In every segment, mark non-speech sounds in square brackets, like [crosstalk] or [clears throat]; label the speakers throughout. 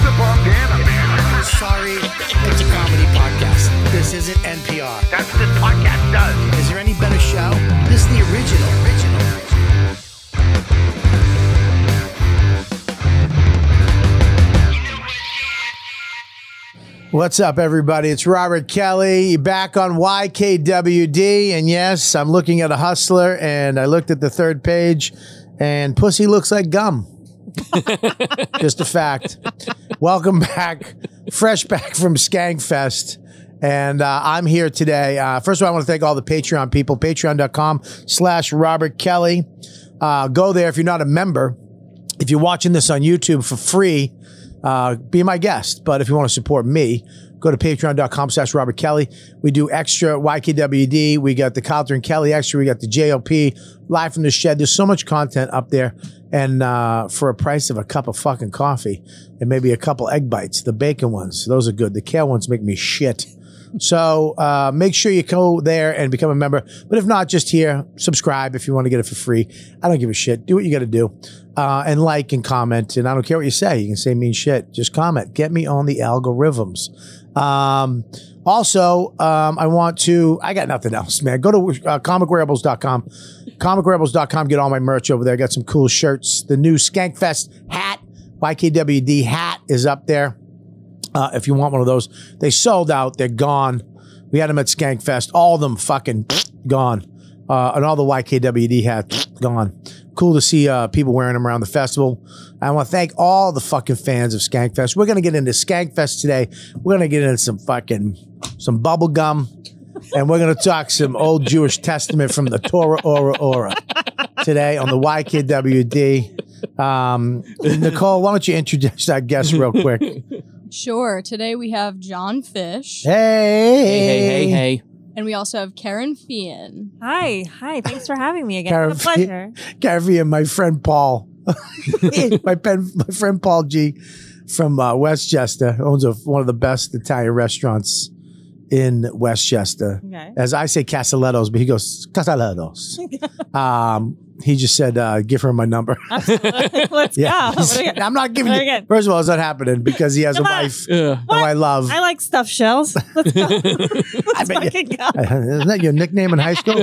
Speaker 1: the bandana, man?
Speaker 2: Sorry. It's a comedy podcast. This isn't NPR.
Speaker 1: That's what this podcast does.
Speaker 2: Is there any better show? This is the original. Original. What's up, everybody? It's Robert Kelly back on YKWD. And yes, I'm looking at a hustler, and I looked at the third page, and pussy looks like gum. Just a fact. Welcome back, fresh back from Skankfest. And uh, I'm here today. Uh, first of all, I want to thank all the Patreon people, patreon.com slash Robert Kelly. Uh, go there if you're not a member. If you're watching this on YouTube for free, uh, be my guest. But if you want to support me, go to patreon.com slash Robert Kelly. We do extra YKWD. We got the Calder and Kelly extra. We got the JLP live from the shed. There's so much content up there. And uh, for a price of a cup of fucking coffee and maybe a couple egg bites, the bacon ones, those are good. The kale ones make me shit. So uh, make sure you go there and become a member. But if not, just here, subscribe if you want to get it for free. I don't give a shit. Do what you got to do. Uh, and like and comment. And I don't care what you say. You can say mean shit. Just comment. Get me on the algorithms. Um, also, um, I want to, I got nothing else, man. Go to uh, comicrebels.com. Comicrebels.com. Get all my merch over there. I got some cool shirts. The new Skankfest hat, YKWD hat is up there uh, if you want one of those. They sold out. They're gone. We had them at Skankfest. All of them fucking gone. Uh, and all the YKWD hats gone. Cool to see uh, people wearing them around the festival. I want to thank all the fucking fans of Skankfest. We're going to get into Skankfest today. We're going to get into some fucking, some bubble gum. And we're going to talk some old Jewish testament from the Torah, Ora, Ora today on the YKWD. Um, Nicole, why don't you introduce our guest real quick?
Speaker 3: Sure. Today we have John Fish,
Speaker 4: Hey, hey, hey,
Speaker 2: Hey.
Speaker 4: hey.
Speaker 3: and we also have Karen Fian.
Speaker 5: Hi, hi. Thanks for having me again.
Speaker 2: Cara
Speaker 5: It's a pleasure.
Speaker 2: Garvey and my friend Paul. [laughs] my pen, my friend Paul G from uh, Westchester owns a, one of the best Italian restaurants in Westchester.
Speaker 5: Okay. [laughs]
Speaker 2: As I say Casalettos, but he goes Casalettos. um, he just said, uh, give her my number. [laughs]
Speaker 5: Let's
Speaker 2: Yeah.
Speaker 5: go. What do we got?
Speaker 2: I'm not giving
Speaker 5: What do we
Speaker 2: you.
Speaker 5: got?
Speaker 2: First of all, it's not happening because he has a
Speaker 5: Come on.
Speaker 2: wife
Speaker 4: Ugh.
Speaker 2: who I love.
Speaker 5: I like
Speaker 2: [laughs]
Speaker 5: stuffed shells. Let's go. [laughs] Let's
Speaker 2: bet you- [laughs]
Speaker 5: fucking go.
Speaker 2: Isn't that your nickname in high school?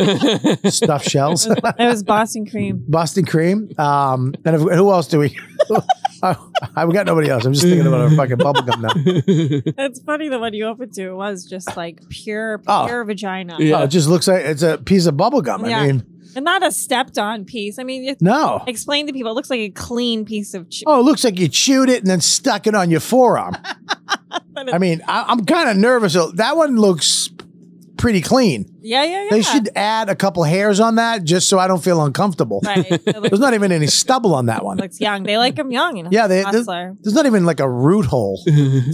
Speaker 2: Stuffed shells.
Speaker 5: It was Boston cream.
Speaker 2: Boston cream. Um, and if, who else do we? [laughs] Oh, I've got nobody else. I'm just thinking about our fucking bubblegum now.
Speaker 5: It's funny the one you opened to was just like pure,
Speaker 2: Oh.
Speaker 5: pure vagina,
Speaker 4: [laughs] Yeah.
Speaker 2: Oh, it just looks like it's a piece of bubblegum.
Speaker 5: Yeah.
Speaker 2: I mean,
Speaker 5: and not a stepped-on piece. I mean, you
Speaker 2: no.
Speaker 5: explain to people. It looks like a clean piece of. Ch-
Speaker 2: Oh, it looks like you chewed it and then stuck it on your
Speaker 5: [laughs]
Speaker 2: forearm. I mean, I, I'm kind of nervous. That one looks pretty clean.
Speaker 5: Yeah, yeah, yeah.
Speaker 2: They should add a couple hairs on that just so I don't feel uncomfortable.
Speaker 5: Right. It
Speaker 2: There's [laughs]
Speaker 5: looks,
Speaker 2: not even any stubble on that one.
Speaker 5: looks young. They like them young. In
Speaker 2: Yeah, they, there's,
Speaker 5: Hustler.
Speaker 2: there's not even like a root
Speaker 5: [laughs]
Speaker 2: hole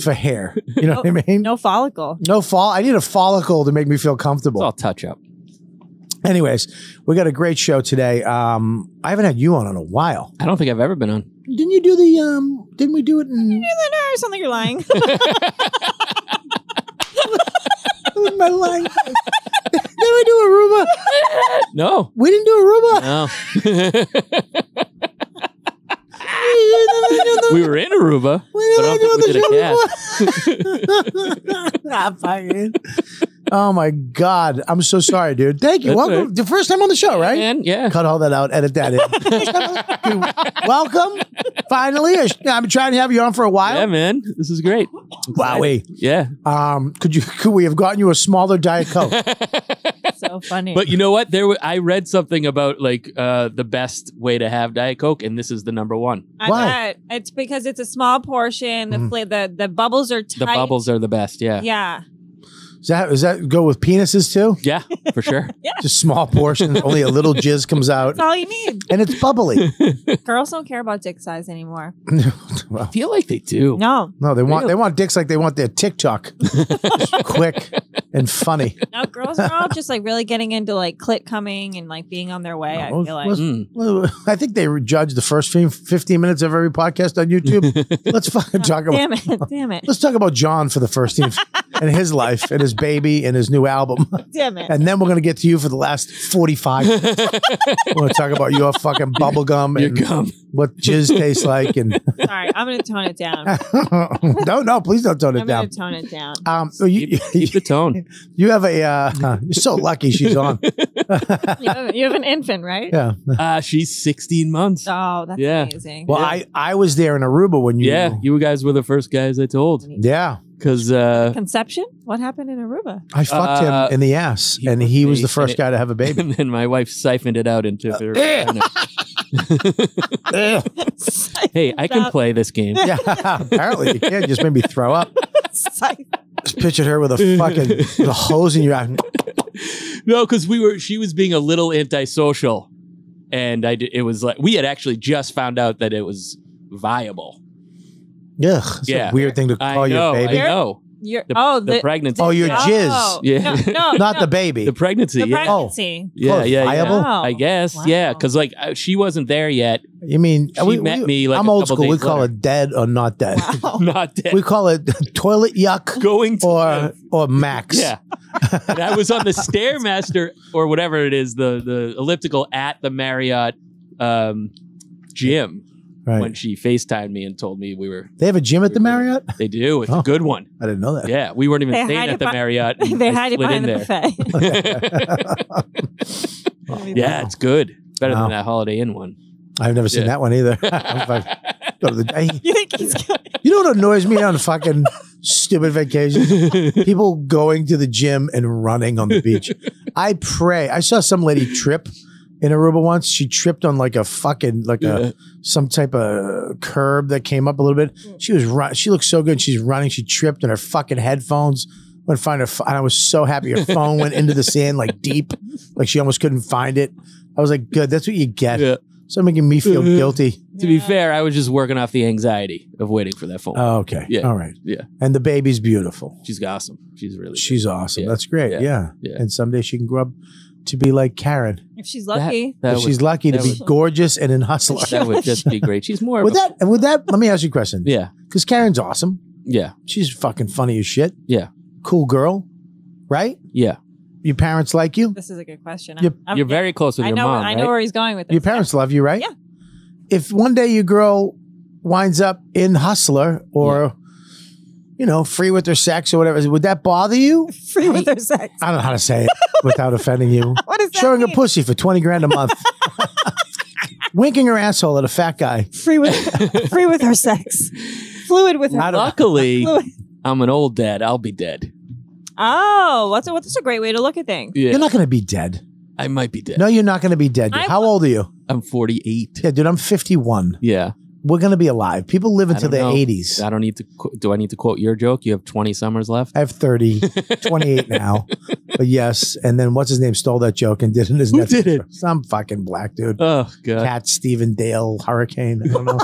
Speaker 2: for hair. You know what I mean?
Speaker 5: no follicle.
Speaker 2: No fall. I need a follicle to make me feel comfortable.
Speaker 4: It's all touch up.
Speaker 2: Anyways, we got a great show today. Um, I haven't had you on in a while.
Speaker 4: I don't think I've ever been on.
Speaker 2: Didn't you do the? Um, didn't we do it
Speaker 4: [laughs]
Speaker 2: in [laughs]
Speaker 5: No, something you're lying. [laughs]
Speaker 2: in my life? did we do Aruba?
Speaker 4: No.
Speaker 2: We didn't do Aruba.
Speaker 4: No. [laughs]
Speaker 2: [laughs]
Speaker 4: we were in Aruba.
Speaker 2: When did
Speaker 4: but I
Speaker 2: I
Speaker 4: don't think
Speaker 2: do
Speaker 4: we did a
Speaker 2: [laughs] the show before? ah, fucking. Oh my God. I'm so sorry, dude. Thank you.
Speaker 4: That's
Speaker 2: welcome.
Speaker 4: right.
Speaker 2: The first time on the show, right?
Speaker 4: And yeah.
Speaker 2: Cut all that out, edit that in. First time on the-
Speaker 4: [laughs]
Speaker 2: dude, welcome. Finally. I sh- I've been trying to have you on for a
Speaker 4: Yeah,
Speaker 2: while.
Speaker 4: man. This is great.
Speaker 2: Wowee.
Speaker 4: Yeah.
Speaker 2: Um, could you [laughs] could we have gotten you a smaller Diet
Speaker 5: [laughs]
Speaker 2: Coke?
Speaker 5: so funny.
Speaker 4: But you know what? There, wa- I read something about like uh, the best way to have Diet Coke, and this is the number one.
Speaker 5: I
Speaker 2: Why?
Speaker 5: bet. It's because it's a small portion. The
Speaker 2: Mhm.
Speaker 5: fla- the the bubbles are
Speaker 4: The
Speaker 5: tight.
Speaker 4: bubbles are the best. Yeah.
Speaker 5: Yeah.
Speaker 2: Is that does that go with penises too?
Speaker 4: [laughs] Yeah, for sure.
Speaker 2: Just small portions, only a little jizz comes out.
Speaker 5: That's all you
Speaker 2: [laughs]
Speaker 5: need.
Speaker 2: And it's
Speaker 5: [laughs]
Speaker 2: bubbly.
Speaker 5: Girls don't care about dick size anymore.
Speaker 4: I feel like they do.
Speaker 5: No.
Speaker 2: No, they want they want dicks like they want their
Speaker 5: [laughs]
Speaker 2: TikTok. Just quick and funny.
Speaker 5: No, girls are all just like really getting into like clit coming and like being on their way. I
Speaker 2: Let's-
Speaker 5: feel like.
Speaker 2: let's-
Speaker 4: Mm.
Speaker 2: Well, I think they judge the first fif- 15 minutes of every podcast on
Speaker 5: [laughs]
Speaker 2: YouTube. let's fucking talk about
Speaker 5: Damn it. [laughs] Damn it.
Speaker 2: Let's talk about John for the first
Speaker 5: [laughs]
Speaker 2: team and his life and his baby and his new album.
Speaker 5: Damn it.
Speaker 2: And then we're going to get to you for the last 45. we're
Speaker 4: [laughs]
Speaker 2: going to talk about your fucking bubble gum
Speaker 4: Your
Speaker 2: and
Speaker 4: gum.
Speaker 2: what jizz tastes like. And [laughs]
Speaker 5: Sorry. I'm going to tone it down. I'm
Speaker 2: no, no, please don't tone it
Speaker 5: going
Speaker 2: down.
Speaker 5: to tone it down. [laughs]
Speaker 2: Um, so you,
Speaker 4: Keep the [laughs] tone.
Speaker 2: you have a, uh, you're so lucky she's
Speaker 4: [laughs]
Speaker 2: on.
Speaker 5: You have, you have an infant, right?
Speaker 2: Yeah.
Speaker 4: Uh, she's 16 months.
Speaker 5: Oh, that's
Speaker 4: Yeah.
Speaker 5: amazing.
Speaker 2: Well, I, I was there in Aruba when you.
Speaker 4: Yeah, you guys were the first guys I told
Speaker 2: Yeah.
Speaker 4: because uh,
Speaker 5: Conception? What happened in Aruba? [laughs]
Speaker 2: I fucked
Speaker 4: Uh,
Speaker 2: him in the ass
Speaker 4: he
Speaker 2: and
Speaker 4: fucked
Speaker 2: he
Speaker 4: me
Speaker 2: was the
Speaker 4: and
Speaker 2: first
Speaker 4: it-
Speaker 2: guy to have a baby.
Speaker 4: [laughs] and then my wife siphoned it out into. her [laughs] Eh. hey, I can play this game.
Speaker 2: yeah. Apparently you can't just made me throw up. Just pictured her with a fucking the hose in your eye.
Speaker 4: No, because we were she was being a little antisocial, and I did, it was like we had actually just found out that it was viable.
Speaker 2: Ugh, it's
Speaker 4: Yeah.
Speaker 2: a weird thing to
Speaker 4: I
Speaker 2: call
Speaker 4: know,
Speaker 2: Oh, your baby.
Speaker 4: I know.
Speaker 5: You're,
Speaker 4: The,
Speaker 5: oh,
Speaker 4: the,
Speaker 5: the,
Speaker 4: pregnancy,
Speaker 2: Oh, your
Speaker 5: oh,
Speaker 2: jizz.
Speaker 4: Yeah.
Speaker 5: No, no,
Speaker 2: Not
Speaker 5: no.
Speaker 2: the Oh. baby.
Speaker 4: the pregnancy,
Speaker 5: The
Speaker 4: yeah,
Speaker 5: pregnancy.
Speaker 4: yeah,
Speaker 2: Oh,
Speaker 4: yeah, yeah.
Speaker 2: viable?
Speaker 5: Wow.
Speaker 4: I guess, Yeah.
Speaker 5: Wow.
Speaker 4: 'Cause yeah, because like I- she wasn't there yet.
Speaker 2: you mean
Speaker 4: She met me like
Speaker 2: I'm
Speaker 4: a
Speaker 2: old
Speaker 4: couple
Speaker 2: school. We
Speaker 4: days
Speaker 2: call
Speaker 4: later.
Speaker 2: it dead or not dead.
Speaker 5: [laughs]
Speaker 4: [laughs] Not
Speaker 2: [laughs]
Speaker 4: dead.
Speaker 2: We call it [laughs] toilet
Speaker 4: [laughs]
Speaker 2: yuck
Speaker 4: going to
Speaker 2: or
Speaker 4: live.
Speaker 2: or max.
Speaker 4: yeah. and I was on the stairmaster or whatever it is, the the elliptical at the Marriott um, gym
Speaker 2: Right.
Speaker 4: when she FaceTimed me and told me we were
Speaker 2: they have a gym at the Marriott?
Speaker 4: they do it's
Speaker 2: Oh.
Speaker 4: a good
Speaker 2: [laughs]
Speaker 4: one.
Speaker 2: I didn't know that.
Speaker 4: Yeah, we weren't even
Speaker 5: They hide
Speaker 4: staying
Speaker 5: it
Speaker 4: at the
Speaker 5: by- [laughs]
Speaker 4: Marriott. and
Speaker 5: they
Speaker 4: I
Speaker 5: hide it
Speaker 4: slid in
Speaker 5: behind the
Speaker 4: there. [laughs]
Speaker 5: buffet.
Speaker 4: Yeah, it's good. Better
Speaker 2: Wow.
Speaker 4: than that Holiday Inn one.
Speaker 2: I've never seen
Speaker 4: Yeah.
Speaker 2: that one either. [laughs] If [laughs]
Speaker 4: [laughs]
Speaker 2: I go to the- I-
Speaker 5: [laughs] You think he's gonna-
Speaker 2: you know what annoys me on fucking stupid
Speaker 4: [laughs]
Speaker 2: vacations? People going to the gym and running on the
Speaker 4: [laughs]
Speaker 2: beach. I pray. I saw some lady trip in Aruba once. She tripped on like a fucking like
Speaker 4: Yeah.
Speaker 2: a some type of curb that came up a little bit.
Speaker 4: Mm.
Speaker 2: She was run. She looked so good. She's running. She tripped and her fucking headphones. Went find her. ph- And I was so happy. Her phone went into the sand like deep, like she almost couldn't find it. I was like, good. That's what you get.
Speaker 4: Yeah.
Speaker 2: So making me feel
Speaker 4: Mhm.
Speaker 2: guilty.
Speaker 4: To be fair, I was just working off the anxiety of waiting for that phone.
Speaker 2: Oh, okay.
Speaker 4: Yeah.
Speaker 2: All right.
Speaker 4: Yeah.
Speaker 2: And the baby's beautiful.
Speaker 4: She's awesome. She's really good.
Speaker 2: She's awesome.
Speaker 4: Yeah.
Speaker 2: That's great. Yeah.
Speaker 4: Yeah. Yeah.
Speaker 2: And someday she can grow up to be like Karen.
Speaker 5: if she's
Speaker 4: That-
Speaker 5: lucky,
Speaker 4: That,
Speaker 2: If
Speaker 4: would,
Speaker 2: she's lucky to
Speaker 4: that
Speaker 2: be
Speaker 4: would-
Speaker 2: gorgeous and in
Speaker 4: [laughs]
Speaker 2: hustler.
Speaker 4: that would just be great. She's more
Speaker 2: Would
Speaker 4: of a,
Speaker 2: that would that let me ask you a question.
Speaker 4: yeah,
Speaker 2: Because Karen's awesome.
Speaker 4: yeah,
Speaker 2: She's fucking funny as shit.
Speaker 4: Yeah.
Speaker 2: Cool girl. Right?
Speaker 4: yeah.
Speaker 2: Your parents like you.
Speaker 5: this is a good question.
Speaker 2: You're-
Speaker 5: I'm-
Speaker 4: You're very close with
Speaker 5: I
Speaker 4: your
Speaker 5: know.
Speaker 4: mom,
Speaker 5: I know
Speaker 4: right?
Speaker 5: where he's going with this.
Speaker 2: Your parents love you, right?
Speaker 5: Yeah.
Speaker 2: If one day your girl winds up in hustler or you know, free with her sex or whatever, would that bother you?
Speaker 5: [laughs] free with their sex.
Speaker 2: I don't know how to
Speaker 5: [laughs]
Speaker 2: say it without offending you.
Speaker 5: What is that?
Speaker 2: showing
Speaker 5: mean?
Speaker 2: a pussy for 20 grand a
Speaker 5: [laughs]
Speaker 2: month winking her asshole at a fat guy
Speaker 5: free with free with her sex, fluid with her. [laughs]
Speaker 2: I don't-
Speaker 4: Luckily,
Speaker 5: Fluid.
Speaker 4: I'm an old dad. I'll be dead.
Speaker 5: Oh, what's a, what's a great way to look at things?
Speaker 4: Yeah,
Speaker 2: you're not going to be dead
Speaker 4: I might be dead.
Speaker 2: no you're not going to be dead
Speaker 5: I
Speaker 2: how
Speaker 5: will-
Speaker 2: old are you
Speaker 4: I'm 48.
Speaker 2: yeah dude i'm 51
Speaker 4: Yeah,
Speaker 2: we're going to be alive people live
Speaker 4: I
Speaker 2: into
Speaker 4: don't
Speaker 2: their
Speaker 4: know.
Speaker 2: 80s
Speaker 4: I don't need to. qu- Do I need to quote your joke? You have 20 summers left.
Speaker 2: i have 30 28 now but yes and then what's his name stole that joke and did it in his
Speaker 4: Who
Speaker 2: nephew's
Speaker 4: did it?
Speaker 2: room. some fucking black dude
Speaker 4: Oh god.
Speaker 2: Cat Steven Dale Hurricane. I don't
Speaker 4: [laughs]
Speaker 2: know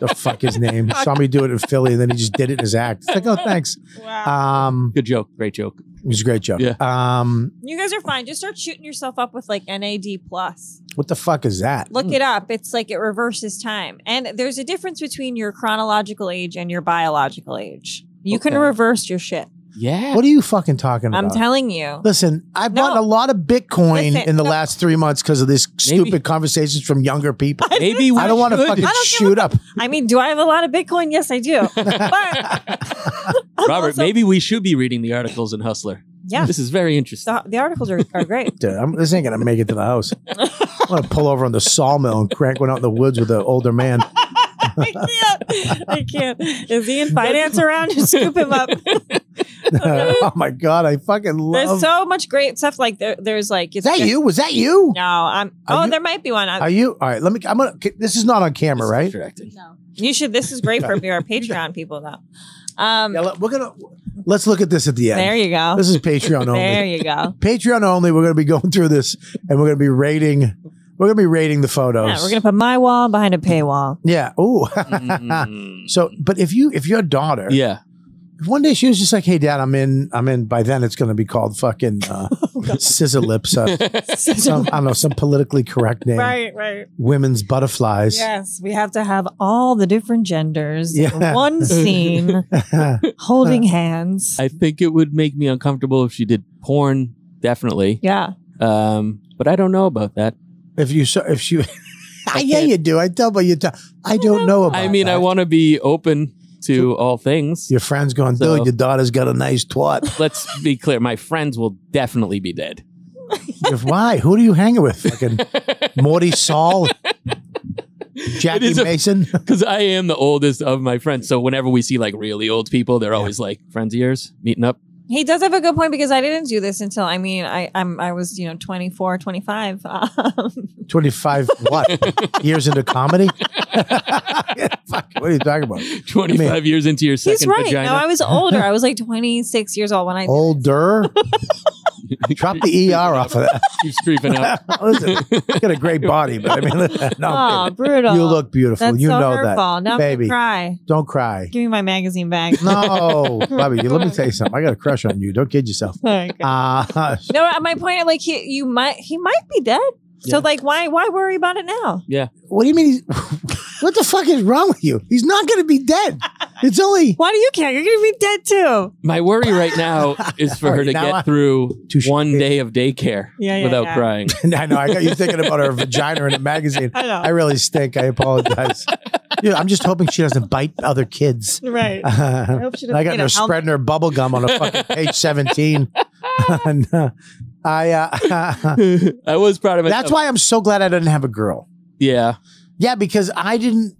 Speaker 2: the fuck his name. Saw me do it in Philly, and then he just did it in his act. It's like, oh, thanks.
Speaker 5: Wow,
Speaker 2: Um,
Speaker 4: Good joke. Great joke.
Speaker 2: it was a great joke.
Speaker 4: Yeah.
Speaker 2: Um,
Speaker 5: you guys are fine. Just start shooting yourself up with like NAD plus.
Speaker 2: what the fuck is that?
Speaker 5: Look it up. It's like it reverses time. And there's a difference between your chronological age and your biological age. You can
Speaker 4: Okay.
Speaker 5: reverse your shit.
Speaker 4: Yeah.
Speaker 5: [laughs]
Speaker 2: What are you fucking talking about?
Speaker 5: I'm telling you.
Speaker 2: Listen, I
Speaker 5: No.
Speaker 2: bought a lot of Bitcoin
Speaker 5: Listen,
Speaker 2: in the
Speaker 5: no.
Speaker 2: last three months because of these
Speaker 4: Maybe.
Speaker 2: stupid conversations from younger people.
Speaker 4: Maybe we
Speaker 2: I don't want to
Speaker 4: should.
Speaker 5: [laughs]
Speaker 2: fucking
Speaker 5: I don't give
Speaker 2: shoot up.
Speaker 5: I mean, do I have a lot of Bitcoin? Yes, I do. But
Speaker 4: Robert,
Speaker 5: also-
Speaker 4: maybe we should be reading the articles in Hustler.
Speaker 2: [laughs]
Speaker 5: Yeah.
Speaker 4: This is very interesting.
Speaker 5: The, the articles are, are great. [laughs]
Speaker 2: Dude, I'm, this ain't gonna make it to the house. I'm gonna pull over on the sawmill and crank one out in the woods with an older man. [laughs]
Speaker 5: I can't. I can't. Is he in finance around? Scoop
Speaker 2: [laughs]
Speaker 5: him up.
Speaker 2: oh my god, I fucking love.
Speaker 5: There's so much great stuff. Like there, there's like
Speaker 2: is that you? Was that you?
Speaker 5: No, I'm.
Speaker 2: Are
Speaker 5: oh,
Speaker 2: you-
Speaker 5: there might be one. I,
Speaker 2: Are you all right? Let me. I'm gonna. This is not on camera, right?
Speaker 4: Distracting.
Speaker 3: No.
Speaker 5: you should. This is great for our Patreon people, though. Um,
Speaker 2: Yeah, let- we're gonna. Let's look at this at the end.
Speaker 5: there you go.
Speaker 2: This is
Speaker 5: [laughs]
Speaker 2: Patreon only.
Speaker 5: There
Speaker 2: [laughs]
Speaker 5: you go.
Speaker 2: Patreon only. We're gonna be going through this, and we're gonna be rating. We're gonna be rating the photos.
Speaker 5: Yeah, we're gonna put my wall behind a paywall. [laughs]
Speaker 2: Yeah. Ooh. [laughs]
Speaker 4: Mm.
Speaker 2: so, but if you if your daughter,
Speaker 4: yeah.
Speaker 2: if one day she was just like, "Hey, Dad, I'm in. I'm in." By then, it's gonna be called fucking
Speaker 4: [laughs]
Speaker 2: uh,
Speaker 4: Oh,
Speaker 2: scissor lips. Uh, some, I don't know some politically correct name.
Speaker 5: right.
Speaker 2: Women's butterflies.
Speaker 5: Yes, we have to have all the different genders.
Speaker 2: Yeah. [laughs]
Speaker 5: in One scene holding hands.
Speaker 4: I think it would make me uncomfortable if she did porn, definitely.
Speaker 5: Yeah.
Speaker 4: Um, but I don't know about that.
Speaker 2: if you saw, if she. [laughs] yeah, you do. I tell, but you tell. I don't know about.
Speaker 4: I mean, I
Speaker 2: that.
Speaker 4: want to be open to all things.
Speaker 2: Your friend's going, dude,
Speaker 4: So-
Speaker 2: your daughter's got a nice
Speaker 4: [laughs]
Speaker 2: twat.
Speaker 4: Let's be clear. My friends will definitely be dead.
Speaker 2: If- Why? Who do you hang it with?
Speaker 4: [laughs]
Speaker 2: Fucking Morty Saul? Jackie
Speaker 4: is a-
Speaker 2: Mason?
Speaker 4: Because I am the oldest of my friends. So whenever we see like really old people, they're always like friends of yours meeting up. [laughs]
Speaker 5: He does have a good point because I didn't do this until I mean I I'm I was you know 24 25 [laughs] um,
Speaker 2: 25 what?
Speaker 4: [laughs]
Speaker 2: Years into comedy? [laughs] Fuck, what are you talking about?
Speaker 4: 25 years into your second
Speaker 5: he's right
Speaker 4: vagina.
Speaker 5: no I was older I
Speaker 4: [laughs]
Speaker 5: was like 26 years old when
Speaker 2: Oh,
Speaker 5: I [laughs]
Speaker 2: Older? Drop the ER off of that.
Speaker 4: Keeps
Speaker 2: [laughs]
Speaker 4: creeping up.
Speaker 5: [laughs]
Speaker 2: Listen, you got a great body, but I mean, [laughs] no,
Speaker 5: oh
Speaker 2: I'm
Speaker 5: brutal
Speaker 2: kidding. you look beautiful.
Speaker 5: that's
Speaker 2: you
Speaker 5: so
Speaker 2: know
Speaker 5: hurtful now I'm
Speaker 2: that.
Speaker 5: gonna
Speaker 2: Baby,
Speaker 5: cry
Speaker 2: don't cry.
Speaker 5: give me my magazine Oh back [laughs]
Speaker 2: No, Bobby, let me tell you something. I got a crush on you. Don't kid yourself.
Speaker 5: no
Speaker 2: Uh, [laughs]
Speaker 5: my point like he you might he might be dead so
Speaker 4: Yeah.
Speaker 5: like why why worry about it now
Speaker 2: What do you mean? He's, [laughs] what the fuck is wrong with you? He's not going to be dead. It's
Speaker 5: [laughs]
Speaker 2: only
Speaker 5: why do you care you're gonna be dead too
Speaker 4: My worry right now is for
Speaker 2: All
Speaker 4: her
Speaker 2: right,
Speaker 4: to
Speaker 2: now
Speaker 4: get
Speaker 2: I-
Speaker 4: through
Speaker 2: Touche.
Speaker 4: one day of daycare
Speaker 5: Yeah, yeah,
Speaker 4: without
Speaker 5: yeah. [laughs]
Speaker 4: crying.
Speaker 2: [laughs] I know. I got you thinking about her vagina in a magazine.
Speaker 5: I know
Speaker 2: I really stink. I
Speaker 5: [laughs]
Speaker 2: apologize. Dude, I'm just hoping she doesn't bite other kids. [laughs]
Speaker 5: right
Speaker 2: I
Speaker 5: hope she doesn't
Speaker 2: got
Speaker 5: get
Speaker 2: no
Speaker 5: a helmet.
Speaker 2: spreading her bubble gum on a fucking page 17. And, uh, I. Uh, [laughs]
Speaker 4: I was proud of myself.
Speaker 2: that's why I'm so glad I didn't have a girl.
Speaker 4: Yeah.
Speaker 2: Yeah, because I didn't.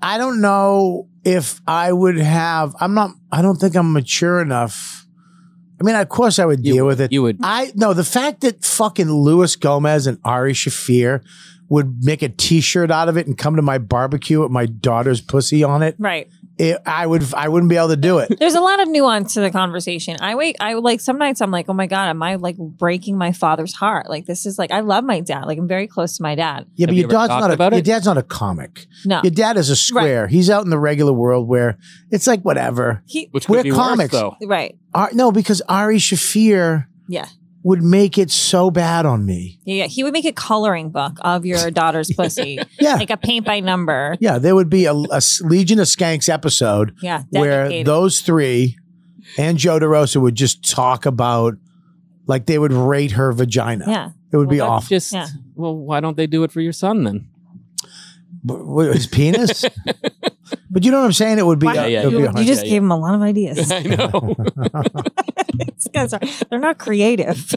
Speaker 2: I don't know if I would have. I'm not. I don't think I'm mature enough. I mean, of course, I would
Speaker 4: You
Speaker 2: deal with it.
Speaker 4: You would.
Speaker 2: I no, the fact that fucking Luis Gomez and Ari Shafir would make a T-shirt out of it and come to my barbecue with my daughter's pussy on it,
Speaker 5: right
Speaker 2: it I would I wouldn't be able to do it.
Speaker 5: There's a lot of nuance to the conversation. I wait. I like some nights. I'm like, oh my god, am I like breaking my father's heart? Like this is like I love my dad. Like I'm very close to my dad.
Speaker 2: Yeah,
Speaker 4: Have
Speaker 2: but
Speaker 4: you
Speaker 2: your
Speaker 4: ever
Speaker 2: dad's
Speaker 4: talked
Speaker 2: not a
Speaker 4: about
Speaker 2: your
Speaker 4: it? Oh.
Speaker 2: dad's not a comic.
Speaker 5: No,
Speaker 2: Your dad is a square. He's out in the regular world where it's like whatever.
Speaker 5: he
Speaker 4: Which could
Speaker 2: We're
Speaker 4: be
Speaker 2: comics.
Speaker 4: worse, though.
Speaker 5: right.
Speaker 2: Ar- no, because Ari Shafir
Speaker 5: Yeah.
Speaker 2: would make it so bad on me.
Speaker 5: Yeah, yeah. He would make a coloring book of
Speaker 2: [laughs]
Speaker 5: your daughter's pussy,
Speaker 2: Yeah.
Speaker 5: like a paint by number.
Speaker 2: yeah, there would be a, a Legion of Skanks episode
Speaker 5: Yeah,
Speaker 2: where
Speaker 5: dedicated.
Speaker 2: those three and Joe DeRosa would just talk about, like, they would rate her vagina.
Speaker 5: yeah,
Speaker 2: It would be
Speaker 4: Well, that's
Speaker 2: awful.
Speaker 4: Just,
Speaker 5: Yeah.
Speaker 4: Well, why don't they do it for your son then?
Speaker 2: But what, His
Speaker 4: [laughs]
Speaker 2: penis? but you know what I'm saying? It would be.
Speaker 5: Why-
Speaker 2: uh,
Speaker 4: Yeah,
Speaker 2: it would
Speaker 5: you,
Speaker 2: be
Speaker 4: yeah,
Speaker 5: you
Speaker 2: hard.
Speaker 5: just
Speaker 4: yeah.
Speaker 5: gave him a lot
Speaker 4: [laughs]
Speaker 5: of ideas.
Speaker 4: [laughs]
Speaker 5: [laughs]
Speaker 4: I know.
Speaker 5: These guys are they're not creative. [laughs]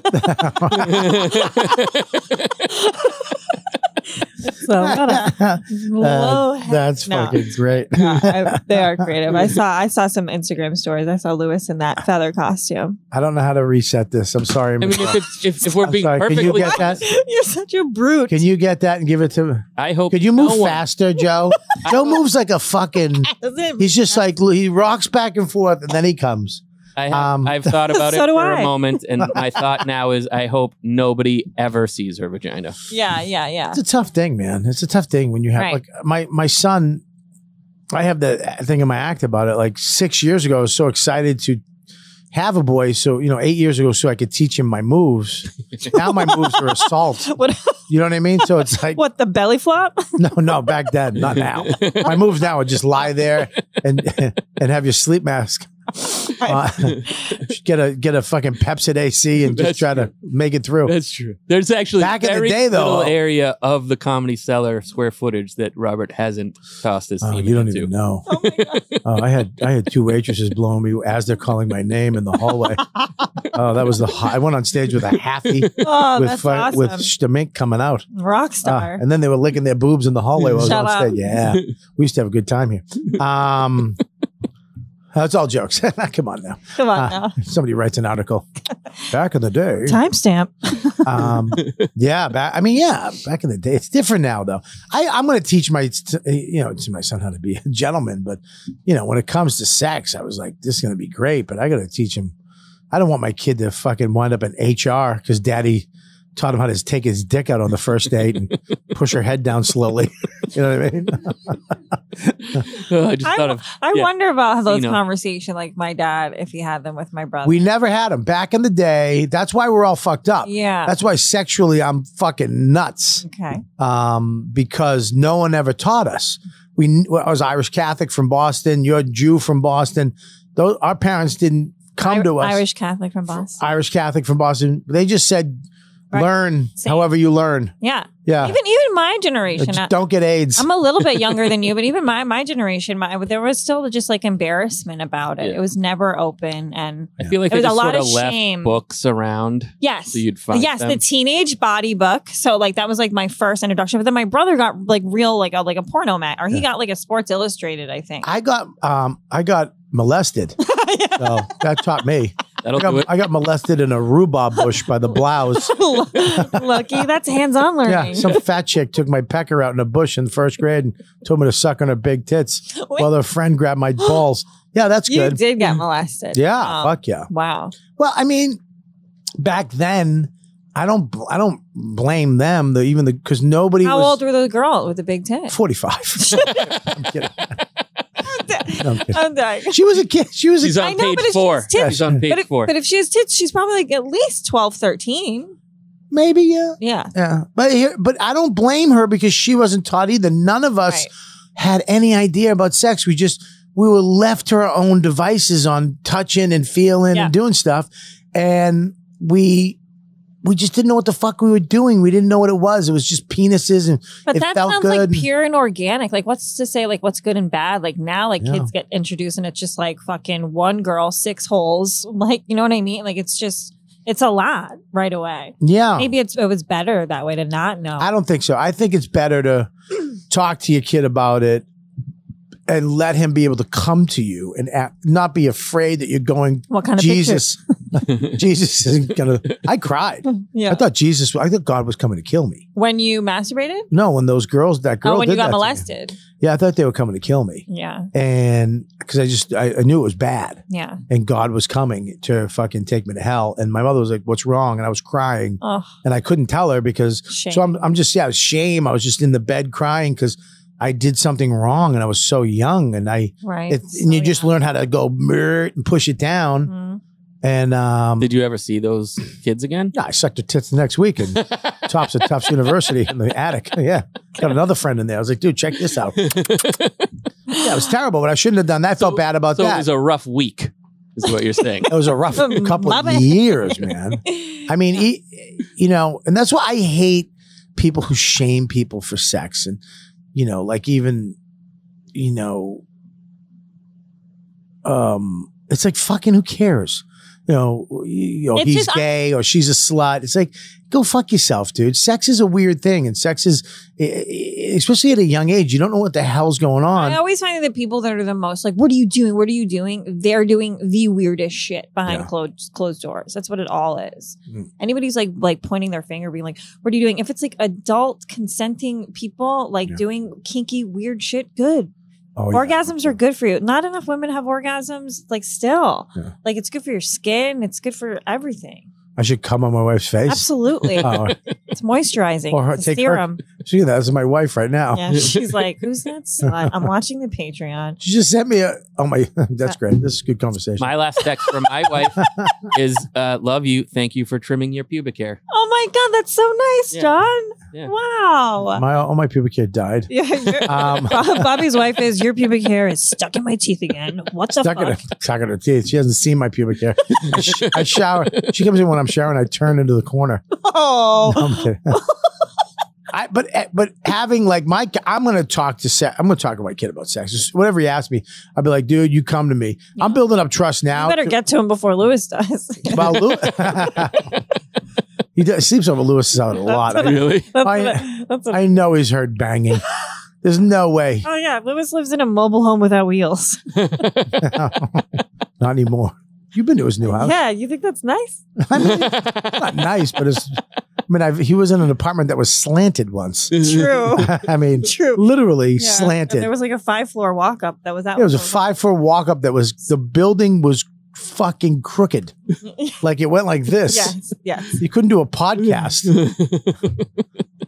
Speaker 2: [laughs]
Speaker 5: so what a
Speaker 2: Uh,
Speaker 5: low
Speaker 2: that's
Speaker 5: no.
Speaker 2: fucking great.
Speaker 5: Yeah, [laughs] I, they are creative. I saw I saw some Instagram stories. I saw Lewis in that feather costume. [laughs]
Speaker 2: I don't know how to reset this. I'm sorry.
Speaker 4: I mean, if, it's, if, if we're
Speaker 2: I'm
Speaker 4: being
Speaker 2: sorry, can you
Speaker 4: perfectly
Speaker 2: get
Speaker 4: [laughs]
Speaker 2: that?
Speaker 5: You're such a brute.
Speaker 2: Can you get that and give it to?
Speaker 4: I hope.
Speaker 2: Could you move
Speaker 4: Oh, no one-
Speaker 2: faster,
Speaker 4: [laughs]
Speaker 2: Joe? Joe moves like a fucking.
Speaker 5: Doesn't it-
Speaker 2: He's just like he rocks back and forth, and then he comes.
Speaker 4: I have,
Speaker 2: Um,
Speaker 4: I've thought
Speaker 5: [laughs]
Speaker 4: about
Speaker 5: So
Speaker 4: it
Speaker 5: do
Speaker 4: for
Speaker 5: I.
Speaker 4: a moment,
Speaker 2: [laughs]
Speaker 4: and my thought now is I hope nobody ever sees her vagina.
Speaker 5: yeah, yeah, yeah.
Speaker 2: It's a tough thing, man. It's a tough thing when you have
Speaker 5: Right.
Speaker 2: like my my son. I have the thing in my act about it. Like six years ago, I was so excited to have a boy. So you know, eight years ago, so I could teach him my moves.
Speaker 4: [laughs]
Speaker 2: now my moves are assault.
Speaker 5: What
Speaker 2: You know what I mean? So it's like
Speaker 5: what the belly
Speaker 2: [laughs]
Speaker 5: flop? [laughs]
Speaker 2: no, no, back then, not now. My moves now would just lie there and [laughs] and have your sleep mask. Uh, [laughs] get a get a fucking Pepsi AC and just
Speaker 4: That's
Speaker 2: try to make it through.
Speaker 4: That's true. There's actually
Speaker 2: Back in the
Speaker 4: very
Speaker 2: day, though-
Speaker 4: little area of the comedy cellar square footage that Robert hasn't tossed his
Speaker 2: Oh,
Speaker 4: team
Speaker 2: you don't
Speaker 4: into.
Speaker 2: even know. [laughs]
Speaker 5: [laughs]
Speaker 2: Oh, I had I had two waitresses blowing me as they're calling my name in the hallway. Oh, that was the. Hot. I went on stage with a happy
Speaker 5: Oh,
Speaker 2: with
Speaker 5: that's
Speaker 2: fi-
Speaker 5: awesome.
Speaker 2: with stamink coming out.
Speaker 5: Rock
Speaker 2: Ah,
Speaker 5: star.
Speaker 2: and then they were licking their boobs in the hallway while
Speaker 5: Shut
Speaker 2: I was on
Speaker 5: up.
Speaker 2: stage. Yeah, we used to have a good time
Speaker 5: [laughs]
Speaker 2: here. Um, that's all jokes. [laughs] Come on now.
Speaker 5: Come on
Speaker 2: Ah, somebody writes an article. Back in the day,
Speaker 5: now. Timestamp.
Speaker 2: um, yeah. Back, I mean, yeah. Back in the day, it's different now, though. I, I'm going to teach my, you know, to my son how to be a gentleman. But you know, when it comes to sex, I was like, this is going to be great. But I got to teach him. I don't want my kid to fucking wind up in HR because daddy taught him how to take his dick out on the first date and push her head down slowly. [laughs] you know what I mean?
Speaker 4: [laughs] Oh, I just
Speaker 5: I,
Speaker 4: thought
Speaker 5: w-
Speaker 4: of
Speaker 5: I
Speaker 4: yeah.
Speaker 5: wonder about those
Speaker 4: Cena.
Speaker 5: conversation, like my dad, if he had them with my brother.
Speaker 2: We never had him back in the day. That's why we're all fucked up.
Speaker 5: yeah.
Speaker 2: That's why sexually I'm fucking nuts.
Speaker 5: okay.
Speaker 2: um, because no one ever taught us. We, kn- well, I was Irish Catholic from Boston. You're Jew from Boston. Those, our parents didn't come
Speaker 5: I-
Speaker 2: to us.
Speaker 5: Irish Catholic from Boston.
Speaker 2: Irish Catholic from Boston. They just said,
Speaker 5: Right.
Speaker 2: learn
Speaker 5: Same.
Speaker 2: however you learn.
Speaker 5: yeah.
Speaker 2: Yeah.
Speaker 5: Even even my
Speaker 2: Uh,
Speaker 5: generation.
Speaker 2: just
Speaker 5: I,
Speaker 2: don't get AIDS.
Speaker 5: I'm a little bit younger
Speaker 2: [laughs]
Speaker 5: than you, but even my my generation, my there was still just like embarrassment about it.
Speaker 4: Yeah.
Speaker 5: It was never open, and
Speaker 4: I feel like
Speaker 5: It
Speaker 4: they
Speaker 5: was a
Speaker 4: just
Speaker 5: lot
Speaker 4: sort of
Speaker 5: of
Speaker 4: left
Speaker 5: shame.
Speaker 4: books around
Speaker 5: yes,
Speaker 4: so you'd find
Speaker 5: yes, the
Speaker 4: them.
Speaker 5: teenage body book. So like that was like my first introduction. But then my brother got like real like a like a porno mat, or he
Speaker 2: Yeah.
Speaker 5: got like a Sports Illustrated, I think. [laughs]
Speaker 2: I got, um, I got molested. So that taught me.
Speaker 4: That'll
Speaker 2: I
Speaker 4: do it.
Speaker 2: got, I got molested in a rhubarb bush by the blouse. [laughs]
Speaker 5: Lucky, that's hands-on
Speaker 2: Yeah,
Speaker 5: learning.
Speaker 2: some
Speaker 5: [laughs]
Speaker 2: fat chick took my pecker out in a bush in first grade and told me to suck on her big tits
Speaker 5: Wait.
Speaker 2: while her friend grabbed
Speaker 5: [gasps]
Speaker 2: my balls. Yeah, that's
Speaker 5: you
Speaker 2: good.
Speaker 5: did get molested.
Speaker 2: Yeah,
Speaker 5: Um,
Speaker 2: fuck yeah.
Speaker 5: Wow.
Speaker 2: Well, I mean, back then, I don't, bl- I don't blame them. The even the because nobody
Speaker 5: How
Speaker 2: was
Speaker 5: old were the girl with the
Speaker 2: [laughs]
Speaker 5: big tit?
Speaker 2: forty-five. I'm kidding. No, I'm kidding.
Speaker 5: [laughs] I'm dying.
Speaker 2: She was a kid. She was
Speaker 4: She's
Speaker 2: a.
Speaker 5: I
Speaker 4: on
Speaker 5: know,
Speaker 4: page
Speaker 5: but it's
Speaker 4: four.
Speaker 5: just tips.
Speaker 4: She's on page
Speaker 5: But if,
Speaker 4: four.
Speaker 5: but if she has tits, she's probably like at least 12, 13.
Speaker 2: maybe yeah,
Speaker 5: Yeah.
Speaker 2: yeah. But here, but I don't blame her because she wasn't taught either. None of us
Speaker 5: Right.
Speaker 2: had any idea about sex. We just we were left to our own devices on touching and feeling
Speaker 5: Yeah.
Speaker 2: and doing stuff, and we we just didn't know what the fuck we were doing. We didn't know what it was. It was just penises and
Speaker 5: But
Speaker 2: it
Speaker 5: that
Speaker 2: felt
Speaker 5: sounds
Speaker 2: good.
Speaker 5: like pure and organic. Like, what's to say, like, what's good and bad? Like, now, like,
Speaker 2: Yeah.
Speaker 5: kids get introduced and it's just like fucking one girl, six holes. [laughs] Like, you know what I mean? Like, it's just, it's a lot right away.
Speaker 2: yeah.
Speaker 5: Maybe it's, it was better that way to not know.
Speaker 2: I don't think so. I think it's better to [clears throat] talk to your kid about it and let him be able to come to you and act, not be afraid that you're going.
Speaker 5: what kind of
Speaker 2: Jesus,
Speaker 4: [laughs]
Speaker 2: Jesus isn't gonna. I cried.
Speaker 5: picture? [laughs] Yeah.
Speaker 2: I thought Jesus. I thought God was coming to kill me.
Speaker 5: when you masturbated?
Speaker 2: No, when those girls, that girl,
Speaker 5: oh, when
Speaker 2: did
Speaker 5: you
Speaker 2: that
Speaker 5: got
Speaker 2: to me.
Speaker 5: molested.
Speaker 2: Yeah, I thought they were coming to kill me,
Speaker 5: Yeah.
Speaker 2: and because I just I, I knew it was bad,
Speaker 5: Yeah.
Speaker 2: and God was coming to fucking take me to hell. And my mother was like, "What's wrong?" And I was crying,
Speaker 5: Oh,
Speaker 2: and I couldn't tell her because
Speaker 5: shame.
Speaker 2: So I'm, I'm just, yeah, it was shame. I was just in the bed crying because I did something wrong and I was so young. And I,
Speaker 5: right.
Speaker 2: it, and you
Speaker 5: So,
Speaker 2: just
Speaker 5: yeah.
Speaker 2: learn how to go "Brrr," and push it down.
Speaker 5: Mhm.
Speaker 2: And, um,
Speaker 4: Did you ever see those kids
Speaker 5: [laughs]
Speaker 4: again?
Speaker 2: yeah, I sucked her tits the next week
Speaker 4: [laughs]
Speaker 2: and tops at Tufts University in the attic. [laughs] Yeah. Got another friend in there. I was like, dude, check this out. Yeah, it was terrible, but I shouldn't have done that. I felt
Speaker 4: So-
Speaker 2: bad about
Speaker 4: so it
Speaker 2: that.
Speaker 4: was a rough week, is what you're [laughs] saying.
Speaker 2: it was a rough couple of
Speaker 5: [laughs] Love it.
Speaker 2: years, man.
Speaker 5: [laughs]
Speaker 2: I mean, e you know, and that's why I hate people who shame people for sex, and you know, like even, you know, um, it's like fucking who cares, you know, you, you know
Speaker 5: It's
Speaker 2: he's
Speaker 5: just- I-
Speaker 2: gay or she's a slut. It's like go fuck yourself, dude. Sex is a weird thing, and sex is, e- e- especially at a young age, you don't know what the hell's going
Speaker 5: I
Speaker 2: on.
Speaker 5: always find that the people that are the most like, what are you doing? What are you doing? They're doing the weirdest shit behind
Speaker 2: Yeah.
Speaker 5: closed closed doors. That's what it all is.
Speaker 2: Mm.
Speaker 5: Anybody's like like pointing their finger, being like, what are you doing? If it's like adult consenting people like
Speaker 2: Yeah.
Speaker 5: doing kinky weird shit, good.
Speaker 2: Oh, yeah.
Speaker 5: orgasms are good for you. Not enough women have orgasms, like still.
Speaker 2: Yeah.
Speaker 5: Like it's good for your skin, it's good for everything.
Speaker 2: I should come on my wife's [laughs] face.
Speaker 5: Absolutely.
Speaker 2: Oh,
Speaker 5: It's moisturizing.
Speaker 2: Or her-
Speaker 5: it's a
Speaker 2: take her-
Speaker 5: serum.
Speaker 2: see, that's my wife right now.
Speaker 5: Yeah. She's like, who's that slut? I'm watching the Patreon.
Speaker 2: She just sent me a. Oh my, [laughs]
Speaker 5: Uh,
Speaker 2: that's great. This is good conversation.
Speaker 4: My last text from my wife is uh, "Love you, thank you for trimming your pubic hair."
Speaker 5: Oh my god, that's so nice,
Speaker 4: Yeah.
Speaker 5: John.
Speaker 4: Yeah.
Speaker 5: Wow.
Speaker 2: my all my pubic hair died.
Speaker 5: [laughs] yeah,
Speaker 2: [laughs]
Speaker 5: you're- [laughs]
Speaker 2: Um,
Speaker 5: Bob- Bobby's wife is your pubic hair is stuck in my teeth again. What the
Speaker 2: Stuck in, her, [laughs]
Speaker 5: fuck?
Speaker 2: stuck in her teeth. She hasn't seen my pubic hair. I, sh- I shower. She comes in when I'm showering. I turn into the corner.
Speaker 5: [laughs] Oh,
Speaker 2: No, I'm kidding. I, but eh, but having like my, I'm gonna talk to sex. I'm gonna talk to my kid about sex. Just whatever he asks me, I'll be like, dude, you come to me. I'm building up trust now.
Speaker 5: You better get to him before Lewis does.
Speaker 2: [laughs] about Lewis. [laughs] he does, sleeps over Lewis's out a lot. I,
Speaker 4: [laughs] really?
Speaker 5: [laughs] That's
Speaker 2: I-
Speaker 5: what I- that's what-
Speaker 2: I know he's heard banging. There's no way.
Speaker 5: [laughs] oh yeah, Lewis lives in a mobile home without wheels.
Speaker 2: Not anymore. You've been to his new house.
Speaker 5: [laughs] Yeah, you think that's nice?
Speaker 2: I mean, it's not nice, but it's. I mean, I've, he was in an apartment that was slanted once. [laughs]
Speaker 5: True. [laughs]
Speaker 2: I mean,
Speaker 5: True.
Speaker 2: literally
Speaker 5: Yeah.
Speaker 2: slanted.
Speaker 5: There was like a five floor walk up that was out.
Speaker 2: It was a five foot walk up that was the building was fucking
Speaker 5: [laughs]
Speaker 2: crooked. like it went like this.
Speaker 5: Yes, yes.
Speaker 2: You couldn't do a
Speaker 5: [laughs]
Speaker 2: podcast.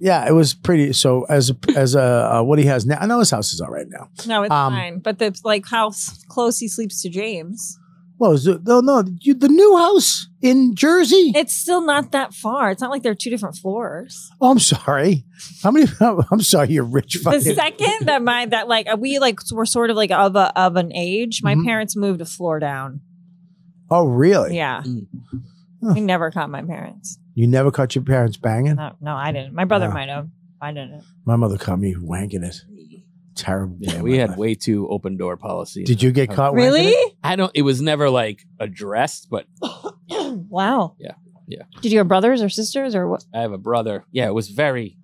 Speaker 2: yeah, it was pretty. So as as a uh, what he has now, I know his house is all right now.
Speaker 5: No, it's
Speaker 2: Um,
Speaker 5: fine. But the like how s- close he sleeps to James.
Speaker 2: Well, is it- no, no, you, the new house in Jersey.
Speaker 5: It's still not that far. It's not like they're two different floors.
Speaker 2: oh, I'm sorry. How many? [laughs] I'm sorry, you rich
Speaker 5: The
Speaker 2: fucking.
Speaker 5: second that my that like we like were sort of like of a, of an age, my
Speaker 2: Mhm.
Speaker 5: parents moved a floor down.
Speaker 2: oh, really?
Speaker 5: Yeah.
Speaker 4: Mm.
Speaker 5: I never caught my parents.
Speaker 2: You never caught your parents banging?
Speaker 5: No, no, I didn't. My brother
Speaker 2: Yeah.
Speaker 5: might have. I didn't.
Speaker 2: My mother caught me wanking it. Terrible. day
Speaker 4: [laughs] Yeah, [laughs]
Speaker 2: of
Speaker 4: we
Speaker 2: my
Speaker 4: had
Speaker 2: life.
Speaker 4: way Oh, too open door policy.
Speaker 2: Oh, Did you get
Speaker 4: Okay.
Speaker 2: caught? wanking
Speaker 5: Really?
Speaker 2: it?
Speaker 4: I don't. It was never like addressed, but
Speaker 5: [clears throat] wow.
Speaker 4: Yeah, yeah.
Speaker 5: Did you have brothers or sisters or what?
Speaker 4: I have a brother. Yeah, it was very.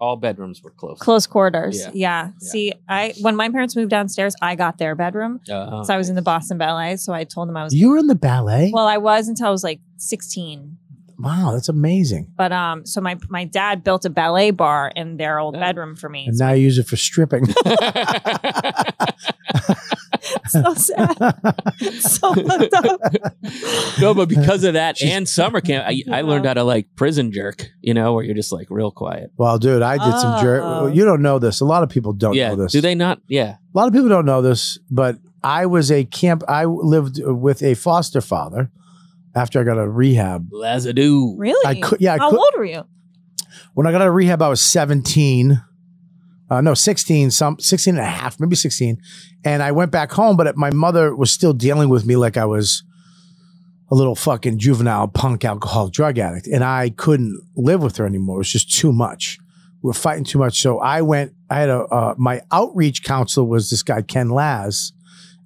Speaker 4: All bedrooms were close.
Speaker 5: Close quarters.
Speaker 4: Yeah.
Speaker 5: Yeah. See, I when my parents moved downstairs, I got their bedroom.
Speaker 4: Uh,
Speaker 5: so I was in the Boston Ballet. So I told them I was.
Speaker 2: You were in the ballet?
Speaker 5: Well, I was until I was like 16.
Speaker 2: wow, that's amazing.
Speaker 5: But um, so my my dad built a ballet bar in their old
Speaker 4: Oh.
Speaker 5: bedroom for me.
Speaker 2: And now you use it for stripping. [laughs]
Speaker 5: [laughs]
Speaker 4: [laughs]
Speaker 5: so sad.
Speaker 2: [laughs]
Speaker 5: It's so fucked up.
Speaker 4: no, but because of
Speaker 2: [laughs]
Speaker 4: that
Speaker 2: She's-
Speaker 4: and summer camp, I, I learned how to like prison jerk. You know, where you're just like real quiet.
Speaker 2: well, dude, I did some jerk.
Speaker 5: Oh.
Speaker 2: You don't know this. A lot of people don't
Speaker 4: yeah.
Speaker 2: know this.
Speaker 4: Do they not? Yeah.
Speaker 2: A lot of people don't know this, but I was a camp. I lived with a foster father after I got out of rehab.
Speaker 4: Lazadoo.
Speaker 5: Really?
Speaker 2: I could, yeah, I
Speaker 5: How
Speaker 2: could,
Speaker 5: old were you?
Speaker 2: when I got out of rehab, I was 17. Uh, no, 16, some 16 and a half, maybe 16. And I went back home, but it, my mother was still dealing with me like I was a little fucking juvenile punk alcohol drug addict. And I couldn't live with her anymore. It was just too much. We were fighting too much. So I went, I had a, uh, my outreach counselor was this guy, Ken Laz,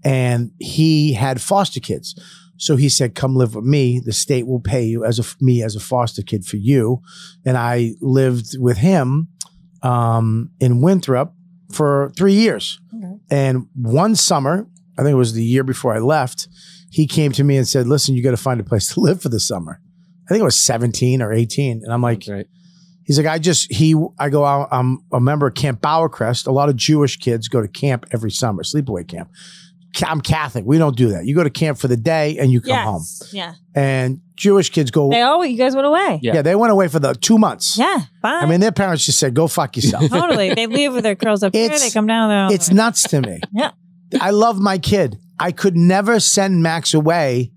Speaker 2: and he had foster kids. So he said, come live with me. The state will pay you as a, f- me as a foster kid for you and I lived with him um, in Winthrop for three years.
Speaker 5: Okay.
Speaker 2: And one summer, I think it was the year before I left, he came to me and said, "Listen, you got to find a place to live for the summer." I think I was 17 or 18, and I'm like,
Speaker 4: That's right.
Speaker 2: He's like, I just he. I go out. I'm a member of Camp Bowercrest. A lot of Jewish kids go to camp every summer, sleepaway camp. Ca- I'm Catholic. We don't do that. You go to camp for the day and you come
Speaker 5: yes.
Speaker 2: home.
Speaker 5: Yeah.
Speaker 2: And Jewish kids go.
Speaker 5: They all you guys went away.
Speaker 4: Yeah.
Speaker 2: yeah, they went away for the two months.
Speaker 5: Yeah. Bye.
Speaker 2: I mean, their parents just said, "Go fuck yourself."
Speaker 5: [laughs] totally. They leave with their curls up here.
Speaker 2: It's-
Speaker 5: They come down. They're all
Speaker 2: It's nuts to me.
Speaker 5: [laughs] Yeah.
Speaker 2: I love my kid. I could never send Max away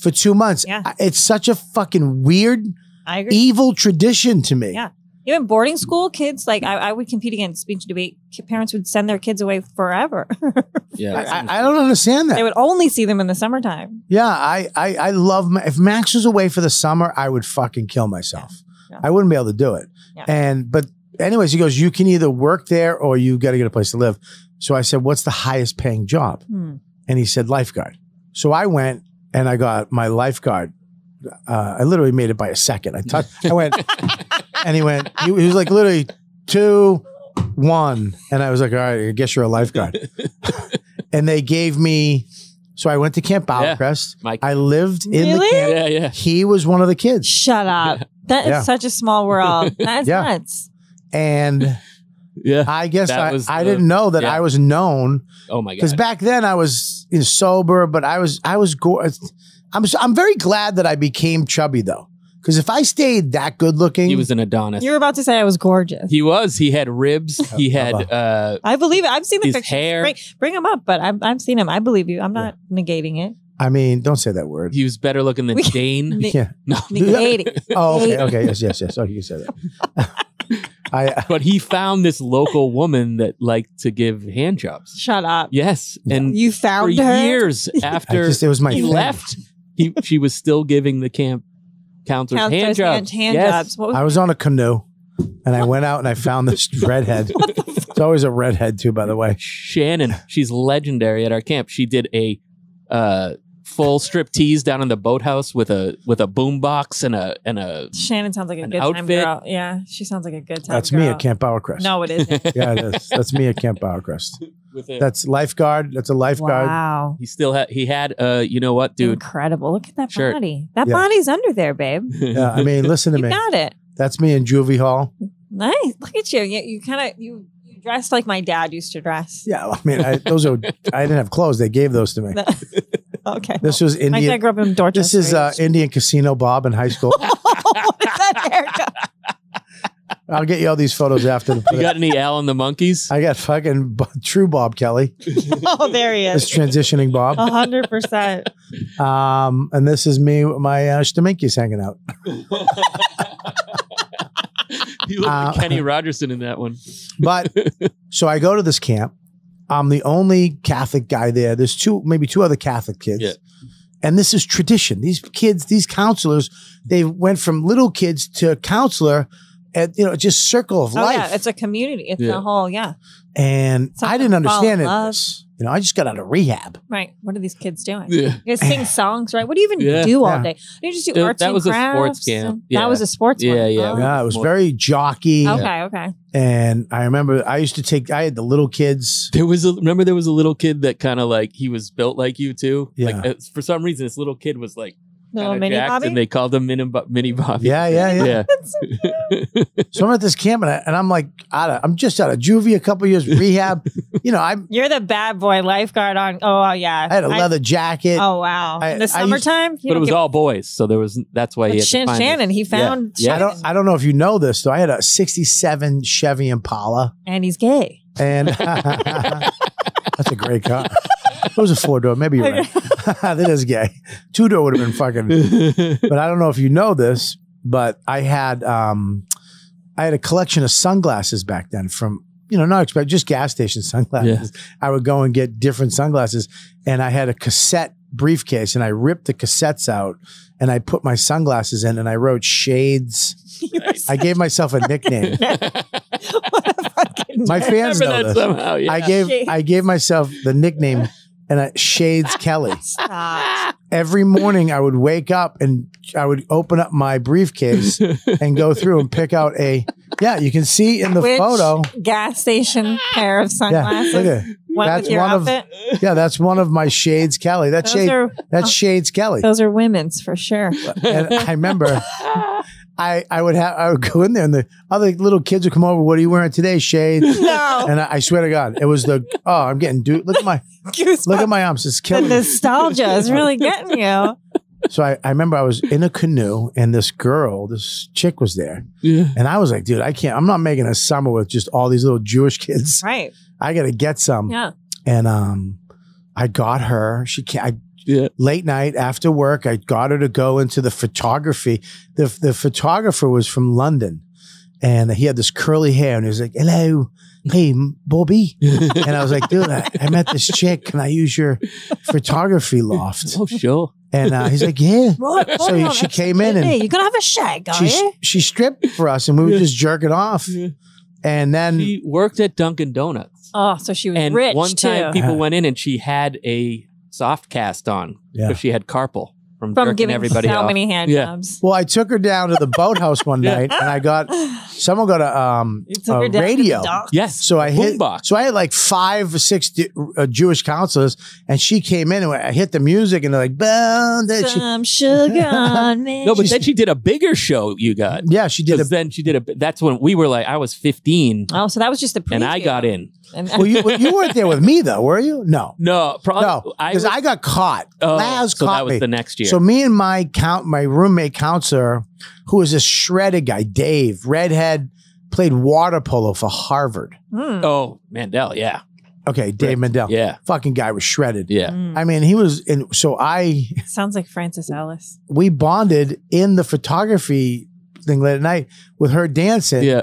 Speaker 2: for two months.
Speaker 5: Yeah.
Speaker 2: I- It's such a fucking weird,
Speaker 5: I agree.
Speaker 2: evil tradition to me.
Speaker 5: Yeah. Even boarding school kids, like I, I would compete against speech and debate. Ki- Parents would send their kids away forever. [laughs]
Speaker 4: Yeah.
Speaker 2: I, I, I don't understand
Speaker 5: they
Speaker 2: that.
Speaker 5: would only see them in the summertime.
Speaker 2: Yeah, I, I, I love my. If Max was away for the summer, I would fucking kill myself.
Speaker 5: Yeah.
Speaker 2: I wouldn't be able to do it.
Speaker 5: Yeah.
Speaker 2: And, but, anyways, he goes, You can either work there or you got to get a place to live. So I said, What's the highest paying job?
Speaker 5: Hmm.
Speaker 2: and he said lifeguard. So I went and I got my lifeguard. Uh, I literally made it by a second. I touched. I
Speaker 4: [laughs]
Speaker 2: went, and he went. He, he was like literally two, one, and I was like, all right, I guess you're a
Speaker 4: [laughs]
Speaker 2: lifeguard. and they gave me. So I went to Camp
Speaker 4: Yeah.
Speaker 2: Bowcrest.
Speaker 4: Mike.
Speaker 2: I lived in the
Speaker 5: Really?
Speaker 2: camp.
Speaker 4: yeah. Yeah.
Speaker 2: He was one of the kids,
Speaker 5: Shut up. That is
Speaker 2: Yeah.
Speaker 5: such a small world.
Speaker 2: [laughs]
Speaker 5: That's
Speaker 2: Yeah.
Speaker 5: nuts.
Speaker 2: and
Speaker 4: Yeah.
Speaker 2: I guess
Speaker 4: That
Speaker 2: I,
Speaker 4: was
Speaker 2: I
Speaker 4: the-
Speaker 2: didn't know that
Speaker 4: yeah.
Speaker 2: I was known
Speaker 4: Oh my
Speaker 2: because
Speaker 4: god.
Speaker 2: back then I was you know, sober, but I was I was go- I'm s- I'm very glad that I became chubby though, because if I stayed that good looking,
Speaker 4: He was an Adonis.
Speaker 5: You were about to say I was gorgeous.
Speaker 4: He was. He
Speaker 2: [laughs]
Speaker 4: had ribs. He had
Speaker 2: Uh-huh.
Speaker 4: uh
Speaker 5: I believe it. I've seen the
Speaker 4: his
Speaker 5: pictures.
Speaker 4: hair.
Speaker 5: Bring, bring him up, but I've, I've seen him. I believe you. I'm not negating it.
Speaker 2: I mean, don't say that word.
Speaker 4: He was better looking than
Speaker 2: [laughs]
Speaker 5: We-
Speaker 4: Dane. [laughs]
Speaker 5: Ne-
Speaker 2: yeah.
Speaker 5: Negating.
Speaker 2: Oh, okay, okay, yes, yes, yes. Oh, you said that. [laughs] I
Speaker 4: But he found this local woman that liked to give hand jobs.
Speaker 5: Shut up.
Speaker 4: Yes, and
Speaker 5: You
Speaker 4: for
Speaker 5: found her.
Speaker 4: years
Speaker 2: [laughs] I
Speaker 4: after
Speaker 2: just it was my
Speaker 4: he
Speaker 2: thing.
Speaker 4: left, he she was still giving the camp counselors
Speaker 5: Counselors
Speaker 4: hand jobs.
Speaker 5: hand- hand
Speaker 4: Yes.
Speaker 5: jobs. What was
Speaker 2: I was on a canoe. And I went out and I found
Speaker 4: [laughs]
Speaker 2: this redhead. It's always a redhead too, by the way.
Speaker 4: Shannon, she's legendary at our camp. She did a uh, full strip tease down in the boathouse with a with a boom box and a and
Speaker 5: [laughs]
Speaker 4: a
Speaker 5: Shannon sounds like a
Speaker 4: An
Speaker 5: good time
Speaker 4: outfit.
Speaker 5: girl. Yeah, she sounds like a good time.
Speaker 2: That's
Speaker 5: girl.
Speaker 2: me at Camp Bowercrest.
Speaker 5: No, it isn't.
Speaker 2: Yeah, it is. That's me at Camp Bowercrest.
Speaker 4: [laughs] with a
Speaker 2: That's lifeguard. That's a [laughs] lifeguard.
Speaker 5: wow,
Speaker 4: he still had he had uh you know what dude
Speaker 5: incredible! Look at that
Speaker 4: Shirt.
Speaker 5: body. That
Speaker 2: Yeah.
Speaker 5: body's under there, babe.
Speaker 2: Yeah, I mean, listen
Speaker 4: [laughs]
Speaker 2: to
Speaker 5: You
Speaker 2: me.
Speaker 5: got it.
Speaker 2: That's me in juvie hall.
Speaker 5: Nice. Look at you. You, you kind of you, you dressed like my dad used to dress.
Speaker 2: Yeah, I mean, I, those are. I didn't have clothes. They gave those to
Speaker 5: [laughs]
Speaker 2: me.
Speaker 5: okay.
Speaker 2: This was
Speaker 5: my dad
Speaker 2: Indian.
Speaker 5: grew up in Dorchester.
Speaker 2: This is
Speaker 5: [laughs]
Speaker 2: uh, Indian Casino Bob in high school.
Speaker 5: what is that
Speaker 2: [laughs]
Speaker 5: haircut?
Speaker 2: I'll get you all these photos after the.
Speaker 4: [laughs] you got any Al and the monkeys
Speaker 2: I got fucking b- true Bob Kelly.
Speaker 5: Oh, there he
Speaker 2: This
Speaker 5: is.
Speaker 2: transitioning
Speaker 5: [laughs]
Speaker 2: Bob.
Speaker 5: A hundred percent.
Speaker 2: Um, and this is me with my uh, Staminki's hanging out.
Speaker 4: [laughs] you look like
Speaker 2: Uh,
Speaker 4: Kenny Rogerson in
Speaker 2: [laughs]
Speaker 4: that one [laughs]
Speaker 2: But so I go to this camp. I'm the only Catholic guy there. There's two, maybe two other Catholic kids.
Speaker 4: Yeah.
Speaker 2: And this is tradition. These kids, these counselors, they went from little kids to counselor at, you know, just circle of
Speaker 5: Oh
Speaker 2: [laughs] life.
Speaker 5: yeah, it's a community. It's
Speaker 4: Yeah.
Speaker 5: a whole yeah.
Speaker 2: and
Speaker 5: Something
Speaker 2: I didn't
Speaker 5: to fall
Speaker 2: understand
Speaker 5: in
Speaker 2: it.
Speaker 5: love.
Speaker 2: You know, I just got out of rehab.
Speaker 5: Right. What are these kids doing?
Speaker 4: yeah
Speaker 5: You guys sing songs, right? What do you even
Speaker 4: Yeah.
Speaker 5: do all
Speaker 2: Yeah.
Speaker 5: day? You just do
Speaker 4: Dude,
Speaker 5: arts
Speaker 4: that
Speaker 5: and
Speaker 4: was a sports
Speaker 5: crafts
Speaker 4: camp.
Speaker 5: and-
Speaker 4: Yeah.
Speaker 5: That was a sports
Speaker 4: Yeah,
Speaker 5: one.
Speaker 4: yeah.
Speaker 5: Oh.
Speaker 2: Yeah, it was
Speaker 4: More-
Speaker 2: very jockey.
Speaker 5: Okay, okay.
Speaker 2: And I remember I used to take, I had the little kids.
Speaker 4: there was a remember there was a little kid that kind of like he was built like you too
Speaker 2: Yeah.
Speaker 4: like uh, for some reason this little kid was like
Speaker 5: Little
Speaker 4: kinda
Speaker 5: mini
Speaker 4: jacked,
Speaker 5: Bobby.
Speaker 4: and they called him mini, Bo- mini Bobby
Speaker 2: Yeah, yeah, yeah.
Speaker 4: yeah
Speaker 2: So I'm at this camp and, I, and I'm like, out of, I'm just out of juvie, a couple years rehab. [laughs] you know, I'm,
Speaker 5: You're the bad boy lifeguard on. Oh yeah.
Speaker 2: I had a leather jacket.
Speaker 5: oh wow.
Speaker 2: I-
Speaker 5: In
Speaker 2: I
Speaker 5: the
Speaker 2: used-
Speaker 5: summertime. You
Speaker 4: but it
Speaker 5: don't
Speaker 4: was
Speaker 5: get-
Speaker 4: all boys so there was that's why
Speaker 5: But
Speaker 4: he had to
Speaker 5: Shan-
Speaker 4: find this.
Speaker 5: Shannon. He found.
Speaker 4: Yeah.
Speaker 2: I don't I don't know if you know this though. I had a '67 Chevy Impala,
Speaker 5: and he's gay. [laughs]
Speaker 2: and [laughs] that's a great car. It was a four door. Maybe you're right. [laughs] that is gay. Two door would have been fucking. [laughs] But I don't know if you know this, but I had um, I had a collection of sunglasses back then from you know not expect just gas station [laughs] sunglasses. I would go and get different sunglasses, and I had a cassette briefcase, and I ripped the cassettes out, and I put my sunglasses in, and I wrote shades.
Speaker 4: Nice.
Speaker 2: I gave myself a
Speaker 4: [laughs]
Speaker 2: nickname. My fans
Speaker 4: remember
Speaker 2: know
Speaker 4: that
Speaker 2: this.
Speaker 4: [laughs] somehow yeah
Speaker 2: I gave I gave myself the
Speaker 4: [laughs]
Speaker 2: nickname and I, Shades Kelly.
Speaker 5: Stop.
Speaker 2: Every morning I would wake up and I would open up my briefcase and go through and pick out a yeah, you can see in the
Speaker 5: Which
Speaker 2: photo.
Speaker 5: gas station pair of
Speaker 2: Yeah,
Speaker 5: sunglasses.
Speaker 2: look at it.
Speaker 5: Went
Speaker 2: That's
Speaker 5: with your
Speaker 2: one of-
Speaker 5: outfit.
Speaker 2: yeah, that's one of my Shades Kelly. That's
Speaker 5: those
Speaker 2: Shades
Speaker 5: are Oh.
Speaker 2: that's Shades Kelly.
Speaker 5: those are women's for
Speaker 4: [laughs]
Speaker 5: sure.
Speaker 2: And I
Speaker 5: [laughs]
Speaker 2: remember I, I would have I would go in there and the other little kids would come over, what are you wearing today? Shades.
Speaker 5: [laughs] No,
Speaker 2: And I, I swear to God, it was the oh, I'm getting dude look at my
Speaker 5: goosebumps.
Speaker 2: look at my arms. It's
Speaker 5: the
Speaker 2: killing me. [laughs]
Speaker 5: nostalgia is really getting you.
Speaker 2: So I, I remember I was in a canoe and this girl, this chick was there.
Speaker 4: Yeah.
Speaker 2: And I was like, dude, I can't, I'm not making a summer with just all these little Jewish kids.
Speaker 5: Right.
Speaker 2: I got to get some.
Speaker 5: Yeah.
Speaker 2: And um, I got her. She can I,
Speaker 4: Yeah.
Speaker 2: late night after work, I got her to go into the photography. The, the photographer was from London and he had this curly hair and he was like, hello, hey, Bobby. and I was like, dude, I, I met this chick. Can I use your photography loft?
Speaker 4: oh sure
Speaker 2: And uh, he's like, yeah.
Speaker 5: Right,
Speaker 2: So
Speaker 5: right on,
Speaker 2: she
Speaker 5: that's
Speaker 2: came in
Speaker 5: good.
Speaker 2: and-
Speaker 5: Hey, you're gonna have a shag, are
Speaker 2: she
Speaker 5: you?
Speaker 2: she stripped for us and we were
Speaker 4: Yeah.
Speaker 2: just jerking off.
Speaker 4: Yeah.
Speaker 2: And then
Speaker 4: she worked at Dunkin' Donuts.
Speaker 5: Oh, so she was
Speaker 4: And
Speaker 5: rich
Speaker 4: one time
Speaker 5: too.
Speaker 4: people
Speaker 2: Yeah.
Speaker 4: went in and she had a soft cast on
Speaker 2: Yeah.
Speaker 4: because she had carpal from,
Speaker 5: From
Speaker 4: jerking
Speaker 5: giving
Speaker 4: everybody
Speaker 5: so
Speaker 4: off.
Speaker 5: many hand
Speaker 4: Yeah.
Speaker 5: jobs. [laughs]
Speaker 2: well, I took her down to
Speaker 4: [laughs]
Speaker 2: the boathouse one
Speaker 4: Yeah.
Speaker 2: night and I got someone got a um
Speaker 5: You took
Speaker 2: a
Speaker 5: her down to the
Speaker 2: radio.
Speaker 5: docks?
Speaker 4: yes.
Speaker 2: So I hit.
Speaker 4: Boombox.
Speaker 2: So I had like five or six di- uh, Jewish counselors, and she came in and I hit the music, and they're like, "Bound." and She,
Speaker 5: Some sugar
Speaker 2: [laughs]
Speaker 5: on me.
Speaker 4: No, but
Speaker 2: She's-
Speaker 4: then she did a bigger show you got.
Speaker 2: yeah, she did. A,
Speaker 4: Because then she did a that's when we were like I was 15
Speaker 5: oh, so that was just the preview.
Speaker 4: and I got in.
Speaker 5: And,
Speaker 2: well, you, well, you weren't there with me though, were you? No,
Speaker 4: No, probably
Speaker 2: no, because I, got caught.
Speaker 4: oh,
Speaker 2: Laz
Speaker 4: so
Speaker 2: caught
Speaker 4: that was
Speaker 2: me.
Speaker 4: the next year.
Speaker 2: So me and my count, my roommate counselor, who was a shredded guy, Dave, redhead, played water polo for Harvard.
Speaker 5: Mm.
Speaker 4: oh, Mandel, yeah.
Speaker 2: Okay, Dave
Speaker 4: Right.
Speaker 2: Mandel.
Speaker 4: Yeah.
Speaker 2: Fucking guy was shredded.
Speaker 4: Yeah.
Speaker 5: Mm.
Speaker 2: I mean, he was and so I
Speaker 5: Sounds like Francis Ellis.
Speaker 2: we bonded in the photography thing late at night with her
Speaker 5: Mm.
Speaker 2: dancing.
Speaker 4: Yeah.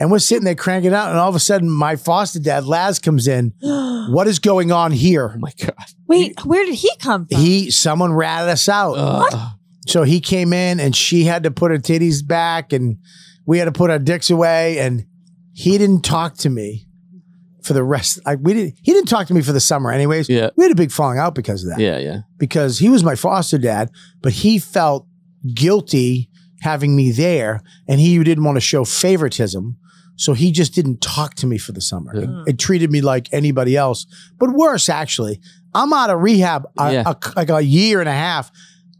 Speaker 2: And we're sitting there cranking out, and all of a sudden my foster dad, Laz, comes in.
Speaker 4: [gasps]
Speaker 2: What is going on
Speaker 4: Oh
Speaker 2: here?
Speaker 4: my god.
Speaker 5: Wait, where did he come from?
Speaker 2: He someone ratted us out.
Speaker 4: Uh,
Speaker 2: So he came in and she had to put her titties back and we had to put our dicks away, and he didn't talk to me for the rest. Like we didn't. He didn't talk to me for the summer, anyways.
Speaker 4: Yeah.
Speaker 2: We had a big falling out because of that.
Speaker 4: Yeah, yeah.
Speaker 2: Because he was my foster dad, but he felt guilty having me there, and he didn't want to show favoritism. So he just didn't talk to me for the summer.
Speaker 4: Yeah.
Speaker 2: It, it treated me like anybody else, but worse actually. I'm out of rehab a,
Speaker 4: Yeah.
Speaker 2: a- like a year and a half.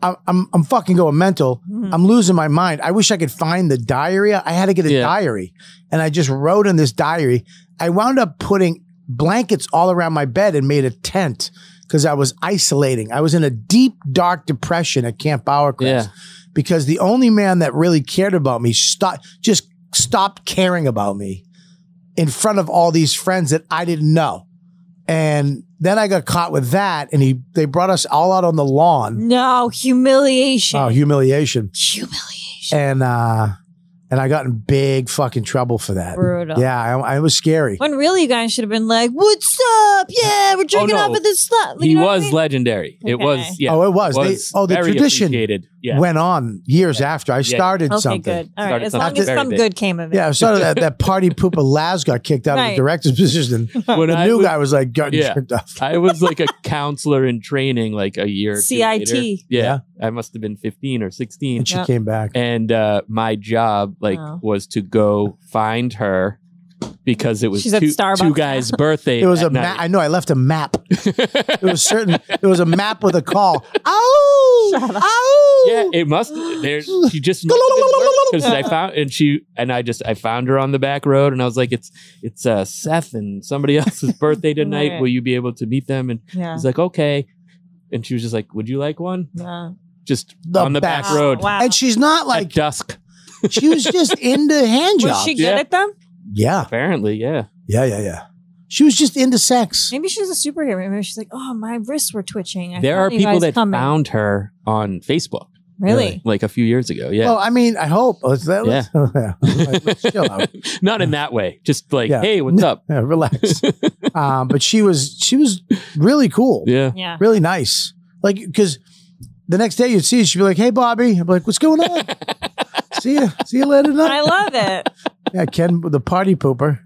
Speaker 2: I'm, I'm I'm fucking going mental.
Speaker 5: Hmm.
Speaker 4: Mm.
Speaker 2: I'm losing my mind. I wish I could find the diary. I had to get a
Speaker 4: Yeah.
Speaker 2: diary, and I just wrote in this diary. I wound up putting blankets all around my bed and made a tent because I was isolating. I was in a deep dark depression at Camp Bowercrest
Speaker 4: Yeah.
Speaker 2: because the only man that really cared about me stopped just stopped caring about me in front of all these friends that I didn't know. And then I got caught with that, and he they brought us all out on the
Speaker 4: Mm.
Speaker 2: lawn.
Speaker 5: No, humiliation.
Speaker 2: Oh, humiliation!
Speaker 5: humiliation.
Speaker 2: And uh, and I got in big fucking trouble for that.
Speaker 5: Brutal.
Speaker 2: Yeah, I, I was scary.
Speaker 5: When really you guys should have been like, "What's up? Yeah, we're drinking
Speaker 4: Oh, no.
Speaker 5: up at this slut."
Speaker 4: he was legendary. It
Speaker 5: Okay.
Speaker 4: was yeah.
Speaker 2: Oh, it was. They- oh, the
Speaker 4: very
Speaker 2: tradition
Speaker 4: appreciated. Yeah.
Speaker 2: Went on years after I started
Speaker 5: okay,
Speaker 2: something.
Speaker 5: good. All right,
Speaker 4: Started
Speaker 5: as
Speaker 4: something
Speaker 5: long as
Speaker 4: very
Speaker 5: some
Speaker 4: big.
Speaker 5: good came of it. [laughs]
Speaker 2: Yeah, I was sort of that, that party pooper Laz got kicked out of the
Speaker 5: Right.
Speaker 2: director's position.
Speaker 4: [laughs] When
Speaker 2: the
Speaker 4: I
Speaker 2: new
Speaker 4: was-
Speaker 2: guy was like getting
Speaker 4: Yeah.
Speaker 2: tripped off.
Speaker 4: I was like a [laughs] counselor in training, like a year. or two
Speaker 5: CIT.
Speaker 4: later. Yeah, I must have been fifteen or sixteen.
Speaker 2: And she
Speaker 5: Yeah.
Speaker 2: came back.
Speaker 4: And uh, my job, like,
Speaker 5: Oh.
Speaker 4: was to go find her because it was
Speaker 5: She's
Speaker 4: two,
Speaker 5: at Starbucks
Speaker 4: two guys' birthday.
Speaker 2: [laughs] It was
Speaker 4: that
Speaker 2: a map.
Speaker 4: night.
Speaker 2: I know. I left a map. it
Speaker 4: [laughs]
Speaker 2: was certain. It was a map with a
Speaker 5: [laughs]
Speaker 2: call. Oh, oh.
Speaker 4: Yeah, it must. There,
Speaker 2: [laughs]
Speaker 4: she just because I found and she and I just I found her on the back road and I was like, it's it's uh, Seth and somebody [laughs] else's birthday tonight.
Speaker 5: Right.
Speaker 4: Will you be able to meet them? And
Speaker 5: Yeah.
Speaker 4: he's like, okay. And she was just like, would you like one?
Speaker 5: Yeah.
Speaker 4: Just
Speaker 2: The
Speaker 4: on the back,
Speaker 2: best.
Speaker 4: road
Speaker 5: Wow.
Speaker 2: and she's not
Speaker 4: at
Speaker 2: like
Speaker 4: dusk.
Speaker 2: she was just into hand
Speaker 5: was
Speaker 2: jobs.
Speaker 5: she good
Speaker 4: Yeah.
Speaker 5: at them?
Speaker 2: yeah,
Speaker 4: Apparently, yeah.
Speaker 2: yeah, yeah, yeah. She was just into sex.
Speaker 5: Maybe she was a superhero. Maybe she's like, "Oh, my wrists were twitching." I
Speaker 4: there are
Speaker 5: felt you
Speaker 4: people
Speaker 5: guys
Speaker 4: that
Speaker 5: coming.
Speaker 4: found her on Facebook
Speaker 5: really.
Speaker 4: like a few years ago. Yeah.
Speaker 2: Well, I mean, I hope. Let's, that- let's- [laughs] yeah. Let's chill
Speaker 4: [laughs]
Speaker 2: out.
Speaker 4: Not in that way. Just like,
Speaker 2: Yeah.
Speaker 4: hey, what's up?
Speaker 2: Yeah, relax. um, but she was she was really cool.
Speaker 4: Yeah.
Speaker 5: Yeah.
Speaker 2: really nice. Like, because the next day you'd see her, she'd be like, "Hey, Bobby," I'm like, "What's going
Speaker 4: [laughs]
Speaker 2: on?" see you, see you later tonight.
Speaker 5: I love it.
Speaker 2: Yeah, Ken, the party pooper.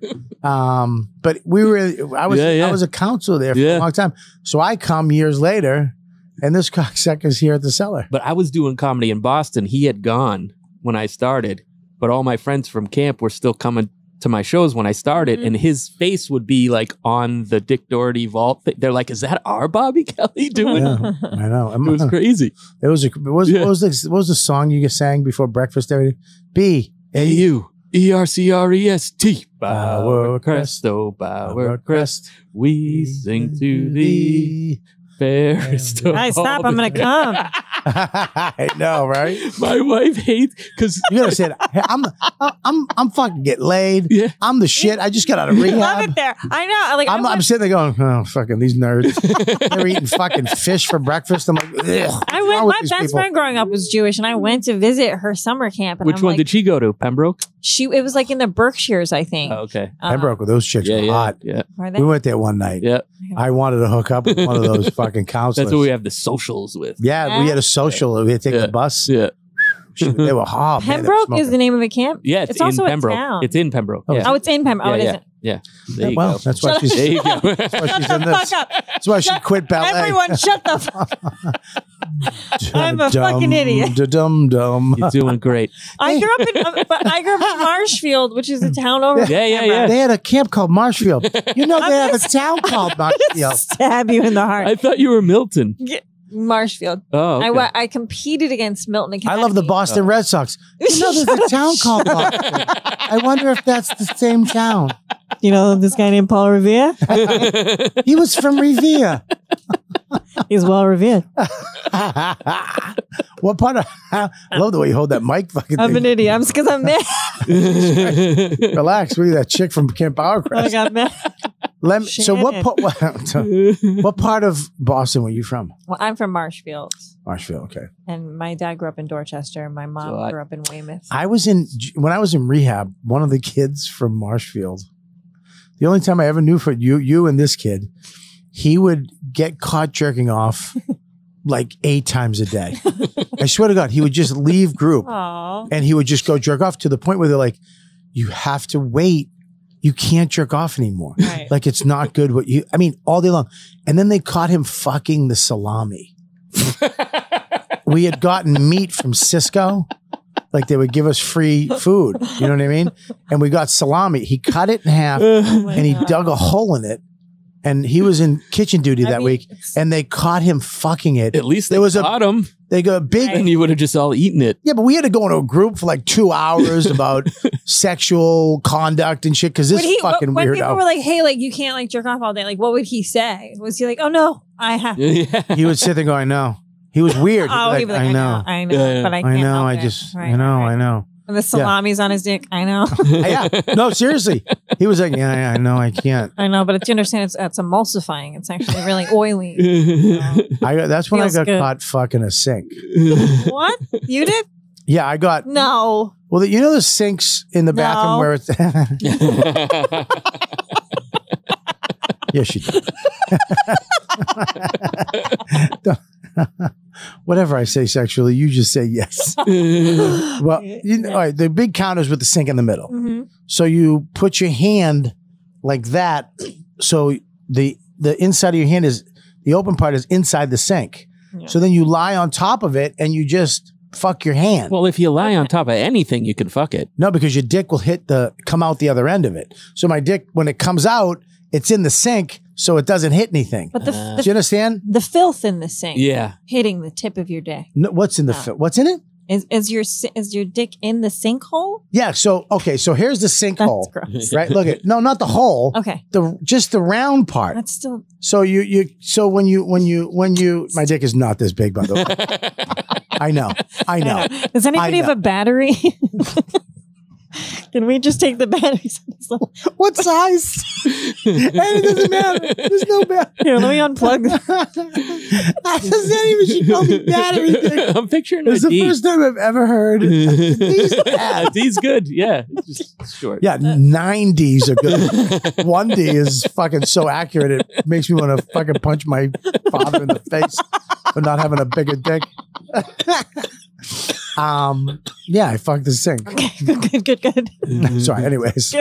Speaker 2: Um, but we were, I was,
Speaker 4: Yeah, yeah.
Speaker 2: I was a counselor there for
Speaker 4: Yeah.
Speaker 2: a long time. So I come years later, and this cocksucker's here at the
Speaker 4: [laughs]
Speaker 2: cellar.
Speaker 4: But I was doing comedy in Boston. He had gone when I started, but all my friends from camp were still coming to my shows when I
Speaker 5: Mm-hmm.
Speaker 4: started, and his face would be like on the Dick Doherty vault. thing. They're like, is that our Bobby
Speaker 5: [laughs]
Speaker 4: Kelly doing?
Speaker 2: Yeah, I know.
Speaker 4: It [laughs] was crazy.
Speaker 2: It was. A, what was
Speaker 4: Yeah.
Speaker 2: what was the what was the song you sang before breakfast? Every B
Speaker 4: A U E R C R E S T.
Speaker 2: Bower
Speaker 4: Bower
Speaker 2: crest,
Speaker 4: crest, oh
Speaker 2: Uh,
Speaker 4: bower crest. We sing to thee, fairest of
Speaker 5: Guys, stop!
Speaker 4: all [laughs]
Speaker 5: I'm gonna
Speaker 4: the-
Speaker 5: come.
Speaker 2: [laughs] I know, right?
Speaker 4: My wife hates
Speaker 5: [laughs]
Speaker 4: because
Speaker 2: You gotta say, hey, I'm, I'm, I'm fucking get laid.
Speaker 4: Yeah.
Speaker 2: I'm the shit. I just got
Speaker 5: [laughs]
Speaker 2: out of
Speaker 5: I love
Speaker 2: rehab.
Speaker 5: it there. I know. Like
Speaker 2: I'm,
Speaker 5: I
Speaker 2: I'm
Speaker 5: went,
Speaker 2: sitting there going, oh, fucking these nerds.
Speaker 4: [laughs]
Speaker 2: They're eating fucking fish for breakfast. I'm like, Ugh,
Speaker 5: I
Speaker 2: what's wrong with
Speaker 5: went my
Speaker 2: these
Speaker 5: best
Speaker 2: people?
Speaker 5: friend growing up was Jewish, and I went to visit her summer camp. And
Speaker 4: which
Speaker 5: I'm
Speaker 4: one
Speaker 5: like,
Speaker 4: did she go to? Pembroke.
Speaker 5: she? It was like in the Berkshires, I think.
Speaker 4: Oh, okay.
Speaker 5: Uh,
Speaker 2: Pembroke with those chicks were
Speaker 4: yeah,
Speaker 2: hot.
Speaker 4: yeah,
Speaker 5: Are they?
Speaker 2: We went there one night.
Speaker 4: yeah.
Speaker 2: I wanted to hook up with one of those fucking counselors.
Speaker 4: That's what we have the socials with.
Speaker 2: yeah, we had a social. We had to take
Speaker 4: Yeah.
Speaker 2: the bus.
Speaker 4: Yeah,
Speaker 2: She- they were hot. man, they were
Speaker 5: Pembroke is the
Speaker 2: smoking.
Speaker 5: name of a camp.
Speaker 4: yeah. It's,
Speaker 5: It's
Speaker 4: in
Speaker 5: also a
Speaker 4: Pembroke.
Speaker 5: town.
Speaker 4: It's in Pembroke.
Speaker 2: Oh,
Speaker 4: yeah.
Speaker 2: is
Speaker 5: Oh, it's in Pembroke. Oh, it
Speaker 4: yeah,
Speaker 5: isn't.
Speaker 4: yeah, yeah. There you
Speaker 2: well,
Speaker 4: go.
Speaker 2: that's why she's.
Speaker 4: There you go.
Speaker 2: That's why [laughs] she's in
Speaker 5: Shut the
Speaker 2: this.
Speaker 5: fuck up.
Speaker 2: That's why she quit ballet.
Speaker 5: Everyone,
Speaker 2: [laughs]
Speaker 5: shut the fuck up. I'm a fucking idiot.
Speaker 2: Dum dum.
Speaker 4: [laughs] You're doing great.
Speaker 5: I grew up in uh, but I grew up in Marshfield, which is a town over.
Speaker 4: Yeah, yeah,
Speaker 5: Pembroke.
Speaker 4: yeah.
Speaker 2: They had a camp called Marshfield. You
Speaker 5: [laughs]
Speaker 2: know they have a town called Marshfield.
Speaker 5: Stab you in the heart.
Speaker 4: I thought you were Milton.
Speaker 5: Marshfield.
Speaker 4: Oh, okay.
Speaker 5: I
Speaker 4: [laughs]
Speaker 5: wa- I competed against Milton
Speaker 2: I
Speaker 5: Academy.
Speaker 2: love the Boston Red Sox. You know there's a town called Marshfield. I wonder if that's the same town.
Speaker 5: You know this guy named
Speaker 4: [laughs]
Speaker 5: Paul Revere.
Speaker 2: He was from Revere.
Speaker 5: He's well revered.
Speaker 2: [laughs] what part of? I love the way you hold that mic. Fucking
Speaker 5: I'm an
Speaker 2: thing.
Speaker 5: idiot. I'm
Speaker 2: [laughs]
Speaker 5: because I'm mad.
Speaker 2: Relax. We that chick from Camp
Speaker 5: I
Speaker 2: Hourcrest.
Speaker 5: got mad.
Speaker 2: Let me, so what?
Speaker 5: Shannon.
Speaker 2: Po- what, [laughs] what part of Boston were you from?
Speaker 5: Well, I'm from Marshfield,
Speaker 2: Marshfield. Okay.
Speaker 5: and my dad grew up in Dorchester, and my mom
Speaker 4: So I-
Speaker 5: grew up in Weymouth. [laughs]
Speaker 2: I was in when I was in rehab. One of the kids from Marshfield. The only time I ever knew for you, you and this kid, he would get caught jerking off like eight times a day. I swear to God, he would just leave group
Speaker 5: Oh,
Speaker 2: and he would just go jerk off to the point where they're like, you have to wait. You can't jerk off anymore.
Speaker 5: Right. [laughs]
Speaker 2: Like it's not good what you, I mean, all day long. And then they caught him fucking the salami. we had gotten meat from Cisco. Like they would give us free food. You know what I mean? And we got salami. He cut it in half and he dug a hole in it. And he was in kitchen duty that week and they caught him fucking it.
Speaker 4: At least they
Speaker 2: There was a-
Speaker 4: caught him,
Speaker 2: They go big.
Speaker 4: and you would have just all eaten it. [laughs]
Speaker 2: Yeah, but we had to go into a group for like two hours about sexual conduct and shit because this
Speaker 5: Would he,
Speaker 2: fucking
Speaker 5: when people were
Speaker 2: weirdo.
Speaker 5: like, "Hey, like you can't like jerk off all day," like what would he say? Was he like, "Oh no, I have"?
Speaker 4: yeah. [laughs]
Speaker 2: he would sit there going, "No." He was weird.
Speaker 5: oh,
Speaker 2: Like,
Speaker 5: he'd be like,
Speaker 2: I know.
Speaker 5: I know,
Speaker 4: Yeah, yeah.
Speaker 5: but I can't."
Speaker 2: I know.
Speaker 5: help
Speaker 2: I
Speaker 5: it."
Speaker 2: just. I
Speaker 5: Right,
Speaker 2: know.
Speaker 5: right.
Speaker 2: I know.
Speaker 5: And the salami's on his dick. I know, [laughs]
Speaker 2: yeah. No, seriously. He was like, "Yeah, yeah, I know. I can't."
Speaker 5: I know, but it's, you understand, it's, it's emulsifying. It's actually really
Speaker 2: [laughs]
Speaker 5: oily.
Speaker 2: I got. That's when
Speaker 5: Feels
Speaker 2: I got
Speaker 5: good.
Speaker 2: caught fucking a sink.
Speaker 5: what you did?
Speaker 2: Yeah, I got.
Speaker 5: No,
Speaker 2: Well, you know the sinks in the bathroom
Speaker 5: No.
Speaker 2: where it's. [laughs] yes, you did. [laughs] Whatever I say sexually, you just say
Speaker 5: [laughs]
Speaker 2: yes. Well,
Speaker 5: [gasps]
Speaker 2: you know, all right, the big counter is with the sink in the middle.
Speaker 5: Mhm.
Speaker 2: So you put your hand like that. So the the inside of your hand is the open part is inside the sink.
Speaker 5: Yeah.
Speaker 2: So then you lie on top of it and you just fuck your hand.
Speaker 4: well, if you lie on top of anything, you can fuck it.
Speaker 2: no, because your dick will hit the come out the other end of it. So my dick, when it comes out, it's in the sink, so it doesn't hit anything.
Speaker 5: but the
Speaker 2: Do
Speaker 5: the,
Speaker 2: you understand?
Speaker 5: the filth in the sink,
Speaker 4: Yeah.
Speaker 5: hitting the tip of your dick.
Speaker 2: No, what's in the fi- what's in it?
Speaker 5: Is is your si- is your dick in the sinkhole?
Speaker 2: Yeah. So okay. So here's the
Speaker 5: That's
Speaker 2: sinkhole.
Speaker 5: gross.
Speaker 2: [laughs] Right. Look at no, not the hole.
Speaker 5: Okay,
Speaker 2: The just the round part.
Speaker 5: that's still
Speaker 2: So you you so when you when you when you my dick is not this big by the way.
Speaker 5: [laughs]
Speaker 2: I know. I know.
Speaker 5: Does anybody
Speaker 2: I
Speaker 5: have
Speaker 2: [laughs]
Speaker 5: a battery? Can we just take the batteries?
Speaker 2: What size? [laughs] and it doesn't matter. There's no matter.
Speaker 5: Here, let me unplug. This.
Speaker 2: I just not even she called me battery
Speaker 4: [laughs]
Speaker 2: dick.
Speaker 4: I'm picturing
Speaker 2: It's
Speaker 4: a
Speaker 2: the
Speaker 4: D.
Speaker 2: first time I've ever heard.
Speaker 4: [laughs] D's bad. D's good. Yeah. It's Just short.
Speaker 2: Yeah, nine D's are good. One D is fucking so accurate it makes me want to fucking punch my father in the face for not having a bigger dick. [laughs] um, yeah, I fucked the sink. [laughs]
Speaker 5: [laughs] good, good, good.
Speaker 2: Sorry. Anyways.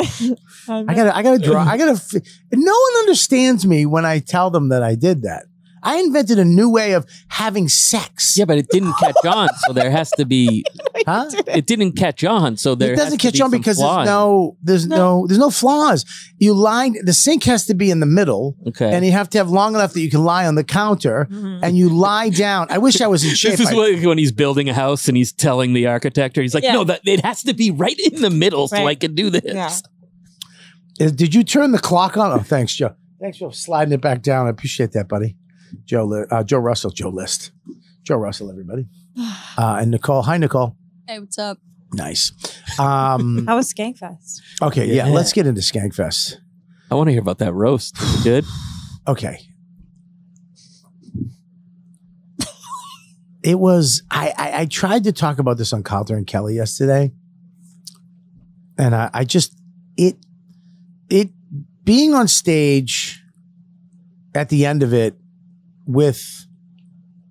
Speaker 5: Um,
Speaker 2: I gotta, I gotta draw. I gotta. F- no one understands me when I tell them that I did that. I invented a new way of having sex.
Speaker 4: Yeah, but it didn't catch on, so there has
Speaker 2: [laughs]
Speaker 4: to be.
Speaker 2: Huh?
Speaker 4: It didn't catch on, so there
Speaker 2: It
Speaker 4: has
Speaker 2: doesn't
Speaker 4: to
Speaker 2: catch
Speaker 4: be
Speaker 2: on
Speaker 4: some
Speaker 2: because
Speaker 4: flaw
Speaker 2: there's
Speaker 4: in it.
Speaker 2: no, there's no, there's no flaws. You line the sink has to be in the middle,
Speaker 4: Okay.
Speaker 2: and you have to have long enough that you can lie on the counter,
Speaker 5: Mm-hmm.
Speaker 2: and you lie down. I wish I was in shape.
Speaker 4: [laughs] This is
Speaker 2: I-
Speaker 4: what, when he's building a house and he's telling the architect, or he's like,
Speaker 5: Yeah.
Speaker 4: "No, that it has to be right in the middle, so
Speaker 5: Right.
Speaker 4: I can do this."
Speaker 5: Yeah.
Speaker 2: Is- did you turn the clock on? Oh, thanks, Joe. Thanks for sliding it back down. I appreciate that, buddy. Joe, Li- uh, Joe Russell, Joe List, Joe Russell, everybody, uh, and Nicole. Hi, Nicole.
Speaker 3: Hey,
Speaker 2: [laughs]
Speaker 3: what's up?
Speaker 2: Nice. Um,
Speaker 5: [laughs] How was Skankfest?
Speaker 2: okay, yeah.
Speaker 4: Yeah.
Speaker 2: let's get into Skankfest.
Speaker 4: I want to hear about that roast. [laughs] Good.
Speaker 2: Okay. It was I, I I tried to talk about this on Calder and Kelly yesterday, and I, I just it it being on stage at the end of it with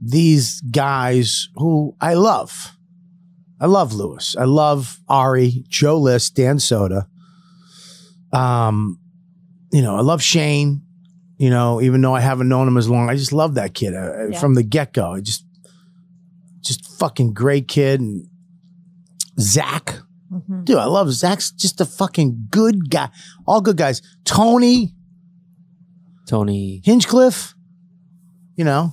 Speaker 2: these guys who I love. I love Lewis. I love Ari, Joe List, Dan Soda. Um, you know, I love Shane. You know, even though I haven't known him as long, I just love that kid uh,
Speaker 5: Yeah.
Speaker 2: from the get go. I just, just fucking great kid. And Zach,
Speaker 5: Mhm.
Speaker 2: dude, I love Zach's just a fucking good guy. All good guys. Tony,
Speaker 4: [laughs] Tony.
Speaker 2: Hinchcliffe, you know,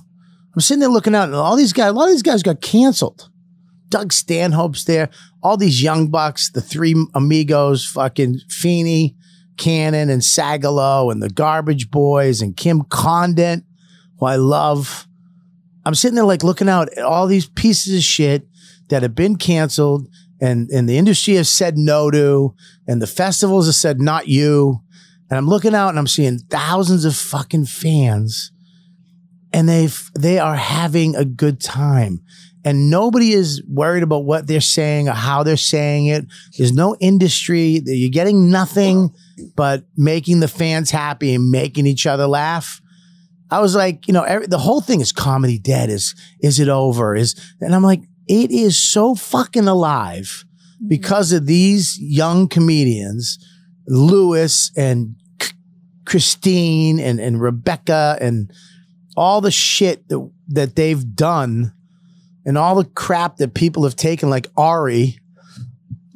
Speaker 2: I'm sitting there looking out, and all these guys, a lot of these guys got canceled. Doug Stanhope's there, all these young bucks, the three amigos, fucking Feeney, Cannon, and Sagalo, and the Garbage Boys, and Kim Condon, who I love. I'm sitting there like looking out at all these pieces of shit that have been canceled, and and the industry has said no to, and the festivals have said not you. And I'm looking out and I'm seeing thousands of fucking fans and they they are having a good time. And nobody is worried about what they're saying or how they're saying it. There's no industry. You're getting nothing but making the fans happy and making each other laugh. I was like, you know, every, the whole thing is comedy dead. Is is it over? Is and I'm like, it is so fucking alive because of these young comedians, Lewis and C- Christine and and Rebecca and all the shit that that they've done and all the crap that people have taken, like Ari.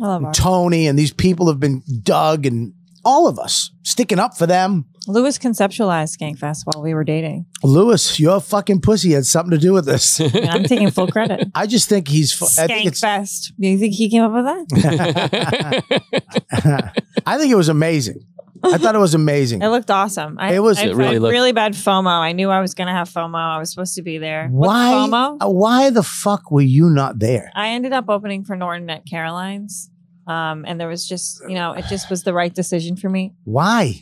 Speaker 5: I love
Speaker 2: And
Speaker 5: her.
Speaker 2: Tony and these people have been Doug and all of us sticking up for them.
Speaker 5: Lewis conceptualized Skankfest while we were dating.
Speaker 2: Lewis, your fucking pussy had something to do with this.
Speaker 5: I mean, I'm
Speaker 2: [laughs]
Speaker 5: taking full credit.
Speaker 2: I just think he's. fu- I think it's. Mm.
Speaker 5: Skankfest. Do you think he came up with that?
Speaker 2: [laughs] I think it was amazing. I thought it was amazing.
Speaker 5: [laughs] It looked awesome. I,
Speaker 2: It was-
Speaker 5: I
Speaker 2: It
Speaker 5: had
Speaker 4: really looked-
Speaker 5: really bad FOMO. I knew I was going to have FOMO. I was supposed to be there. What's
Speaker 2: Why?
Speaker 5: FOMO?
Speaker 2: uh, Why the fuck were you not there?
Speaker 5: I ended up opening for Norton at Caroline's. Um, and there was just, you know, it just was the right decision for me.
Speaker 2: Why?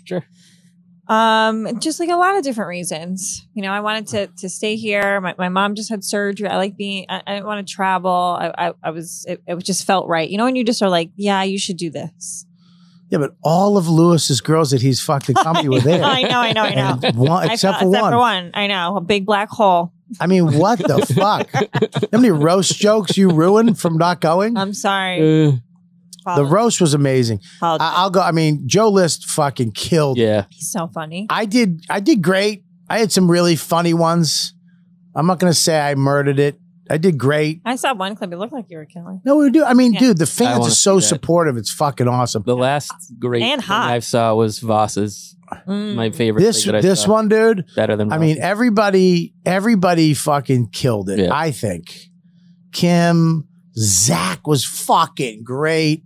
Speaker 5: Um, just like a lot of different reasons. You know, I wanted to to stay here. My, my mom just had surgery. I like being. I, I didn't want to travel. I I, I was. It, it just felt right. You know, when you just are like, yeah, you should do this.
Speaker 2: Yeah, but all of Lewis's girls that he's fucked in comedy were there.
Speaker 5: [laughs] I know. I know. I know.
Speaker 2: And one, [laughs]
Speaker 5: I
Speaker 2: except,
Speaker 5: felt-
Speaker 2: for, one.
Speaker 5: for one. I know. A big black hole.
Speaker 2: I mean, what the
Speaker 5: [laughs]
Speaker 2: fuck? How many roast jokes you ruined from not going?
Speaker 5: I'm sorry.
Speaker 4: Uh,
Speaker 2: the
Speaker 5: Apologies.
Speaker 2: roast was amazing.
Speaker 5: Apologies.
Speaker 2: I, I'll go. I mean, Joe List fucking killed.
Speaker 4: yeah.
Speaker 5: He's so funny.
Speaker 2: I did. I did great. I had some really funny ones. I'm not gonna say I murdered it. I did great.
Speaker 5: I saw one clip. It looked like you were killing.
Speaker 2: No, we do. I mean,
Speaker 5: Yeah.
Speaker 2: dude, the
Speaker 4: I
Speaker 2: fans
Speaker 4: wanna
Speaker 2: are so
Speaker 4: see that.
Speaker 2: supportive. It's fucking awesome.
Speaker 4: The last great
Speaker 5: And
Speaker 4: thing
Speaker 5: hot. Mm.
Speaker 4: I saw was Voss's. My favorite.
Speaker 2: This
Speaker 4: thing that I
Speaker 2: this
Speaker 4: saw.
Speaker 2: one, dude.
Speaker 4: better than.
Speaker 2: I mean,
Speaker 4: Voss's.
Speaker 2: everybody, everybody fucking killed it.
Speaker 4: Yeah.
Speaker 2: I think Kim, Zach was fucking great.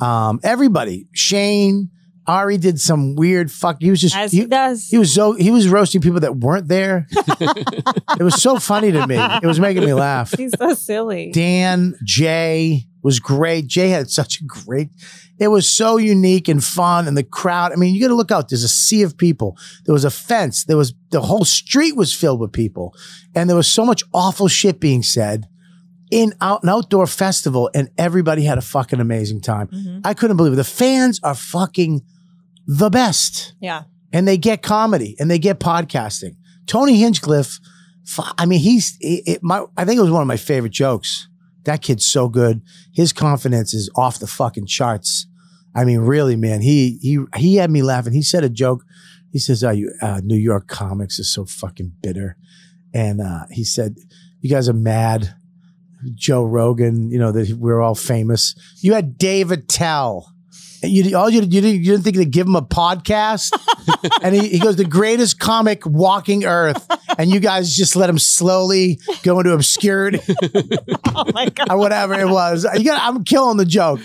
Speaker 2: Um, everybody, Shane, Ari did some weird fuck. He was just
Speaker 5: As
Speaker 2: he-
Speaker 5: he does.
Speaker 2: He was so he was roasting people that weren't there. it was so funny to me. It was making me laugh.
Speaker 5: He's so silly.
Speaker 2: Dan Jay was great. Jay had such a great. It was so unique and fun, and the crowd. I mean, you got to look out. There's a sea of people. There was a fence. There was the whole street was filled with people, and there was so much awful shit being said in out an outdoor festival, and everybody had a fucking amazing time.
Speaker 5: Mhm.
Speaker 2: I couldn't believe it. The fans are fucking the best
Speaker 5: Yeah.
Speaker 2: and they get comedy and they get podcasting. Tony Hinchcliffe, fu- I mean, he's it, it, my. I think it was one of my favorite jokes. That kid's so good. His confidence is off the fucking charts. I mean, really, man. He he he had me laughing. He said a joke. He says, "Are you uh, New York comics are so fucking bitter?" And uh, he said, "You guys are mad." Joe Rogan, you know that we're all famous. You had Dave Attell. You all you, you didn't you didn't think to give him a podcast. And he, he goes, the greatest comic walking earth. And you guys just let him slowly go into obscurity
Speaker 5: [laughs]
Speaker 2: [laughs]
Speaker 5: Oh my god.
Speaker 2: or whatever it was. You got, I'm killing the joke.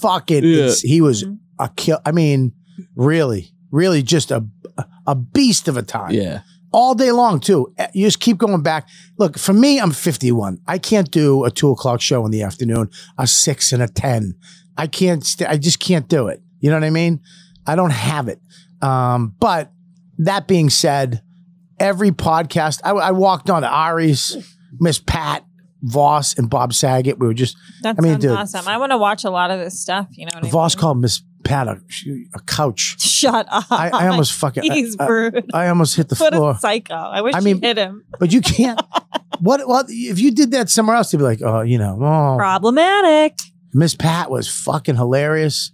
Speaker 2: Fuck it. It's- he was a kill. I mean, really, really just a, a beast of a time.
Speaker 4: yeah.
Speaker 2: All day long, too. Eh, You just keep going back. Look, for me, I'm 51. I can't do a two o'clock show in the afternoon, a six and a 10. I can't, st- I just can't do it. You know what I mean? I don't have it. Um, but that being said, every podcast, I, I walked on to Ari's, Miss Pat, Voss, and Bob Saget. We were just,
Speaker 5: That
Speaker 2: I mean,
Speaker 5: sounds
Speaker 2: dude.
Speaker 5: awesome. I want to watch a lot of this stuff. You know what I mean?
Speaker 2: Voss called Miss Pat a, she- a
Speaker 5: [laughs]
Speaker 2: couch.
Speaker 5: Shut up.
Speaker 2: I, I almost fucking, I,
Speaker 5: He's
Speaker 2: I-
Speaker 5: rude.
Speaker 2: I almost hit uh, the
Speaker 5: [laughs] What
Speaker 2: floor.
Speaker 5: a psycho. I wish
Speaker 2: I
Speaker 5: I
Speaker 2: mean-
Speaker 5: hit him.
Speaker 2: But you can't. what? What? If you did that somewhere else, they'd be like, oh, you know, oh,
Speaker 5: Problematic.
Speaker 2: Miss Pat was fucking hilarious.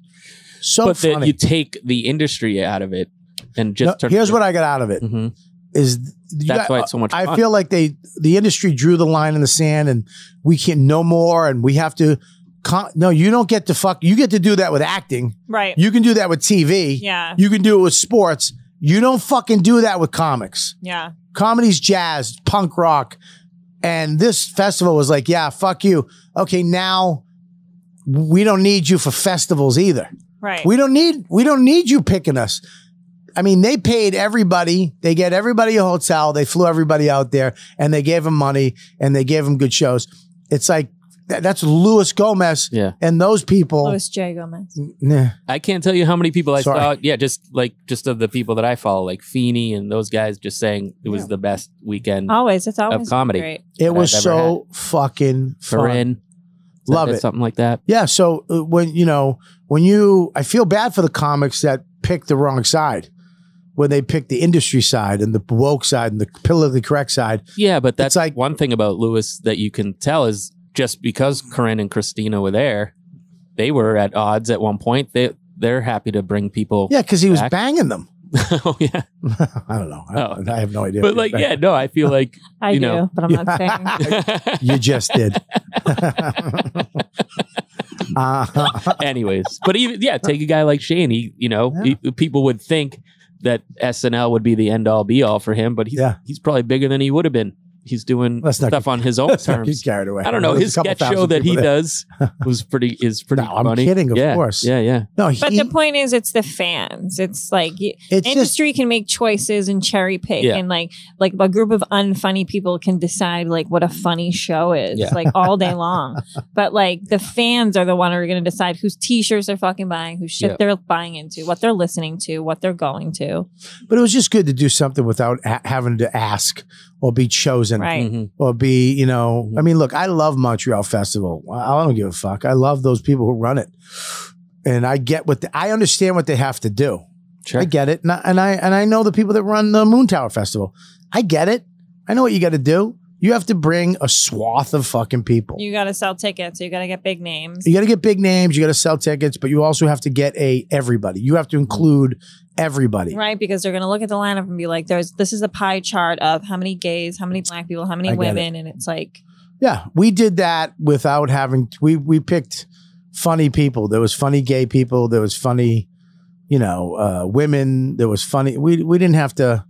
Speaker 2: So
Speaker 4: but that
Speaker 2: funny.
Speaker 4: you take the industry out of it and just
Speaker 2: No, here's what I got out of it
Speaker 4: hmm
Speaker 2: is th- you
Speaker 4: That's
Speaker 2: got- uh,
Speaker 4: why it's so much.
Speaker 2: I
Speaker 4: fun.
Speaker 2: feel like they the industry drew the line in the sand, and we can't no more, and we have to. Con- no, you don't get to fuck. You get to do that with acting.
Speaker 5: Right.
Speaker 2: You can do that with TV.
Speaker 5: yeah.
Speaker 2: You can do it with sports. You don't fucking do that with comics.
Speaker 5: Yeah.
Speaker 2: comedy's jazz, punk rock. And this festival was like, yeah, fuck you. Okay, now we don't need you for festivals either.
Speaker 5: Right.
Speaker 2: We don't need we don't need you picking us. I mean, they paid everybody. They get everybody a hotel. They flew everybody out there, and they gave them money, and they gave them good shows. It's like that, that's Luis Gomez
Speaker 4: Yeah.
Speaker 2: and those people.
Speaker 5: Louis J. Gomez.
Speaker 2: Nah.
Speaker 4: I can't tell you how many people I
Speaker 2: Sorry.
Speaker 4: saw. Yeah, just like just of the people that I follow, like Feeney and those guys, just saying it was the best weekend.
Speaker 2: Mm.
Speaker 5: Always. It's always
Speaker 4: comedy.
Speaker 5: Great.
Speaker 2: It
Speaker 4: I've
Speaker 2: was
Speaker 4: ever
Speaker 2: so fucking fun.
Speaker 4: Corinne,
Speaker 2: Love
Speaker 4: said
Speaker 2: it.
Speaker 4: something like that.
Speaker 2: Yeah. So uh, when you know when you, I feel bad for the comics that pick the wrong side when they pick the industry side and the woke side and the politically correct side.
Speaker 4: Yeah, but that's
Speaker 2: It's like-
Speaker 4: like one thing about Lewis that you can tell is just because Corinne and Christina were there, they were at odds at one point. They they're happy to bring people.
Speaker 2: Yeah, because he was
Speaker 4: Back.
Speaker 2: banging them. [laughs]
Speaker 4: [laughs] oh, yeah.
Speaker 2: I don't know. I, don't- I have no idea.
Speaker 4: Oh. But like, yeah, no, I
Speaker 2: [laughs]
Speaker 4: feel like
Speaker 5: I
Speaker 4: You
Speaker 5: do,
Speaker 4: know.
Speaker 5: but I'm not saying.
Speaker 2: you just
Speaker 4: [laughs]
Speaker 2: did. [laughs] uh,
Speaker 4: anyways. But even yeah, take a guy like Shane. He you know he- people would think that SNL would be the end all be all for him, but he's
Speaker 2: Yeah.
Speaker 4: he's probably bigger than he would have been. He's doing
Speaker 2: Let's not
Speaker 4: stuff on his own
Speaker 2: let's not get
Speaker 4: terms.
Speaker 2: carried away.
Speaker 4: I don't know
Speaker 2: There's a
Speaker 4: his
Speaker 2: couple
Speaker 4: sketch
Speaker 2: thousand
Speaker 4: show that he
Speaker 2: people there. [laughs]
Speaker 4: does was pretty is pretty
Speaker 2: No, I'm
Speaker 4: funny.
Speaker 2: kidding, of
Speaker 4: yeah,
Speaker 2: course.
Speaker 4: Yeah, yeah.
Speaker 2: No, he,
Speaker 5: But the point is, it's the fans. It's like y-
Speaker 2: It's just-
Speaker 5: industry can make choices and cherry pick,
Speaker 4: Yeah.
Speaker 5: and like like a group of unfunny people can decide like what a funny show is,
Speaker 4: Yeah.
Speaker 5: like all
Speaker 4: [laughs]
Speaker 5: day long. but like the fans are the one who are going to decide whose t-shirts they're fucking buying, whose shit
Speaker 4: Yeah.
Speaker 5: they're buying into, what they're listening to, what they're going to.
Speaker 2: but it was just good to do something without ha- having to ask or be chosen
Speaker 5: Right.
Speaker 4: Mhm.
Speaker 2: or be, you know, I mean, look, I love Montreal Festival. I I don't give a fuck. I love those people who run it. And I get what the, I understand what they have to do.
Speaker 4: Sure.
Speaker 2: I get it. And I, and I and I know the people that run the Moon Tower Festival. I get it. I know what you got to do. You have to bring a swath of fucking people.
Speaker 5: You got to sell tickets. You got to get big names.
Speaker 2: You got to get big names. You got to sell tickets, but you also have to get a everybody. You have to include everybody.
Speaker 5: Right, because they're going to look at the lineup and be like, "There's this is a pie chart of how many gays, how many black people, how many
Speaker 2: I get
Speaker 5: women," and it's like,
Speaker 2: Yeah, we did that without having. We we picked funny people. There was funny gay people. There was funny, you know, uh, women. There was funny. We we didn't have to,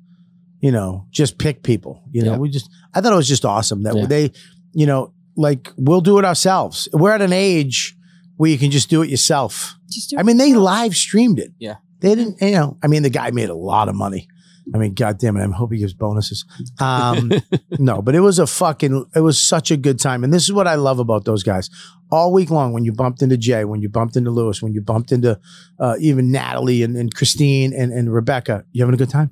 Speaker 2: you know, just pick people. You know,
Speaker 4: Yeah.
Speaker 2: we just. I thought it was just awesome that
Speaker 4: Yeah.
Speaker 2: they, you know, like we'll do it ourselves. We're at an age where you can just do it yourself.
Speaker 5: just do.
Speaker 2: I mean, they live streamed it.
Speaker 4: Yeah.
Speaker 2: They didn't, you know, I mean, the guy made a lot of money. I mean, God damn it. I hope he gives bonuses. Um, no, but it was a fucking, it was such a good time. And this is what I love about those guys. All week long, when you bumped into Jay, when you bumped into Lewis, when you bumped into uh, even Natalie and, and Christine and, and Rebecca, you having a good time?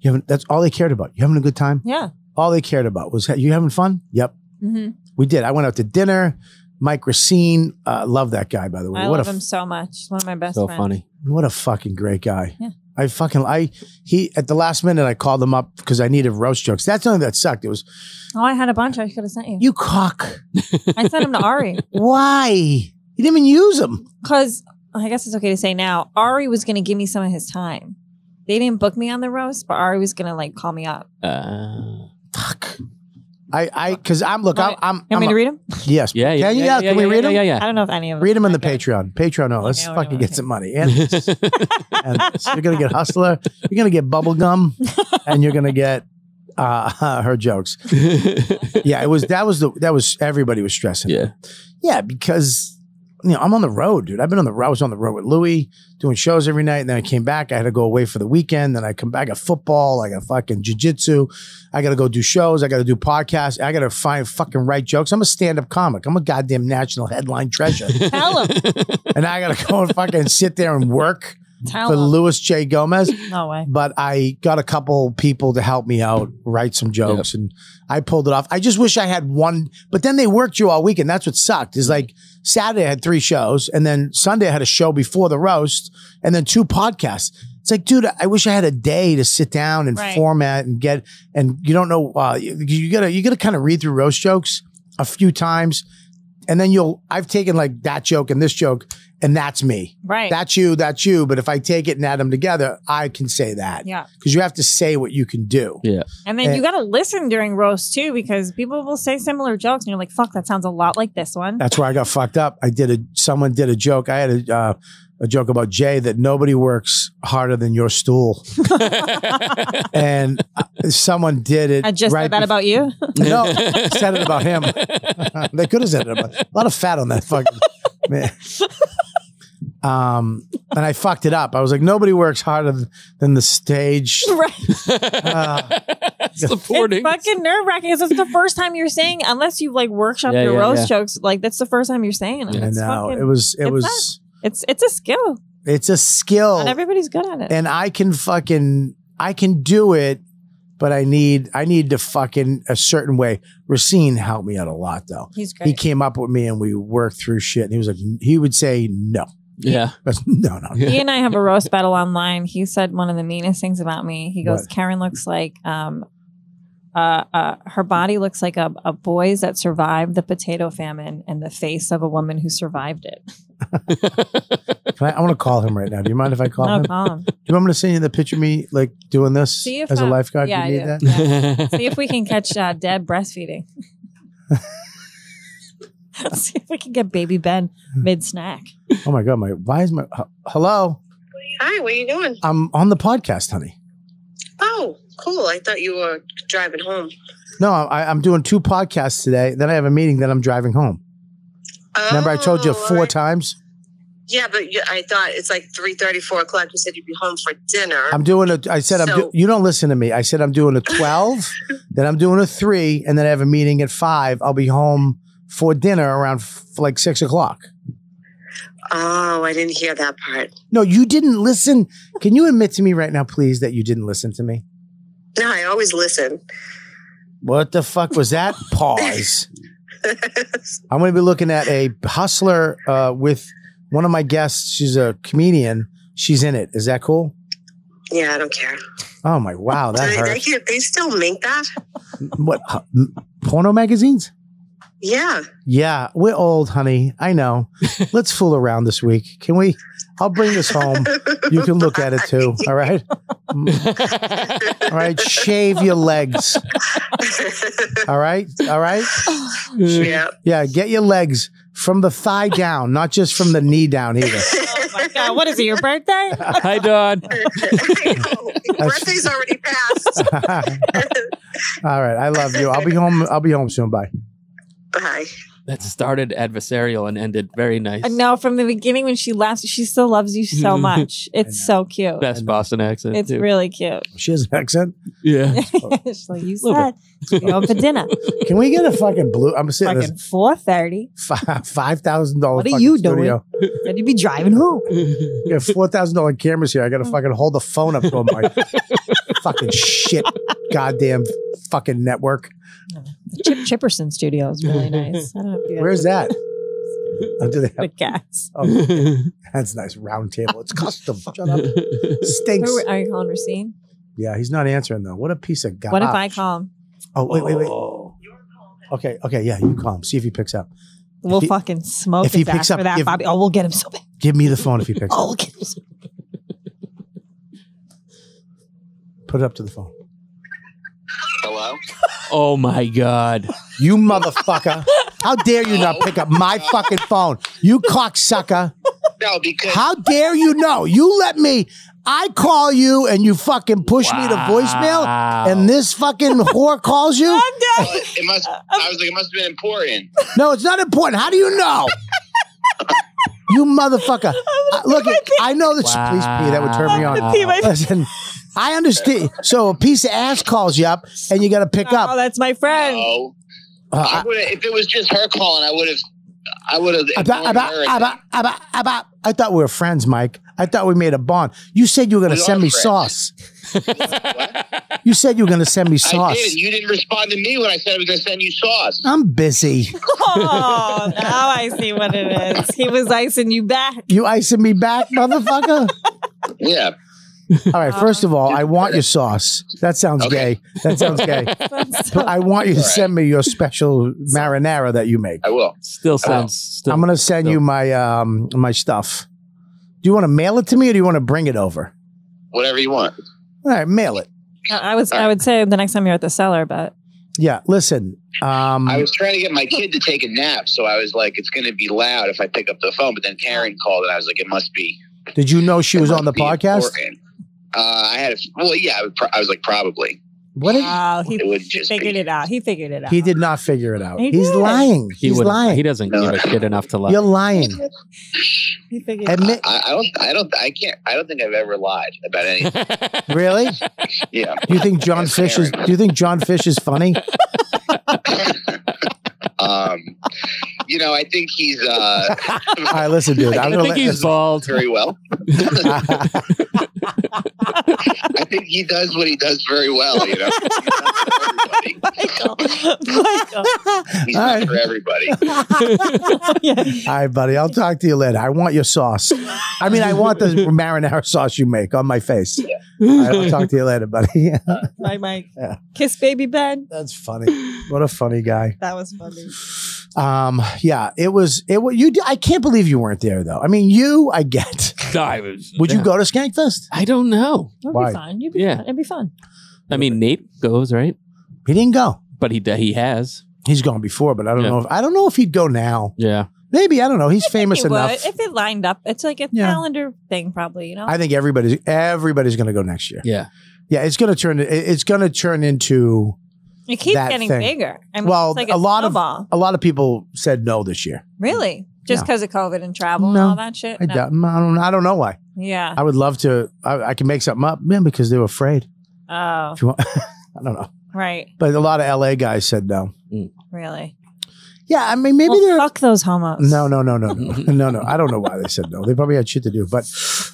Speaker 2: You having, that's all they cared about. You having a good time?
Speaker 5: yeah.
Speaker 2: All they cared about was, you having fun? Yep.
Speaker 5: Mm-hmm.
Speaker 2: We did. I went out to dinner. Mike Racine, uh, love that guy, by the way.
Speaker 5: I
Speaker 2: what
Speaker 5: love
Speaker 2: a
Speaker 5: him so much. One of my best
Speaker 4: So
Speaker 5: friends.
Speaker 4: funny.
Speaker 2: What a fucking great guy.
Speaker 5: Yeah.
Speaker 2: I fucking I he at the last minute I called him up because I needed roast jokes. That's something that sucked. It was
Speaker 5: Oh, I had a bunch. I should have sent you.
Speaker 2: you cock.
Speaker 5: I sent him to Ari
Speaker 2: Why? You didn't even use them.
Speaker 5: because I guess it's okay to say now. Ari was going to give me some of his time. They didn't book me on the roast, but Ari was going to like call me up.
Speaker 4: Uh,
Speaker 2: Fuck. I I because I'm look I'm I'm,
Speaker 5: You want me
Speaker 2: I'm
Speaker 5: to read him?
Speaker 2: a- yes
Speaker 4: yeah, yeah,
Speaker 2: can you
Speaker 4: yeah,
Speaker 2: yeah, can we
Speaker 4: yeah,
Speaker 2: read
Speaker 4: yeah,
Speaker 2: them
Speaker 4: Yeah,
Speaker 5: I
Speaker 4: yeah.
Speaker 2: [laughs]
Speaker 4: [laughs]
Speaker 5: don't know if any of them.
Speaker 2: read them on the
Speaker 5: Okay.
Speaker 2: Patreon Patreon no let's
Speaker 5: Okay,
Speaker 2: fucking
Speaker 5: okay,
Speaker 2: get
Speaker 5: okay.
Speaker 2: some money and, and you're gonna get hustler you're gonna get bubble
Speaker 5: [laughs]
Speaker 2: gum and you're gonna get uh her jokes yeah it was that was the that was everybody was stressing
Speaker 4: yeah. [laughs]
Speaker 2: Yeah, because you know I'm on the road, dude. I've been on the road. I was on the road with Louis doing shows every night, and then I came back. I had to go away for the weekend. Then I come back. I got football. I got fucking jujitsu. I got to go do shows. I got to do podcasts. I got to find fucking write jokes. I'm a stand up comic. I'm a goddamn national headline treasure,
Speaker 5: Tell him.
Speaker 2: [laughs] and I got to go and fucking sit there and work
Speaker 5: Tell
Speaker 2: for
Speaker 5: him.
Speaker 2: Louis J Gomez
Speaker 5: no way.
Speaker 2: but I got a couple people to help me out, write some jokes, and I pulled it off. I just wish I had one, but then they worked you all weekend. That's what sucked. Is like Saturday I had three shows, and then Sunday I had a show before the roast, and then two podcasts. It's like, dude, I wish I had a day to sit down and
Speaker 5: Right.
Speaker 2: format and get. And you don't know, uh, you, you gotta you gotta kind of read through roast jokes a few times, and then you'll. I've taken like that joke and this joke, and that's me
Speaker 5: Right.
Speaker 2: that's you, that's you. But if I take it and add them together, I can say that.
Speaker 5: yeah.
Speaker 2: Because you have to say what you can do.
Speaker 4: Yeah.
Speaker 5: And then
Speaker 2: And-
Speaker 5: you got to listen during roast too, because people will say similar jokes and you're like, fuck, that sounds a lot like this one.
Speaker 2: That's where I got fucked up. I did a, someone did a joke. I had a, uh, a joke about Jay that nobody works harder than your stool.
Speaker 5: [laughs]
Speaker 2: and uh, someone did it.
Speaker 5: I just
Speaker 2: right
Speaker 5: said that
Speaker 2: [laughs]
Speaker 5: about you. [laughs]
Speaker 2: bef- No, said it about him. [laughs] they could have said it about A lot of fat on that fucking. man. Um, and I fucked it up. I was like, nobody works harder th- than the
Speaker 5: [laughs]
Speaker 2: stage. Uh,
Speaker 5: right.
Speaker 4: Supporting.
Speaker 5: It's fucking nerve wracking because it's the first time you're saying, unless you've like workshopped
Speaker 4: Yeah,
Speaker 5: your
Speaker 4: yeah,
Speaker 5: roast jokes, like that's the first time you're saying it.
Speaker 2: And
Speaker 5: it's,
Speaker 2: now
Speaker 5: fucking-
Speaker 2: it was, it
Speaker 5: it's
Speaker 2: was.
Speaker 5: not- it's it's a skill,
Speaker 2: It's a skill.
Speaker 5: and everybody's good at it.
Speaker 2: Oh. and I can fucking I can do it, but I need I need to fucking a certain way. Racine helped me out a lot though.
Speaker 5: He's
Speaker 2: He came up with me and we worked through shit and he was like he would say no. [laughs]
Speaker 4: Yeah.
Speaker 2: That's- no, no.
Speaker 5: He and I have a roast battle online. He said one of the meanest things about me. He goes,
Speaker 2: What?
Speaker 5: Karen looks like um, uh, uh, her body looks like a, a boy's that survived the potato famine and the face of a woman who survived it.
Speaker 2: Can I, I want to call him right now. Do you mind if I call
Speaker 5: No,
Speaker 2: him?
Speaker 5: call
Speaker 2: [laughs]
Speaker 5: him.
Speaker 2: Do you want me to send you the picture of me like doing this
Speaker 5: See if
Speaker 2: as a
Speaker 5: I-
Speaker 2: lifeguard?
Speaker 5: yeah,
Speaker 2: Do you need
Speaker 5: [laughs] yeah.
Speaker 2: that? [laughs]
Speaker 5: See if we can catch uh, Deb breastfeeding. [laughs] See if we can get baby Ben mid snack.
Speaker 2: Oh my god, my why is my h- hello?
Speaker 6: Hi, what are you doing?
Speaker 2: I'm on the podcast, honey.
Speaker 6: Oh, cool. I thought you were driving home.
Speaker 2: No, I, I'm doing two podcasts today. Then I have a meeting. Then I'm driving home. Remember, I told you
Speaker 6: Oh,
Speaker 2: four
Speaker 6: alright.
Speaker 2: times.
Speaker 6: Yeah, but you, I thought it's like three thirty, four o'clock. You said you'd be home for dinner.
Speaker 2: I'm doing a. I said I'm. Do,
Speaker 6: So-
Speaker 2: you don't listen to me. I said I'm doing a
Speaker 6: [laughs]
Speaker 2: twelve. then I'm doing a three, and then I have a meeting at five. I'll be home for dinner around f- like six o'clock.
Speaker 6: oh, I didn't hear that part.
Speaker 2: No, you didn't listen. Can you admit to me right now, please, that you didn't listen to me?
Speaker 6: No, I always listen. [laughs]
Speaker 2: What the fuck was that? Pause. I'm going to be looking at a hustler uh, with one of my guests. She's a comedian. She's in it. Is that cool?
Speaker 6: yeah, I don't care.
Speaker 2: Oh my wow, that
Speaker 6: they, they,
Speaker 2: hurt.
Speaker 6: can't, they still make that?
Speaker 2: What huh, m- porno magazines?
Speaker 6: Yeah.
Speaker 2: Yeah, we're old, honey. I
Speaker 5: [laughs]
Speaker 2: know. Let's fool around this week, can we? I'll bring this home. You can look at it too. All right. All right. Shave your legs. All right. All right.
Speaker 6: [laughs]
Speaker 7: [laughs]
Speaker 6: yeah.
Speaker 2: Yeah. Get your legs from the thigh down, not just from the knee down either.
Speaker 5: [laughs]
Speaker 2: [laughs]
Speaker 5: Oh my God. What is it, your [laughs] birthday?
Speaker 4: [laughs] Hi, Don.
Speaker 6: [laughs] I know. Birthday's already passed. [laughs]
Speaker 2: All right. I love you. I'll be home. I'll be home soon. Bye.
Speaker 6: Bye.
Speaker 4: That started adversarial and ended very nice.
Speaker 5: And no, from the beginning when she laughs, she still loves you [laughs] so much. It's so cute.
Speaker 4: Best Boston accent.
Speaker 5: It's
Speaker 4: too.
Speaker 5: really cute.
Speaker 2: She has an accent.
Speaker 5: [laughs]
Speaker 4: Yeah.
Speaker 2: Oh.
Speaker 5: She's like, you
Speaker 4: Little
Speaker 5: said you go
Speaker 2: [laughs]
Speaker 5: for dinner.
Speaker 2: Can we get a fucking blue? I'm sitting
Speaker 5: Fucking
Speaker 2: this
Speaker 5: four thirty.
Speaker 2: five thousand dollars.
Speaker 5: What are you doing? Then you'd be driving home.
Speaker 2: We have four thousand dollar cameras here. I
Speaker 5: Hmm.
Speaker 2: gotta fucking hold the phone up to
Speaker 5: [laughs]
Speaker 2: my fucking shit, goddamn fucking network.
Speaker 5: The Chip Chipperson Studio
Speaker 2: [laughs]
Speaker 5: is really nice. I don't know if you guys
Speaker 2: Where's
Speaker 5: [laughs]
Speaker 2: that? Oh, do they have,
Speaker 5: the cats.
Speaker 2: oh, that's nice. Round table. It's custom. Shut up. Stinks.
Speaker 5: Who- Are you calling Racine?
Speaker 2: Yeah, he's not answering though. What a piece of god. Ah.
Speaker 5: What if I call him?
Speaker 2: Oh wait, wait, wait. Okay, okay, yeah. You call him. See if he picks up.
Speaker 5: We'll
Speaker 2: he-
Speaker 5: fucking smoke
Speaker 2: if he
Speaker 5: his
Speaker 2: picks
Speaker 5: ass
Speaker 2: up-
Speaker 5: for that,
Speaker 2: if-
Speaker 5: Bobby. Oh, we'll get him so bad.
Speaker 2: Give me the phone if he picks
Speaker 5: Oh,
Speaker 2: up.
Speaker 5: we'll get him so bad.
Speaker 2: Put it up to the phone.
Speaker 7: Hello?
Speaker 4: oh my God.
Speaker 2: You
Speaker 5: [laughs]
Speaker 2: motherfucker. How dare you not pick up my fucking phone? You cocksucker.
Speaker 7: No, because
Speaker 2: How dare you know? You let me. I call you and you fucking push me to voicemail,
Speaker 4: Wow.
Speaker 2: and this fucking whore calls you.
Speaker 7: uh, it must. I was like, it must have been important.
Speaker 2: No, it's not important. How do you know? You motherfucker! Uh, look, at, I know that.
Speaker 4: Wow.
Speaker 2: Please, P, that would turn me on.
Speaker 5: Pee my-
Speaker 2: Listen, I understand. So a piece of ass calls you up, and you got to pick
Speaker 5: Oh,
Speaker 2: up.
Speaker 5: that's my friend.
Speaker 7: No, I
Speaker 2: Uh,
Speaker 7: would. If it was just her calling, I would have. I would have.
Speaker 2: I, about,
Speaker 7: informed
Speaker 2: about,
Speaker 7: her.
Speaker 2: about, about, about. I thought we were friends, Mike. I thought we made a bond. You said you were going
Speaker 7: We
Speaker 2: to
Speaker 7: are
Speaker 2: send me
Speaker 7: friends.
Speaker 2: sauce. You said you were going to send me
Speaker 7: [laughs] I
Speaker 2: sauce.
Speaker 7: did. You didn't respond to me when I said I was going to send you sauce.
Speaker 2: I'm busy.
Speaker 5: Oh, now I see what it is. He was icing you back.
Speaker 2: You icing me back, motherfucker?
Speaker 7: Yeah.
Speaker 2: All right. First of all, I want your sauce. That sounds
Speaker 7: Okay.
Speaker 2: gay. That sounds gay. But I want you to
Speaker 7: All right.
Speaker 2: send me your special marinara that you make.
Speaker 7: I will.
Speaker 4: Still sounds. Still,
Speaker 2: I'm gonna send you my um my stuff. Do you want to mail it to me or do you want to bring it over?
Speaker 7: Whatever you want.
Speaker 2: All right, mail it.
Speaker 5: I was. I would say the next time you're at the cellar, but
Speaker 2: Yeah. Listen. Um.
Speaker 7: I was trying to get my kid to take a nap, so I was like, it's going to be loud if I pick up the phone. But then Karen called, and I was like, it must be.
Speaker 2: did you know she
Speaker 7: it
Speaker 2: was
Speaker 7: must
Speaker 2: on the
Speaker 7: be
Speaker 2: podcast?
Speaker 7: important. Uh, I had a well, yeah. I, would pro- I was like, probably.
Speaker 2: What? Did,
Speaker 5: wow, he,
Speaker 7: It would
Speaker 5: he
Speaker 7: just
Speaker 5: figured
Speaker 7: be-
Speaker 5: it out. He figured it out.
Speaker 2: he did not figure it out.
Speaker 5: He
Speaker 2: He's
Speaker 5: did.
Speaker 2: lying.
Speaker 4: he
Speaker 2: He's
Speaker 4: wouldn't- He
Speaker 2: lying.
Speaker 4: doesn't
Speaker 7: No.
Speaker 4: give a shit enough to lie. [laughs]
Speaker 2: You're lying.
Speaker 5: [laughs] He figured it out.
Speaker 2: Admit.
Speaker 7: I, I don't. I don't. I can't. I don't think I've ever lied about
Speaker 4: [laughs]
Speaker 7: anything.
Speaker 2: Really?
Speaker 7: yeah.
Speaker 2: Do you think John
Speaker 7: That's
Speaker 2: Fish is?
Speaker 7: Karen. [laughs]
Speaker 2: Do you think John Fish is funny?
Speaker 7: Um, you know, I think he's uh,
Speaker 2: All right, listen, dude. I'm
Speaker 4: I
Speaker 2: gonna
Speaker 4: think
Speaker 2: let
Speaker 4: he's bald.
Speaker 7: very
Speaker 2: [laughs]
Speaker 7: well. I think he does what he does very well. You know, He's not for everybody.
Speaker 5: Michael. [laughs] Michael.
Speaker 7: He's
Speaker 2: All
Speaker 7: not
Speaker 2: right.
Speaker 7: for everybody.
Speaker 5: Oh,
Speaker 2: All right, buddy. I'll talk to you later. I want your sauce. I mean, I want
Speaker 5: [laughs]
Speaker 2: the marinara sauce you make on my face. All right, I'll talk to you later,
Speaker 5: [laughs]
Speaker 2: buddy. [laughs]
Speaker 5: Bye, Mike.
Speaker 2: Yeah.
Speaker 5: Kiss baby Ben.
Speaker 2: That's funny. What a funny guy.
Speaker 5: That was funny.
Speaker 2: Um, yeah, it was. It was you. I can't believe you weren't there though. I mean, you. I get. Would you go to Skankfest?
Speaker 4: I don't know.
Speaker 5: It'd
Speaker 2: Why?
Speaker 5: be fun. You'd be
Speaker 4: Yeah.
Speaker 5: fun. It'd be fun.
Speaker 4: I mean, Nate goes right,
Speaker 2: He didn't go.
Speaker 4: but he he has.
Speaker 2: He's gone before, but I don't
Speaker 4: Yeah.
Speaker 2: know. If, I don't know if he'd go now.
Speaker 4: Yeah,
Speaker 2: Maybe I don't know. He's
Speaker 5: I think
Speaker 2: famous
Speaker 5: he would.
Speaker 2: enough.
Speaker 5: If it lined up, it's like a
Speaker 2: Yeah.
Speaker 5: calendar thing, probably. You know,
Speaker 2: I think everybody's everybody's going to go next year.
Speaker 4: yeah.
Speaker 2: Yeah, it's going to turn. it- It's going to turn into
Speaker 5: it keeps
Speaker 2: that
Speaker 5: getting
Speaker 2: thing.
Speaker 5: bigger. I mean,
Speaker 2: Well,
Speaker 5: it's like
Speaker 2: a lot of-
Speaker 5: snowball.
Speaker 2: a lot of people said no this year.
Speaker 5: really just
Speaker 2: Yeah.
Speaker 5: because of COVID and travel
Speaker 2: No,
Speaker 5: and all that shit.
Speaker 2: I
Speaker 5: No.
Speaker 2: doubt. I don't. I don't know why.
Speaker 5: Yeah.
Speaker 2: I would love to. I, I can make something up, man, because they were afraid.
Speaker 5: Oh,
Speaker 2: If you want, [laughs] I don't know.
Speaker 5: right.
Speaker 2: But a lot of LA guys said no.
Speaker 5: Really.
Speaker 2: Yeah, I mean, maybe
Speaker 5: Well,
Speaker 2: they're.
Speaker 5: fuck those homos.
Speaker 2: No, no, no, no, no, [laughs] no, no. I don't know why they said no. They probably had shit to do. But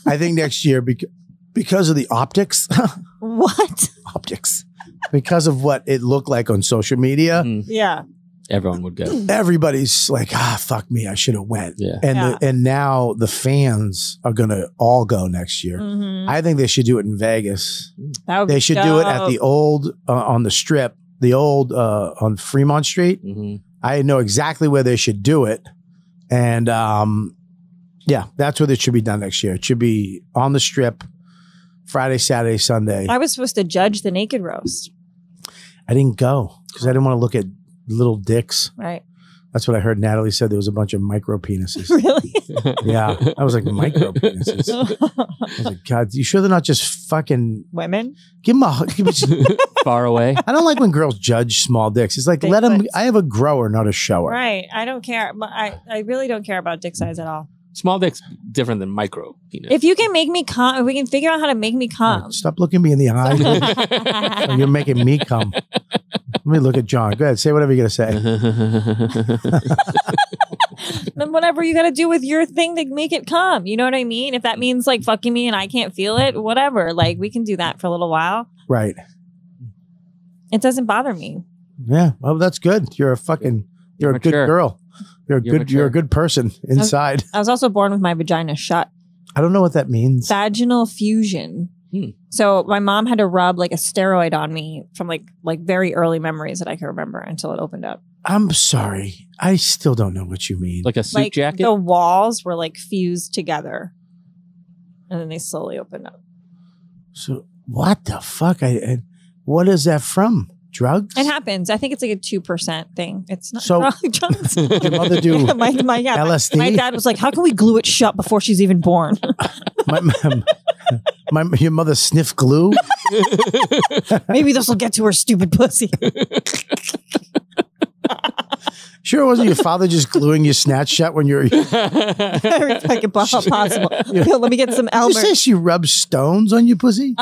Speaker 2: I think next year, because because of the optics, [laughs]
Speaker 5: What? [laughs]
Speaker 2: optics, because of what it looked like on social media,
Speaker 4: Mhm.
Speaker 5: Yeah.
Speaker 4: Everyone would go.
Speaker 2: everybody's like, ah, fuck me, I should have went.
Speaker 4: Yeah.
Speaker 2: And The, and now the fans are gonna all go next year.
Speaker 5: hmm
Speaker 2: I think they should do it in Vegas.
Speaker 5: That would
Speaker 2: They
Speaker 5: be
Speaker 2: should do it at
Speaker 5: dope.
Speaker 2: the old uh, on the strip, the old uh, on Fremont Street.
Speaker 4: hmm
Speaker 2: I know exactly where they should do it, and um, yeah, that's where it should be done next year. It should be on the strip, Friday, Saturday, Sunday.
Speaker 5: I was supposed to judge the naked roast,
Speaker 2: I didn't go because I didn't want to look at little dicks.
Speaker 5: right? [laughs]
Speaker 2: That's what I heard. Natalie said there was a bunch of micro penises.
Speaker 5: [laughs]
Speaker 2: [laughs]
Speaker 5: Really?
Speaker 2: [laughs] yeah, I was like micro penises. I was like, God, you sure they're not just fucking
Speaker 5: Women?
Speaker 2: give them a give 'em just
Speaker 4: Far away.
Speaker 2: I don't like when girls judge small dicks. It's like
Speaker 5: Big
Speaker 2: let them.
Speaker 5: butts.
Speaker 2: I have a grower, not a shower.
Speaker 5: Right. I don't care. But I, I really don't care about dick size at all.
Speaker 4: Small dick's different than micro. You know.
Speaker 5: If you can make me cum, if we can figure out how to make me cum.
Speaker 2: Stop [laughs] looking me in the eye. Oh, You're making me come. Let me look at John. Go ahead, say whatever you're gonna say.
Speaker 5: [laughs] then whatever you got to do with your thing to make it come. You know what I mean? If that means like fucking me and I can't feel it, whatever. Like we can do that for a little while.
Speaker 2: Right?
Speaker 5: It doesn't bother me.
Speaker 2: Yeah. Well, that's good. You're a fucking. You're, a
Speaker 4: Mature.
Speaker 2: good girl. You're a
Speaker 4: You're
Speaker 2: good. You're a
Speaker 4: mature.
Speaker 2: good person inside.
Speaker 5: I was also born with my vagina shut.
Speaker 2: I don't know what that means.
Speaker 5: vaginal fusion.
Speaker 4: Hmm.
Speaker 5: So my mom had to rub like a steroid on me from like like very early memories that I can remember until it opened up.
Speaker 2: I'm sorry. I still don't know what you mean.
Speaker 4: [laughs] like a suit
Speaker 5: like
Speaker 4: jacket.
Speaker 5: the walls were like fused together, and then they slowly opened up.
Speaker 2: so what the fuck? I. I what is that from? Drugs?
Speaker 5: It happens. I think it's like a two percent thing. It's not
Speaker 2: So-
Speaker 5: probably [laughs] drugs.
Speaker 2: Did [laughs] your mother
Speaker 5: [laughs]
Speaker 2: do
Speaker 5: my, my, yeah, my-
Speaker 2: LSD?
Speaker 5: my dad was like, "How can we glue it shut before she's even born?" [laughs]
Speaker 2: my, my, my- your mother sniffed glue?
Speaker 5: Maybe this will get to her stupid pussy. [laughs]
Speaker 2: Sure, wasn't your father just gluing your snatch shut when you're.
Speaker 4: [laughs]
Speaker 5: Every fucking po-
Speaker 2: [laughs]
Speaker 5: possible. Let me get some
Speaker 2: You
Speaker 5: Elmer.
Speaker 2: say she rubs stones on your pussy?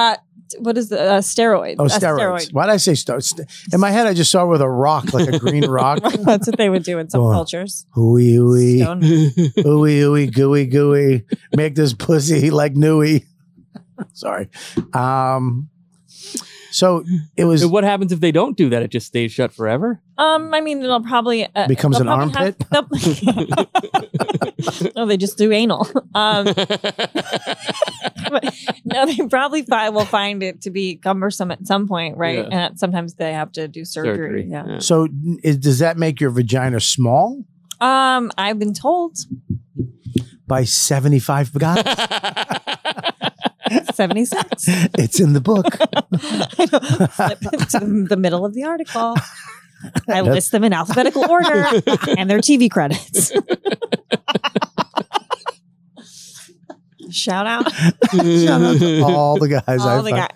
Speaker 5: What is the uh, steroids?
Speaker 2: Oh,
Speaker 5: A
Speaker 2: steroids.
Speaker 5: steroid.
Speaker 2: Why did I say stones? St- In my head, I just saw her with a rock, like a
Speaker 5: [laughs]
Speaker 2: green rock.
Speaker 5: That's what they would do in some
Speaker 2: Go on.
Speaker 5: cultures.
Speaker 2: Ooey, ooey,
Speaker 5: Stone.
Speaker 2: ooey, ooey, gooey, gooey. Make this pussy like newy. [laughs] Sorry. Um, so it was.
Speaker 4: what happens if they don't do that? It just stays shut forever.
Speaker 5: Um, I mean, it'll probably uh,
Speaker 2: Becomes
Speaker 5: they'll
Speaker 2: an
Speaker 5: probably have- they'll- [laughs] no, they just do anal. Um, [laughs] but- no, they probably fi- will find it to be cumbersome at some point, right?
Speaker 4: Yeah.
Speaker 5: And sometimes they have to do surgery.
Speaker 4: Surgery.
Speaker 5: Yeah.
Speaker 2: So is, does that make your vagina small
Speaker 5: Um, I've been told
Speaker 2: by 75
Speaker 5: [laughs]
Speaker 2: guys?
Speaker 5: seventy six.
Speaker 2: it's in the book.
Speaker 5: [laughs] I know. Flip to the middle of the article. I list them in
Speaker 2: [laughs]
Speaker 5: alphabetical order and their TV credits. Shout out
Speaker 2: Shout out to all the guys.
Speaker 5: all the
Speaker 2: fucked.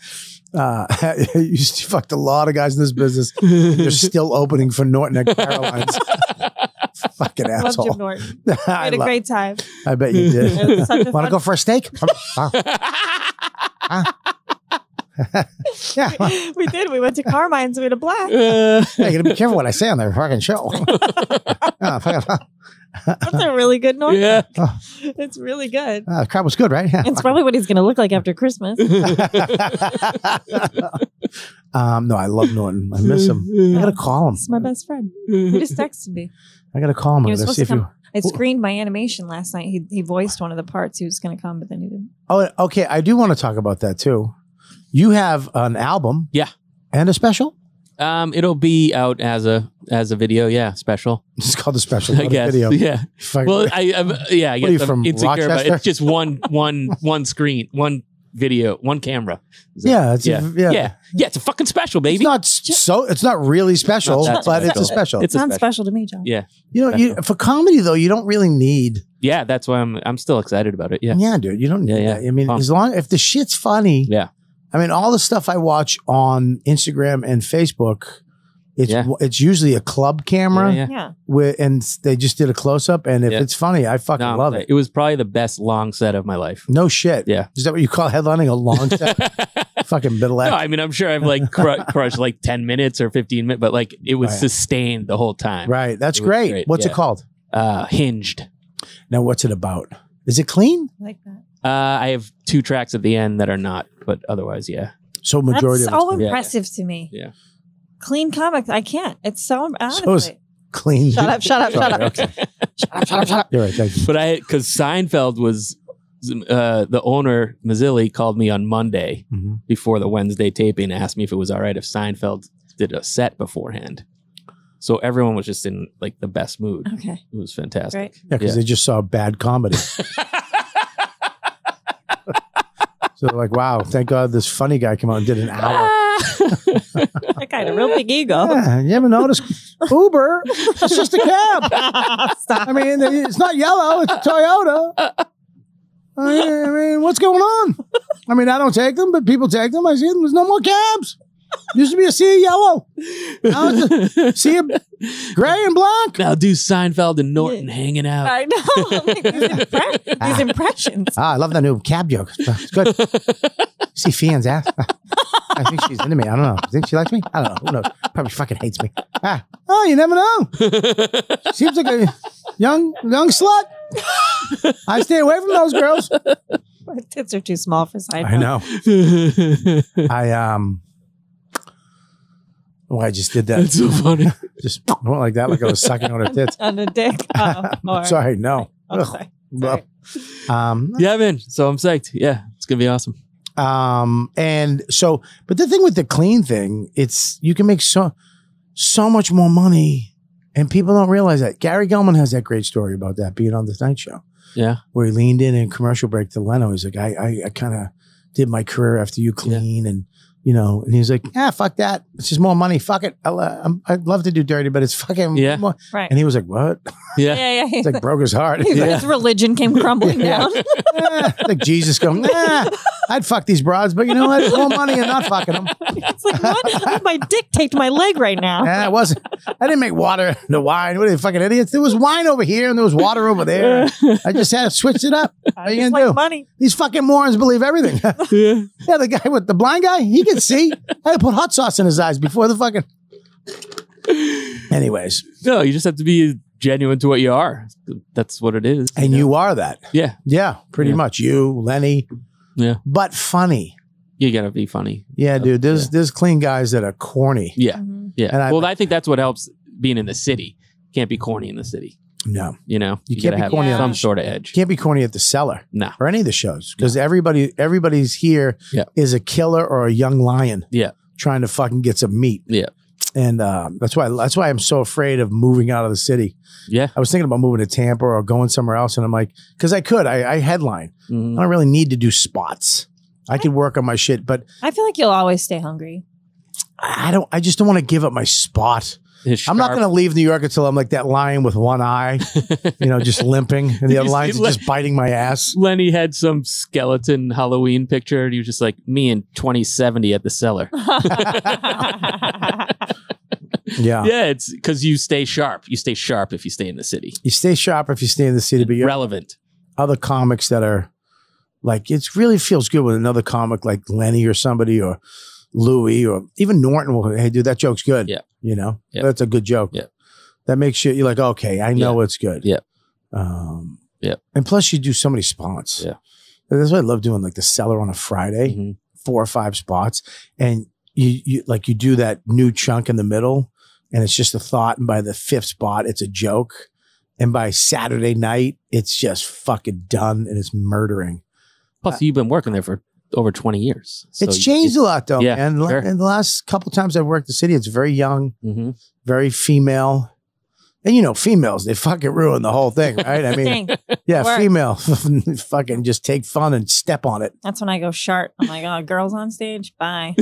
Speaker 5: guys.
Speaker 2: Uh, [laughs] you s- fucked a lot of guys in this business. You're still opening for Norton at
Speaker 5: [laughs]
Speaker 2: Caroline's. Fucking
Speaker 5: Love Jim
Speaker 2: asshole.
Speaker 5: Norton. I
Speaker 2: [laughs] I,
Speaker 5: had a
Speaker 2: love-
Speaker 5: great time.
Speaker 2: I bet you
Speaker 5: [laughs]
Speaker 2: [laughs]
Speaker 5: It was
Speaker 2: did.
Speaker 5: [laughs] such a
Speaker 2: Want to
Speaker 5: fun-
Speaker 2: go for a steak? [laughs] yeah, well,
Speaker 5: [laughs]
Speaker 2: [laughs]
Speaker 5: we did. We went to Carmine's. We had a blast.
Speaker 4: Uh,
Speaker 2: I gotta be careful what I say on their fucking
Speaker 5: [laughs]
Speaker 2: show. [laughs] oh, fucking,
Speaker 5: That's a really good noise.
Speaker 4: yeah.
Speaker 5: [laughs] It's really good.
Speaker 2: oh, the crowd was good, right? Yeah.
Speaker 5: It's probably what he's going to look like after
Speaker 2: [laughs]
Speaker 5: Christmas.
Speaker 2: um, no, I love Norton. I miss him. I gotta call him.
Speaker 5: It's my best friend. He just texted me.
Speaker 2: I gotta call him.
Speaker 5: He
Speaker 2: I
Speaker 5: was
Speaker 2: gotta
Speaker 5: supposed
Speaker 2: see if
Speaker 5: to
Speaker 2: you.
Speaker 5: come. I screened my animation last night. He he voiced one of the parts he was going to come, but then he didn't.
Speaker 2: Oh, okay. I do want to talk about that too. You have an album,
Speaker 4: Yeah.
Speaker 2: and a special.
Speaker 4: [laughs] Um, it'll be out as a as a video, yeah, special.
Speaker 2: It's called the special.
Speaker 4: [laughs] I
Speaker 2: not a
Speaker 4: guess,
Speaker 2: Video.
Speaker 4: yeah.
Speaker 2: Fuck.
Speaker 4: Well, I, i yeah, I
Speaker 2: What are
Speaker 4: guess
Speaker 2: you
Speaker 4: I'm
Speaker 2: from,
Speaker 4: insecure, but
Speaker 2: Rochester?
Speaker 4: it's just one one one screen, one video, one camera. Is
Speaker 2: [laughs]
Speaker 4: it-
Speaker 2: yeah, it's a-
Speaker 4: yeah,
Speaker 2: yeah.
Speaker 4: yeah, yeah, It's a fucking special,
Speaker 2: It's
Speaker 4: baby.
Speaker 2: not s- so. It's not really special,
Speaker 4: that
Speaker 2: but it's a special.
Speaker 4: special. It's
Speaker 5: It
Speaker 4: a
Speaker 5: sounds
Speaker 4: special.
Speaker 5: special to me, John.
Speaker 4: Yeah.
Speaker 2: you know, you, for comedy though, you don't really need.
Speaker 4: yeah, that's why I'm I'm still excited about it. Yeah,
Speaker 2: Yeah, dude, you don't need
Speaker 4: Yeah, yeah.
Speaker 2: that. I mean,
Speaker 4: Fun.
Speaker 2: as long if the shit's funny,
Speaker 4: yeah,
Speaker 2: I mean, all the stuff I watch on Instagram and Facebook, it's
Speaker 4: Yeah.
Speaker 2: it's usually a club camera
Speaker 4: yeah. yeah.
Speaker 5: Yeah.
Speaker 2: where and s- they just did a close up, and if
Speaker 4: Yeah.
Speaker 2: it's funny, I fucking
Speaker 4: No,
Speaker 2: love it.
Speaker 4: It was probably the best long set of my life.
Speaker 2: No shit.
Speaker 4: Yeah.
Speaker 2: Is that what you call headlining a long set? fucking middle
Speaker 4: [laughs] No,
Speaker 2: act.
Speaker 4: I mean, I'm sure I've
Speaker 2: [laughs]
Speaker 4: like cru- crushed like 10 minutes or 15 minutes, but like it was
Speaker 2: Right.
Speaker 4: sustained the whole time.
Speaker 2: Oh, right. That's
Speaker 4: It was
Speaker 2: great.
Speaker 4: great,
Speaker 2: What's it
Speaker 4: yeah.
Speaker 2: called?
Speaker 4: Uh, hinged.
Speaker 2: Now, what's it about? Is it clean?
Speaker 5: I like that.
Speaker 4: Uh, I have two tracks at the end that are not, but otherwise,
Speaker 2: [laughs]
Speaker 4: yeah.
Speaker 2: So majority
Speaker 5: That's
Speaker 2: of it's
Speaker 5: so
Speaker 2: clean.
Speaker 4: Yeah.
Speaker 5: impressive to me.
Speaker 4: Yeah.
Speaker 5: Clean comics. I can't. It's so honestly.
Speaker 2: So is- clean.
Speaker 5: shut up, shut up, shut up. Shut up, shut up, shut up.
Speaker 2: You're right. Thank you.
Speaker 4: [laughs] But I, because Seinfeld was, uh, the owner, Mazzilli, called me on Monday
Speaker 2: Mhm.
Speaker 4: before the Wednesday taping and asked me if it was all right if Seinfeld did a set beforehand. So everyone was just in like the best mood. [laughs]
Speaker 5: Okay.
Speaker 4: It was fantastic.
Speaker 5: Great.
Speaker 2: Yeah, because
Speaker 4: Yeah.
Speaker 2: they just saw bad comedy. so they're like, wow, thank God this funny guy came out and did an hour.
Speaker 5: That guy had a real big ego.
Speaker 2: Yeah, you ever notice Uber? It's just a cab.
Speaker 5: Stop.
Speaker 2: I mean, it's not yellow. It's a Toyota. I mean, I mean, what's going on? I mean, I don't take them, but people take them. I see them. There's no more cabs. Used to be a sea of yellow. Now
Speaker 4: [laughs]
Speaker 2: it's a sea of gray and black.
Speaker 4: Now do Seinfeld and Norton hanging out.
Speaker 5: I know. [laughs] I'm like, these, impre- these impressions.
Speaker 2: Ah, I love that new cab joke. It's good.
Speaker 5: [laughs]
Speaker 2: See Fian's ass. [laughs] I think she's into me. I don't know. You think she likes me? I don't know. Who knows? Probably fucking hates me. Ah. Oh, you never
Speaker 5: [laughs]
Speaker 2: know. Seems like a young young slut. I stay away from those girls.
Speaker 5: My tits are too small for
Speaker 2: I
Speaker 5: Seinfeld.
Speaker 2: know.
Speaker 4: [laughs]
Speaker 2: I um. Well, I just did
Speaker 4: That's
Speaker 2: that.
Speaker 4: so funny.
Speaker 2: [laughs] Just went like that, like I was sucking on her tits.
Speaker 5: On
Speaker 2: [laughs]
Speaker 5: the dick. Oh, or-
Speaker 2: Sorry, no.
Speaker 5: Oh, sorry.
Speaker 2: Ugh. Um,
Speaker 4: yeah, I'm in. So I'm psyched. Yeah, it's gonna be awesome.
Speaker 2: Um, and so, but the thing with the clean thing, it's you can make so so much more money, and people don't realize that. Gary Gelman has that great story about that being on the Tonight Show,
Speaker 4: Yeah,
Speaker 2: where he leaned in in commercial break to Leno. He's like, I I, I kind of did my career after you clean, and you know, and he's like, Yeah, fuck that. It's just more money. Fuck it. I, am I'd love to do dirty, but it's fucking
Speaker 4: Yeah.
Speaker 2: More. [laughs]
Speaker 5: Right.
Speaker 2: And he was like, What? [laughs]
Speaker 4: yeah.
Speaker 5: yeah, yeah.
Speaker 2: It's like broke his heart. [laughs]
Speaker 5: He's like, His religion came crumbling down. [laughs]
Speaker 2: Eh, like Jesus going, nah, I'd fuck these broads, but you know what? It's more money and not fucking them.
Speaker 5: It's
Speaker 2: [laughs]
Speaker 5: like, what? My dick taped my leg right now.
Speaker 2: Nah, it wasn't. I didn't make water [laughs] into wine. What are you fucking idiots? There was wine over here and there was water over
Speaker 4: [laughs]
Speaker 2: there. I just had to switch it
Speaker 5: [laughs]
Speaker 2: up. What are you
Speaker 5: It's
Speaker 2: gonna
Speaker 5: like
Speaker 2: do?
Speaker 5: money.
Speaker 2: These fucking morons believe everything. [laughs] yeah, the guy with the blind guy, he can see. [laughs] I had to put hot sauce in his eyes before the fucking. Anyways,
Speaker 4: [laughs] No, you just have to be genuine to what you are. That's what it is.
Speaker 2: and you are that.
Speaker 4: Yeah,
Speaker 2: Yeah, pretty
Speaker 4: Yeah.
Speaker 2: much. You, Lenny.
Speaker 4: Yeah.
Speaker 2: But funny.
Speaker 4: you gotta be funny.
Speaker 2: Yeah, dude. There's there's clean guys that are corny.
Speaker 4: Yeah, yeah.
Speaker 2: And I-
Speaker 4: well, I think that's what helps being in the city. Can't be corny in the city.
Speaker 2: No,
Speaker 4: You know,
Speaker 2: You can't
Speaker 4: gotta
Speaker 2: be
Speaker 4: have
Speaker 2: corny
Speaker 5: on
Speaker 4: some
Speaker 5: the-
Speaker 4: sort of edge.
Speaker 2: can't be corny at the cellar.
Speaker 4: No.
Speaker 2: or any of the shows because everybody everybody's here is
Speaker 4: Yeah.
Speaker 2: a killer or a young lion.
Speaker 4: Yeah.
Speaker 2: Trying to fucking get some meat.
Speaker 4: Yeah.
Speaker 2: And um, that's why that's why I'm so afraid of moving out of the city.
Speaker 4: Yeah.
Speaker 2: I was thinking about moving to Tampa or going somewhere else, and I'm like, because I could, I, I headline. I
Speaker 4: Mhm.
Speaker 2: don't really need to do spots. I could work on my shit, but
Speaker 5: I feel like you'll always stay
Speaker 2: [laughs]
Speaker 5: hungry.
Speaker 2: I don't. I just don't want to give up my spot.
Speaker 4: It's
Speaker 2: I'm not
Speaker 4: sharp.
Speaker 2: going to leave New York until I'm like that lion with one
Speaker 4: [laughs]
Speaker 2: eye, you know, just limping, and the
Speaker 4: You
Speaker 2: other
Speaker 4: see
Speaker 2: lions are
Speaker 4: Le-
Speaker 2: just biting my ass.
Speaker 4: Lenny had some skeleton Halloween picture, and he was just like me in 2070 at the cellar.
Speaker 2: Yeah.
Speaker 4: yeah, it's because you stay sharp. You stay sharp if you stay in the city.
Speaker 2: You stay sharp if you stay in the city, but you're
Speaker 4: Relevant.
Speaker 2: other comics that are Like it really feels good when another comic like Lenny or somebody or Louie or even Norton will, hey, dude, that joke's good.
Speaker 4: Yeah.
Speaker 2: You know,
Speaker 4: Yeah.
Speaker 2: that's a good joke.
Speaker 4: Yeah.
Speaker 2: That makes you, you're like, okay, I know it's good.
Speaker 4: Yeah.
Speaker 2: Um,
Speaker 4: Yeah.
Speaker 2: And plus, you do so many spots.
Speaker 4: Yeah.
Speaker 2: That's what I love doing, like the seller on a Friday
Speaker 4: Mhm.
Speaker 2: four or five spots and you, you like you do that new chunk in the middle and it's just a thought and by the fifth spot it's a joke and by saturday night it's just fucking done and it's murdering
Speaker 4: Plus, you've been working there for over 20 years. So
Speaker 2: it's changed a lot though
Speaker 4: yeah,
Speaker 2: man
Speaker 4: sure.
Speaker 2: and the last couple times i've worked the city it's very young [laughs]
Speaker 4: Mhm.
Speaker 2: very female and you know females they fucking ruin the whole thing right
Speaker 4: [laughs]
Speaker 2: i mean
Speaker 5: Dang,
Speaker 2: yeah
Speaker 5: Work.
Speaker 2: female [laughs] fucking just take fun and step
Speaker 4: [laughs]
Speaker 2: on it [laughs]
Speaker 5: that's when I go sharp. I'm like, oh, girls on stage, bye.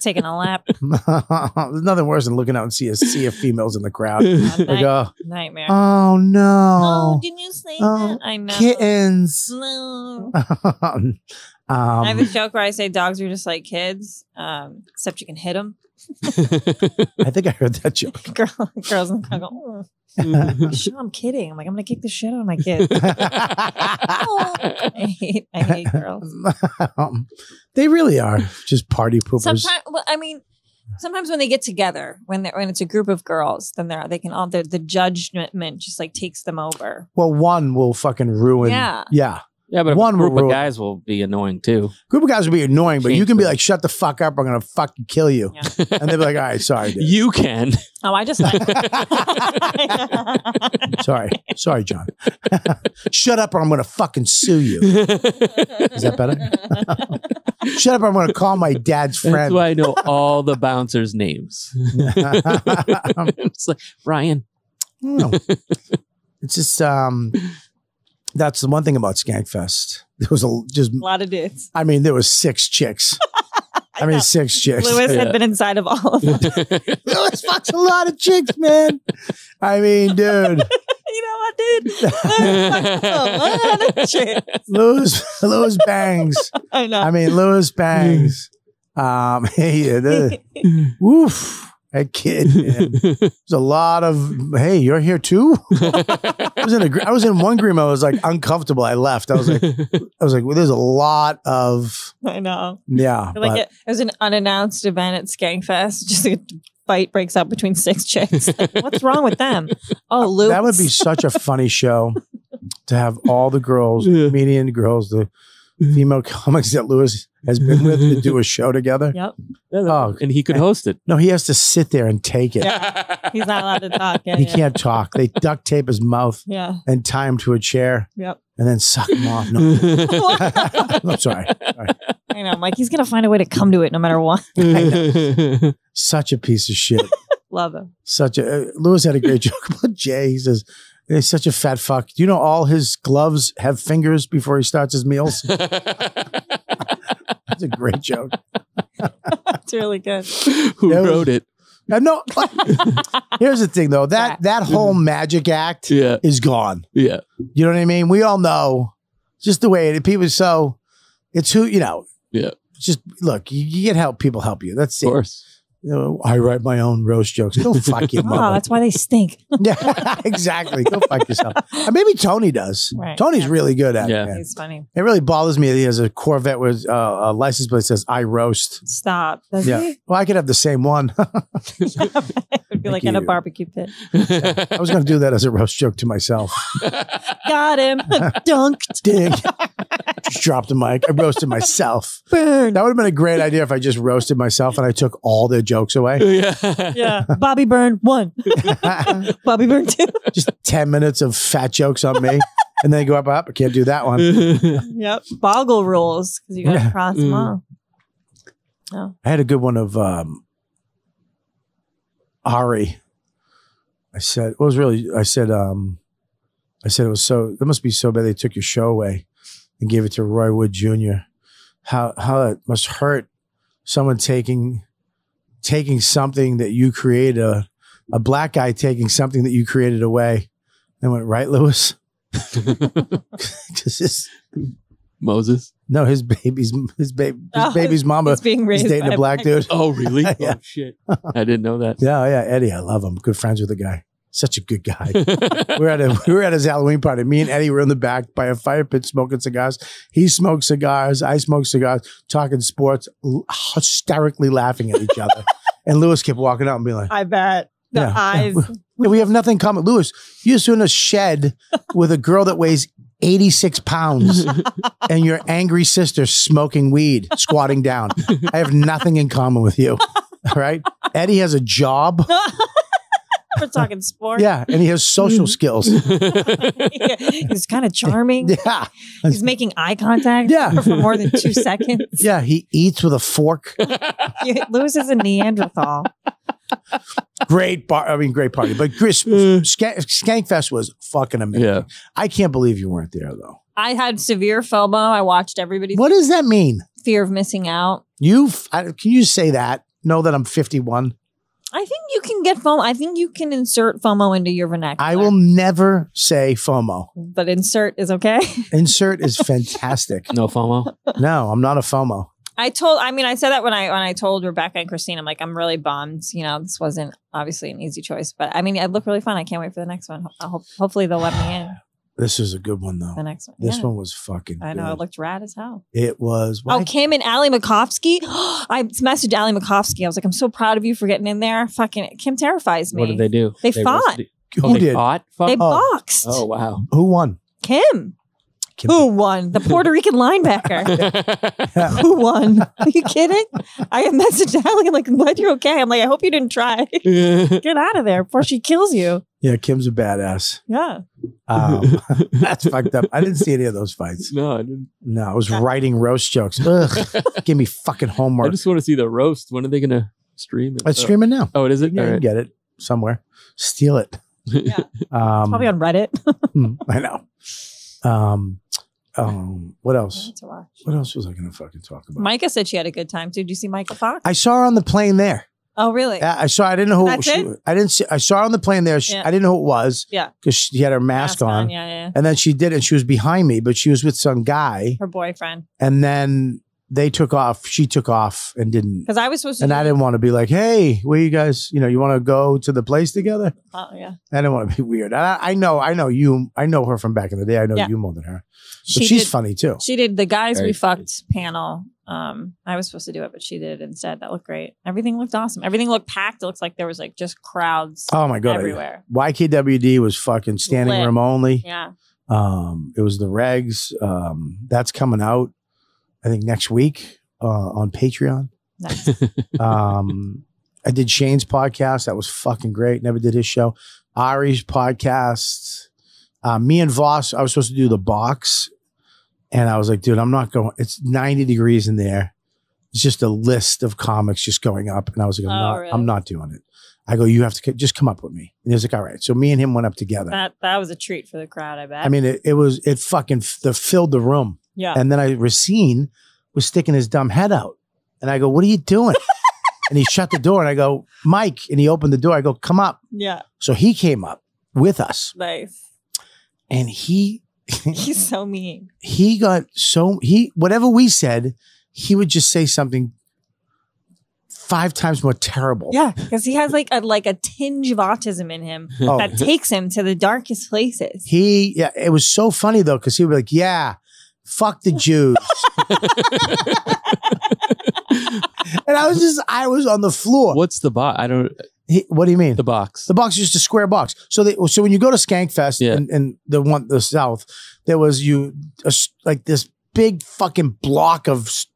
Speaker 5: Taking a lap,
Speaker 2: There's nothing worse than looking out and see a sea of females in the crowd. Like,
Speaker 5: night,
Speaker 2: oh,
Speaker 5: nightmare.
Speaker 2: oh
Speaker 5: oh,
Speaker 2: no,
Speaker 5: didn't you say
Speaker 2: oh,
Speaker 5: that? I know.
Speaker 2: kittens.
Speaker 5: No.
Speaker 2: [laughs] um,
Speaker 5: I have a joke where I say dogs are just like kids, um, except you can hit them.
Speaker 2: I think I heard that joke.
Speaker 5: [laughs] Girl, girls in the
Speaker 2: [laughs]
Speaker 5: crowd go, oh, sure, I'm kidding. I'm like, I'm gonna kick the shit out of
Speaker 2: [laughs]
Speaker 5: my kid. [laughs] I hate, I hate girls.
Speaker 2: Um, they really are just party poopers.
Speaker 5: Sometimes, well, I mean, sometimes when they get together, when they are when it's a group of girls, then they're they can all the the judgment just like takes them over.
Speaker 2: well, one will fucking ruin.
Speaker 5: Yeah.
Speaker 2: yeah.
Speaker 4: yeah, but
Speaker 2: One
Speaker 4: one group
Speaker 2: will ruin-
Speaker 4: of guys will be annoying too.
Speaker 2: Group of guys will be annoying, but you
Speaker 4: Change
Speaker 2: can be
Speaker 4: them.
Speaker 2: like, "Shut the fuck up! I'm gonna fucking kill you,"
Speaker 5: Yeah. [laughs]
Speaker 2: and they'll be like, "All right, sorry, dude. [laughs]
Speaker 4: You can.
Speaker 5: Oh, I just like.
Speaker 2: sorry, sorry, John. [laughs] Shut up, or I'm gonna fucking sue you." Is that
Speaker 5: [laughs]
Speaker 2: better? [laughs] Shut up! I'm going to call my dad's
Speaker 4: That's
Speaker 2: friend.
Speaker 4: why I know all the bouncers'
Speaker 2: [laughs]
Speaker 4: names. it's like Ryan.
Speaker 2: No. [laughs] It's just um, that's the one thing about Skankfest. There was a just.
Speaker 5: a lot of dudes.
Speaker 2: I mean, there was six chicks. I mean, six chicks.
Speaker 5: Lewis
Speaker 4: Yeah.
Speaker 5: had been inside of all of them.
Speaker 2: [laughs] Lewis fucks a lot of chicks, man. I mean, dude,
Speaker 5: you know what, dude?
Speaker 2: [laughs]
Speaker 5: Lewis fucked a lot of chicks.
Speaker 2: Lewis Lewis bangs.
Speaker 5: I know.
Speaker 2: I mean, Lewis bangs. Um, [laughs] hey, the, woof, that kid. Man. There's a lot of hey, you're here too. I was in a gr- I was in one green. I was like uncomfortable. I left. I was like I was like well, there's a lot of
Speaker 5: I know.
Speaker 2: yeah.
Speaker 5: Like
Speaker 2: but-
Speaker 5: it, it was an unannounced event at Skankfest. [laughs] Just a fight breaks out between six chicks. Like, what's wrong
Speaker 2: [laughs]
Speaker 5: with them? Oh, Lewis.
Speaker 2: that would be such a funny
Speaker 5: [laughs]
Speaker 2: show to have all the girls,
Speaker 4: Yeah.
Speaker 2: comedian girls, the
Speaker 5: Mm-hmm.
Speaker 2: female comics that Lewis has been with to
Speaker 5: [laughs]
Speaker 2: do a show together.
Speaker 5: Yep.
Speaker 2: Oh.
Speaker 4: and he could host
Speaker 2: [laughs]
Speaker 4: it. [laughs]
Speaker 2: No, he has to sit there and take it.
Speaker 5: [laughs] He's not allowed to talk. Yeah.
Speaker 2: [laughs] He
Speaker 5: yeah.
Speaker 2: can't talk.
Speaker 5: [laughs]
Speaker 2: They duct tape his mouth
Speaker 5: Yeah.
Speaker 2: and tie him to a chair
Speaker 5: Yep.
Speaker 2: and then suck him off. No, I'm sorry.
Speaker 5: [laughs] I know. I'm like, he's going to find a way to come to it no matter what. [laughs]
Speaker 2: Such a piece of shit.
Speaker 5: Love him.
Speaker 2: such a uh, Lewis had a great joke about Jay. He says he's such a fat fuck. Do you know all his gloves have fingers before he starts his meals? That's a great joke.
Speaker 5: It's really good.
Speaker 4: Who
Speaker 2: That was-
Speaker 4: wrote it?
Speaker 2: And no,
Speaker 5: [laughs]
Speaker 2: like, here's the thing though that that whole magic act
Speaker 4: Yeah,
Speaker 2: is gone.
Speaker 4: yeah.
Speaker 2: You know what I mean? We all know just the way it. People so it's who you know.
Speaker 4: Yeah.
Speaker 2: Just look, you, you get help. People help you. That's
Speaker 4: Of
Speaker 2: it.
Speaker 4: course.
Speaker 2: You know, I write my own roast jokes.
Speaker 4: [laughs]
Speaker 2: Go fuck your
Speaker 5: Oh,
Speaker 2: mother.
Speaker 5: that's why they stink.
Speaker 2: [laughs] yeah, exactly. Go fuck yourself. And maybe Tony does.
Speaker 5: Right.
Speaker 2: Tony's
Speaker 5: Yeah.
Speaker 2: really good at
Speaker 4: Yeah.
Speaker 2: it. Man.
Speaker 5: He's funny.
Speaker 2: It really bothers me that he has a Corvette with uh, a license plate that says "I roast."
Speaker 5: Stop. Does [laughs]
Speaker 2: Yeah,
Speaker 5: he?
Speaker 2: well, I could have the same one. [laughs] I
Speaker 5: it would be like in a
Speaker 2: you.
Speaker 5: barbecue pit.
Speaker 2: was going to do that as a roast joke to myself. [laughs]
Speaker 5: Got him. [laughs] Dunk.
Speaker 2: Ding! [laughs] just dropped the mic. I roasted myself. That would have been a great idea if I just roasted myself and I took all their jokes away.
Speaker 4: [laughs] yeah.
Speaker 5: Yeah. [laughs] Bobby Byrne, [laughs] one. Bobby Byrne, two.
Speaker 2: just ten minutes of fat jokes on me, and then go up, up. I can't do that one.
Speaker 5: [laughs] Yep. Boggle rules because you got
Speaker 2: Yeah.
Speaker 5: to cross them
Speaker 4: Mm.
Speaker 5: off.
Speaker 2: I had a good one of um, Ari. I said it was really. I said um, I said it was so. That must be so bad. They took your show away and gave it to Roy Wood Jr. How how it must hurt someone taking taking something that you created a a black guy taking something that you created away. And I went right, Lewis. [laughs] 'Cause his-
Speaker 4: [laughs] Moses.
Speaker 2: no, his baby's his baby his
Speaker 5: Oh,
Speaker 2: baby's mama
Speaker 5: It's being
Speaker 2: is
Speaker 5: raised
Speaker 2: dating
Speaker 5: by
Speaker 2: a black dude.
Speaker 4: [laughs] Oh, really?
Speaker 2: Yeah.
Speaker 4: Oh, shit. I didn't know that. [laughs]
Speaker 2: Yeah, yeah, Eddie, I love him. Good friends with the guy. Such a good guy. [laughs] we were at a we were at his Halloween party. Me and Eddie were in the back by a fire pit smoking cigars. He smoked cigars. I smoked cigars. Talking sports, l- hysterically laughing at each other. and Lewis kept walking out and being like,
Speaker 5: [laughs] I bet the
Speaker 2: Yeah.
Speaker 5: eyes.
Speaker 2: "Yeah, "We have nothing in common." Lewis, you're just in a shed with a girl that weighs 86 pounds, and your angry sister smoking weed, squatting down. I have nothing in common with you. All right, Eddie has a job.
Speaker 5: We're
Speaker 2: [laughs]
Speaker 5: talking sports.
Speaker 2: Yeah, and he has
Speaker 5: Mm-hmm.
Speaker 2: social skills.
Speaker 5: [laughs]
Speaker 2: [laughs]
Speaker 5: He's kind of charming.
Speaker 2: Yeah.
Speaker 5: He's making eye contact
Speaker 2: Yeah.
Speaker 5: for more than
Speaker 2: [laughs]
Speaker 5: two seconds.
Speaker 2: Yeah, he eats with a
Speaker 5: [laughs]
Speaker 2: fork.
Speaker 5: You- Lewis is a Neanderthal.
Speaker 2: Great bar. I mean, great party. But Chris,
Speaker 5: Uh.
Speaker 2: Skank, Skankfest was fucking amazing.
Speaker 4: Yeah.
Speaker 2: I can't believe you weren't there though.
Speaker 5: I had severe FOMO. I watched everybody's
Speaker 2: What does that mean?
Speaker 5: fear of missing out.
Speaker 2: You f- I, can you say that? Know that I'm 51.
Speaker 5: I think you can get FOMO. I think you can insert FOMO into your vernacular.
Speaker 2: I will never say FOMO.
Speaker 5: But insert is okay.
Speaker 2: Insert
Speaker 5: [laughs]
Speaker 2: is fantastic.
Speaker 4: No FOMO.
Speaker 2: No, I'm not a FOMO.
Speaker 5: I told I mean I said that when I when I told Rebecca and Christine I'm like I'm really bummed you know this wasn't obviously an easy choice but I mean it looked really fun I can't wait for the next one Ho- I hope hopefully they'll let me in
Speaker 2: This is a good one
Speaker 5: the
Speaker 2: though.
Speaker 5: next one
Speaker 2: This
Speaker 5: Yeah.
Speaker 2: one was fucking.
Speaker 5: I know it
Speaker 2: good.
Speaker 5: looked rad as hell
Speaker 2: It was.
Speaker 5: oh Kim and Ali Makovsky [gasps] I messaged Ali Makovsky I was like I'm so proud of you for getting in there fucking Kim terrifies me
Speaker 4: What did they do?
Speaker 5: They fought.
Speaker 4: roasted-
Speaker 2: who
Speaker 4: Oh, they
Speaker 2: did?
Speaker 4: fought? Fuck.
Speaker 5: They [laughs]
Speaker 4: oh.
Speaker 5: boxed
Speaker 4: Oh, [laughs] wow.
Speaker 2: won?
Speaker 5: Kim
Speaker 2: Kim.
Speaker 5: who
Speaker 4: [laughs]
Speaker 5: won the Puerto Rican linebacker who won are you kidding I messaged Ali like [laughs] glad you're okay I'm like I hope you didn't try get out of there before she kills you
Speaker 2: Yeah, Kim's a
Speaker 4: [laughs]
Speaker 2: badass.
Speaker 5: yeah.
Speaker 2: Um, that's fucked up. I didn't see any of those fights.
Speaker 4: no, I, didn't.
Speaker 2: No, I was writing roast
Speaker 5: [laughs]
Speaker 2: jokes. Ugh, give me fucking
Speaker 4: I
Speaker 2: homework.
Speaker 4: just want to see the roast. When are they going to stream it?
Speaker 2: It's
Speaker 4: Oh.
Speaker 2: streaming now.
Speaker 4: Oh, it is
Speaker 2: Yeah,
Speaker 4: it?
Speaker 2: you
Speaker 4: All
Speaker 2: can
Speaker 4: [laughs] right.
Speaker 2: get it somewhere. Steal it.
Speaker 5: Yeah.
Speaker 2: [laughs] Um,
Speaker 5: Probably on [laughs] Reddit.
Speaker 2: mm, I know. Um, um, what else?
Speaker 5: [laughs] to watch.
Speaker 2: What else was I going to fucking talk about?
Speaker 5: Micah said she had a good time too. Did you see Micah Fox?
Speaker 2: I saw her on the plane there.
Speaker 5: oh, really?
Speaker 2: I I saw. I didn't know who
Speaker 5: That's
Speaker 2: she,
Speaker 5: it?
Speaker 2: I didn't see. I saw her on the plane there. She,
Speaker 5: Yeah.
Speaker 2: I didn't know who it was.
Speaker 5: Yeah.
Speaker 2: because she had her mask, on.
Speaker 5: Yeah, yeah.
Speaker 2: And then she did it. She was behind me, but she was with some guy.
Speaker 5: Her boyfriend.
Speaker 2: And then they took off. She took off and didn't.
Speaker 5: Because I was supposed to.
Speaker 2: And I didn't want to be like, hey, where you guys, you know, you want to go to the place together?
Speaker 5: Oh, yeah.
Speaker 2: I didn't want to be [laughs] weird. And I, I know, I know you, I know her from back in the day. I know
Speaker 5: Yeah.
Speaker 2: you more than her. But
Speaker 5: She
Speaker 2: she's
Speaker 5: did-
Speaker 2: funny too.
Speaker 5: She did the guys
Speaker 4: Very
Speaker 5: we
Speaker 4: funny.
Speaker 5: fucked panel. Um, I was supposed to do it, but she did it instead. That looked great. Everything looked awesome. Everything looked packed. It looks like there was like just crowds
Speaker 2: Oh my God.
Speaker 5: everywhere.
Speaker 2: YKWD was fucking standing
Speaker 5: Lit.
Speaker 2: room only. [laughs]
Speaker 5: Yeah.
Speaker 2: Um, it was the regs. Um, that's coming out, I think, next week uh, on Patreon.
Speaker 5: Nice.
Speaker 4: Uh,
Speaker 2: Um, I did Shane's podcast. That was fucking great. Never did his show. Ari's podcast. Uh, me and Voss, I was supposed to do the box. And I was like, dude, I'm not going. It's 90 degrees in there. It's just a list of comics just going up. And I was like, I'm,
Speaker 5: Oh,
Speaker 2: not,
Speaker 5: really?
Speaker 2: I'm not doing it. I go, you have to c- just come up with me. And he was like, all right. So me and him went up together.
Speaker 5: that that was a treat for the crowd, I bet.
Speaker 2: I mean, it, it was, it fucking f- the, filled the room.
Speaker 5: yeah.
Speaker 2: [laughs] And then I Racine was sticking his dumb head out. And I go, What are you
Speaker 5: [laughs]
Speaker 2: doing? and he shut the door and I go, Mike. And he opened the door. I go, Come up.
Speaker 5: yeah.
Speaker 2: So he came up with us.
Speaker 5: Nice.
Speaker 2: [laughs] And he
Speaker 5: He's so mean.
Speaker 2: he got so he whatever we said, he would just say something five times more terrible.
Speaker 5: Yeah, because he has like a like a tinge of autism in him.
Speaker 2: Oh,
Speaker 5: that takes him to the darkest places.
Speaker 2: he yeah, it was so funny though, because he would be like, Yeah, fuck the Jews.
Speaker 5: [laughs]
Speaker 2: [laughs] and I was just I was on the floor. What,
Speaker 4: What's the box? I don't.
Speaker 2: he, what do you mean?
Speaker 4: The box.
Speaker 2: The box is just a square box. So they so when you go to Skankfest
Speaker 4: Yeah.
Speaker 2: and, and the one the South, there was you a s like this big fucking block of s-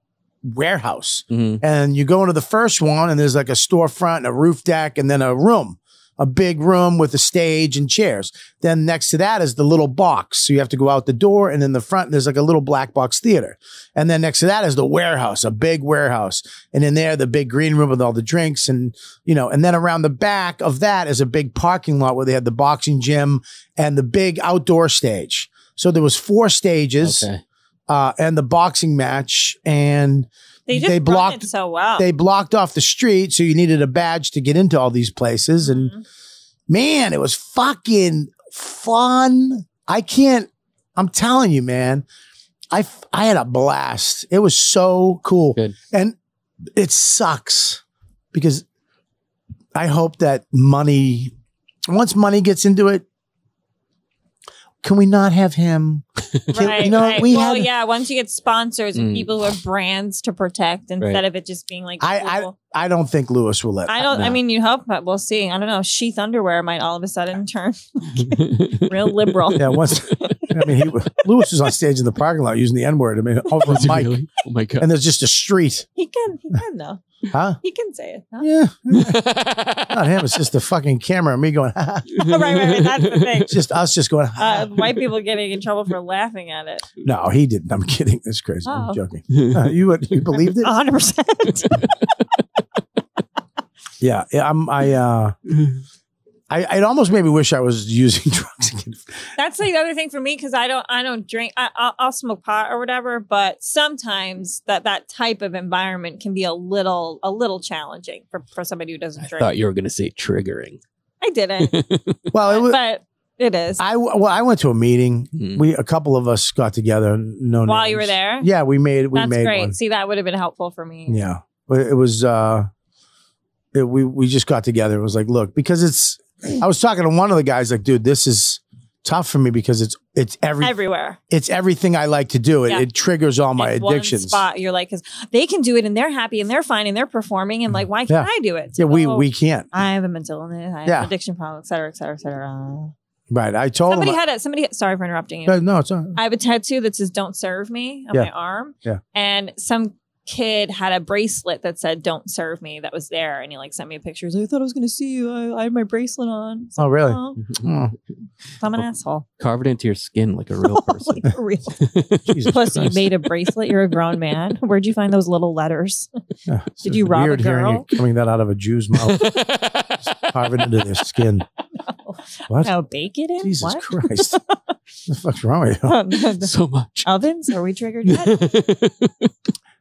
Speaker 2: warehouse,
Speaker 4: Mhm.
Speaker 2: and you go into the first one, and there's like a storefront, and a roof deck, and then a room. A big room with a stage and chairs. Then next to that is the little box. So you have to go out the door, and in the front there's like a little black box theater. And then next to that is the warehouse, a big warehouse. And in there, the big green room with all the drinks and, you know, and then around the back of that is a big parking lot where they had the boxing gym and the big outdoor stage. So there was four stages
Speaker 4: [laughs] Okay.
Speaker 2: uh, and the boxing match and
Speaker 5: They just
Speaker 2: They
Speaker 5: run
Speaker 2: blocked-
Speaker 5: it so
Speaker 2: [laughs]
Speaker 5: well.
Speaker 2: they blocked off the street. So you needed a badge to get into all these places. And
Speaker 5: Mhm.
Speaker 2: man, it was fucking fun. I can't, I'm telling you, man, I, f- I had a blast. It was so cool.
Speaker 4: Good.
Speaker 2: And it sucks because I hope that money once money gets into it, can we not have him? Can-
Speaker 5: right,
Speaker 2: you know,
Speaker 5: right.
Speaker 2: we
Speaker 5: well,
Speaker 2: had-
Speaker 5: yeah. Once you get sponsors and
Speaker 4: Mm.
Speaker 5: people who have brands to protect, instead
Speaker 4: Right.
Speaker 5: of it just being like,
Speaker 2: I-
Speaker 5: people-
Speaker 2: I don't think Lewis will let.
Speaker 5: I don't. I
Speaker 4: No.
Speaker 5: mean, you hope, but we'll see. I don't know. Sheath underwear might all of a sudden [laughs] turn real liberal.
Speaker 2: yeah, once I mean, he, Lewis was on stage in the parking lot using the N word. I mean,
Speaker 4: [laughs]
Speaker 2: over a
Speaker 4: Was it
Speaker 2: mic,
Speaker 4: really? Oh my [laughs] god.
Speaker 2: and there's just a street,
Speaker 5: He can. He can though.
Speaker 2: huh?
Speaker 5: He can say it.
Speaker 2: [laughs]
Speaker 5: Huh? [laughs]
Speaker 2: Yeah, not him. It's just the fucking camera and me going. [laughs]
Speaker 5: right, right, right. That's the thing.
Speaker 2: It's just us, just going.
Speaker 5: Uh, white people getting in trouble for laughing at
Speaker 2: [laughs]
Speaker 5: it.
Speaker 2: No, he didn't. I'm [laughs] kidding. That's crazy.
Speaker 5: Oh.
Speaker 2: I'm joking. Uh, you would- you believed
Speaker 5: [laughs]
Speaker 2: it?
Speaker 5: 100. percent
Speaker 2: Yeah, yeah, I'm. I. Uh, I. I almost made me wish I was using [laughs] drugs again.
Speaker 5: That's like the other thing for me because I don't. I don't drink. I, I'll, I'll smoke pot or whatever. But sometimes that that type of environment can be a little a little challenging for for somebody who doesn't
Speaker 4: I
Speaker 5: drink.
Speaker 4: thought you were gonna say triggering.
Speaker 5: I didn't,
Speaker 2: [laughs] Well, it was.
Speaker 5: but it is.
Speaker 2: I well, I went to a meeting.
Speaker 4: Mm.
Speaker 2: We a couple of us got together. No,
Speaker 5: While you were
Speaker 2: names.
Speaker 5: there?
Speaker 2: Yeah, we made we
Speaker 5: That's
Speaker 2: made
Speaker 5: great.
Speaker 2: one.
Speaker 5: See, that would have been helpful for me.
Speaker 2: Yeah, but it was. uh it, We we just got together. It was like, look, because it's. I was talking to one of the guys, like, dude, this is tough for me because it's it's every
Speaker 5: Everywhere,
Speaker 2: it's everything I like to do. It,
Speaker 5: Yeah.
Speaker 2: it triggers all my
Speaker 5: It's
Speaker 2: addictions.
Speaker 5: One spot you're like, because they can do it and they're happy and they're fine and they're performing and like, why can't
Speaker 2: Mm-hmm. Yeah.
Speaker 5: I do it?
Speaker 2: Yeah, we
Speaker 5: So,
Speaker 2: we can't.
Speaker 5: I have a mental illness. I have
Speaker 2: Yeah. Oh,
Speaker 5: an addiction problem, et cetera, et cetera, et cetera.
Speaker 2: Right. I told
Speaker 5: Somebody
Speaker 2: him.
Speaker 5: had a somebody. Sorry for interrupting you.
Speaker 2: No, no, it's not.
Speaker 5: I have a tattoo that says "Don't serve me" on
Speaker 2: Yeah.
Speaker 5: my arm.
Speaker 2: Yeah.
Speaker 5: And some kid had a bracelet that said "Don't serve me" that was there, and he like sent me a picture. He's like, I thought I was going to see you. I, I had my bracelet on. It's
Speaker 2: Oh,
Speaker 5: like,
Speaker 2: really?
Speaker 5: "Oh,
Speaker 2: Oh,
Speaker 5: I'm
Speaker 2: [laughs]
Speaker 5: an asshole.
Speaker 4: Carve it into your skin like a
Speaker 5: [laughs]
Speaker 4: real
Speaker 5: Oh
Speaker 4: person.
Speaker 5: like a real. [laughs]
Speaker 2: Jesus
Speaker 5: Plus, you
Speaker 2: Christ.
Speaker 5: made a bracelet. You're a grown man. Where'd you find those
Speaker 2: [laughs]
Speaker 5: little letters?
Speaker 2: Yeah, it's
Speaker 5: Did you rob a
Speaker 2: weird hearing
Speaker 5: girl?
Speaker 2: you coming that out of a Jew's mouth,
Speaker 5: [laughs]
Speaker 2: carving into their skin. What?
Speaker 5: No, bake it in.
Speaker 2: Jesus
Speaker 5: what? [laughs] Um,
Speaker 2: Christ! Oh. what the fuck's wrong with you?
Speaker 5: The
Speaker 4: so much.
Speaker 5: Ovens? Are we
Speaker 2: [laughs]
Speaker 5: triggered yet?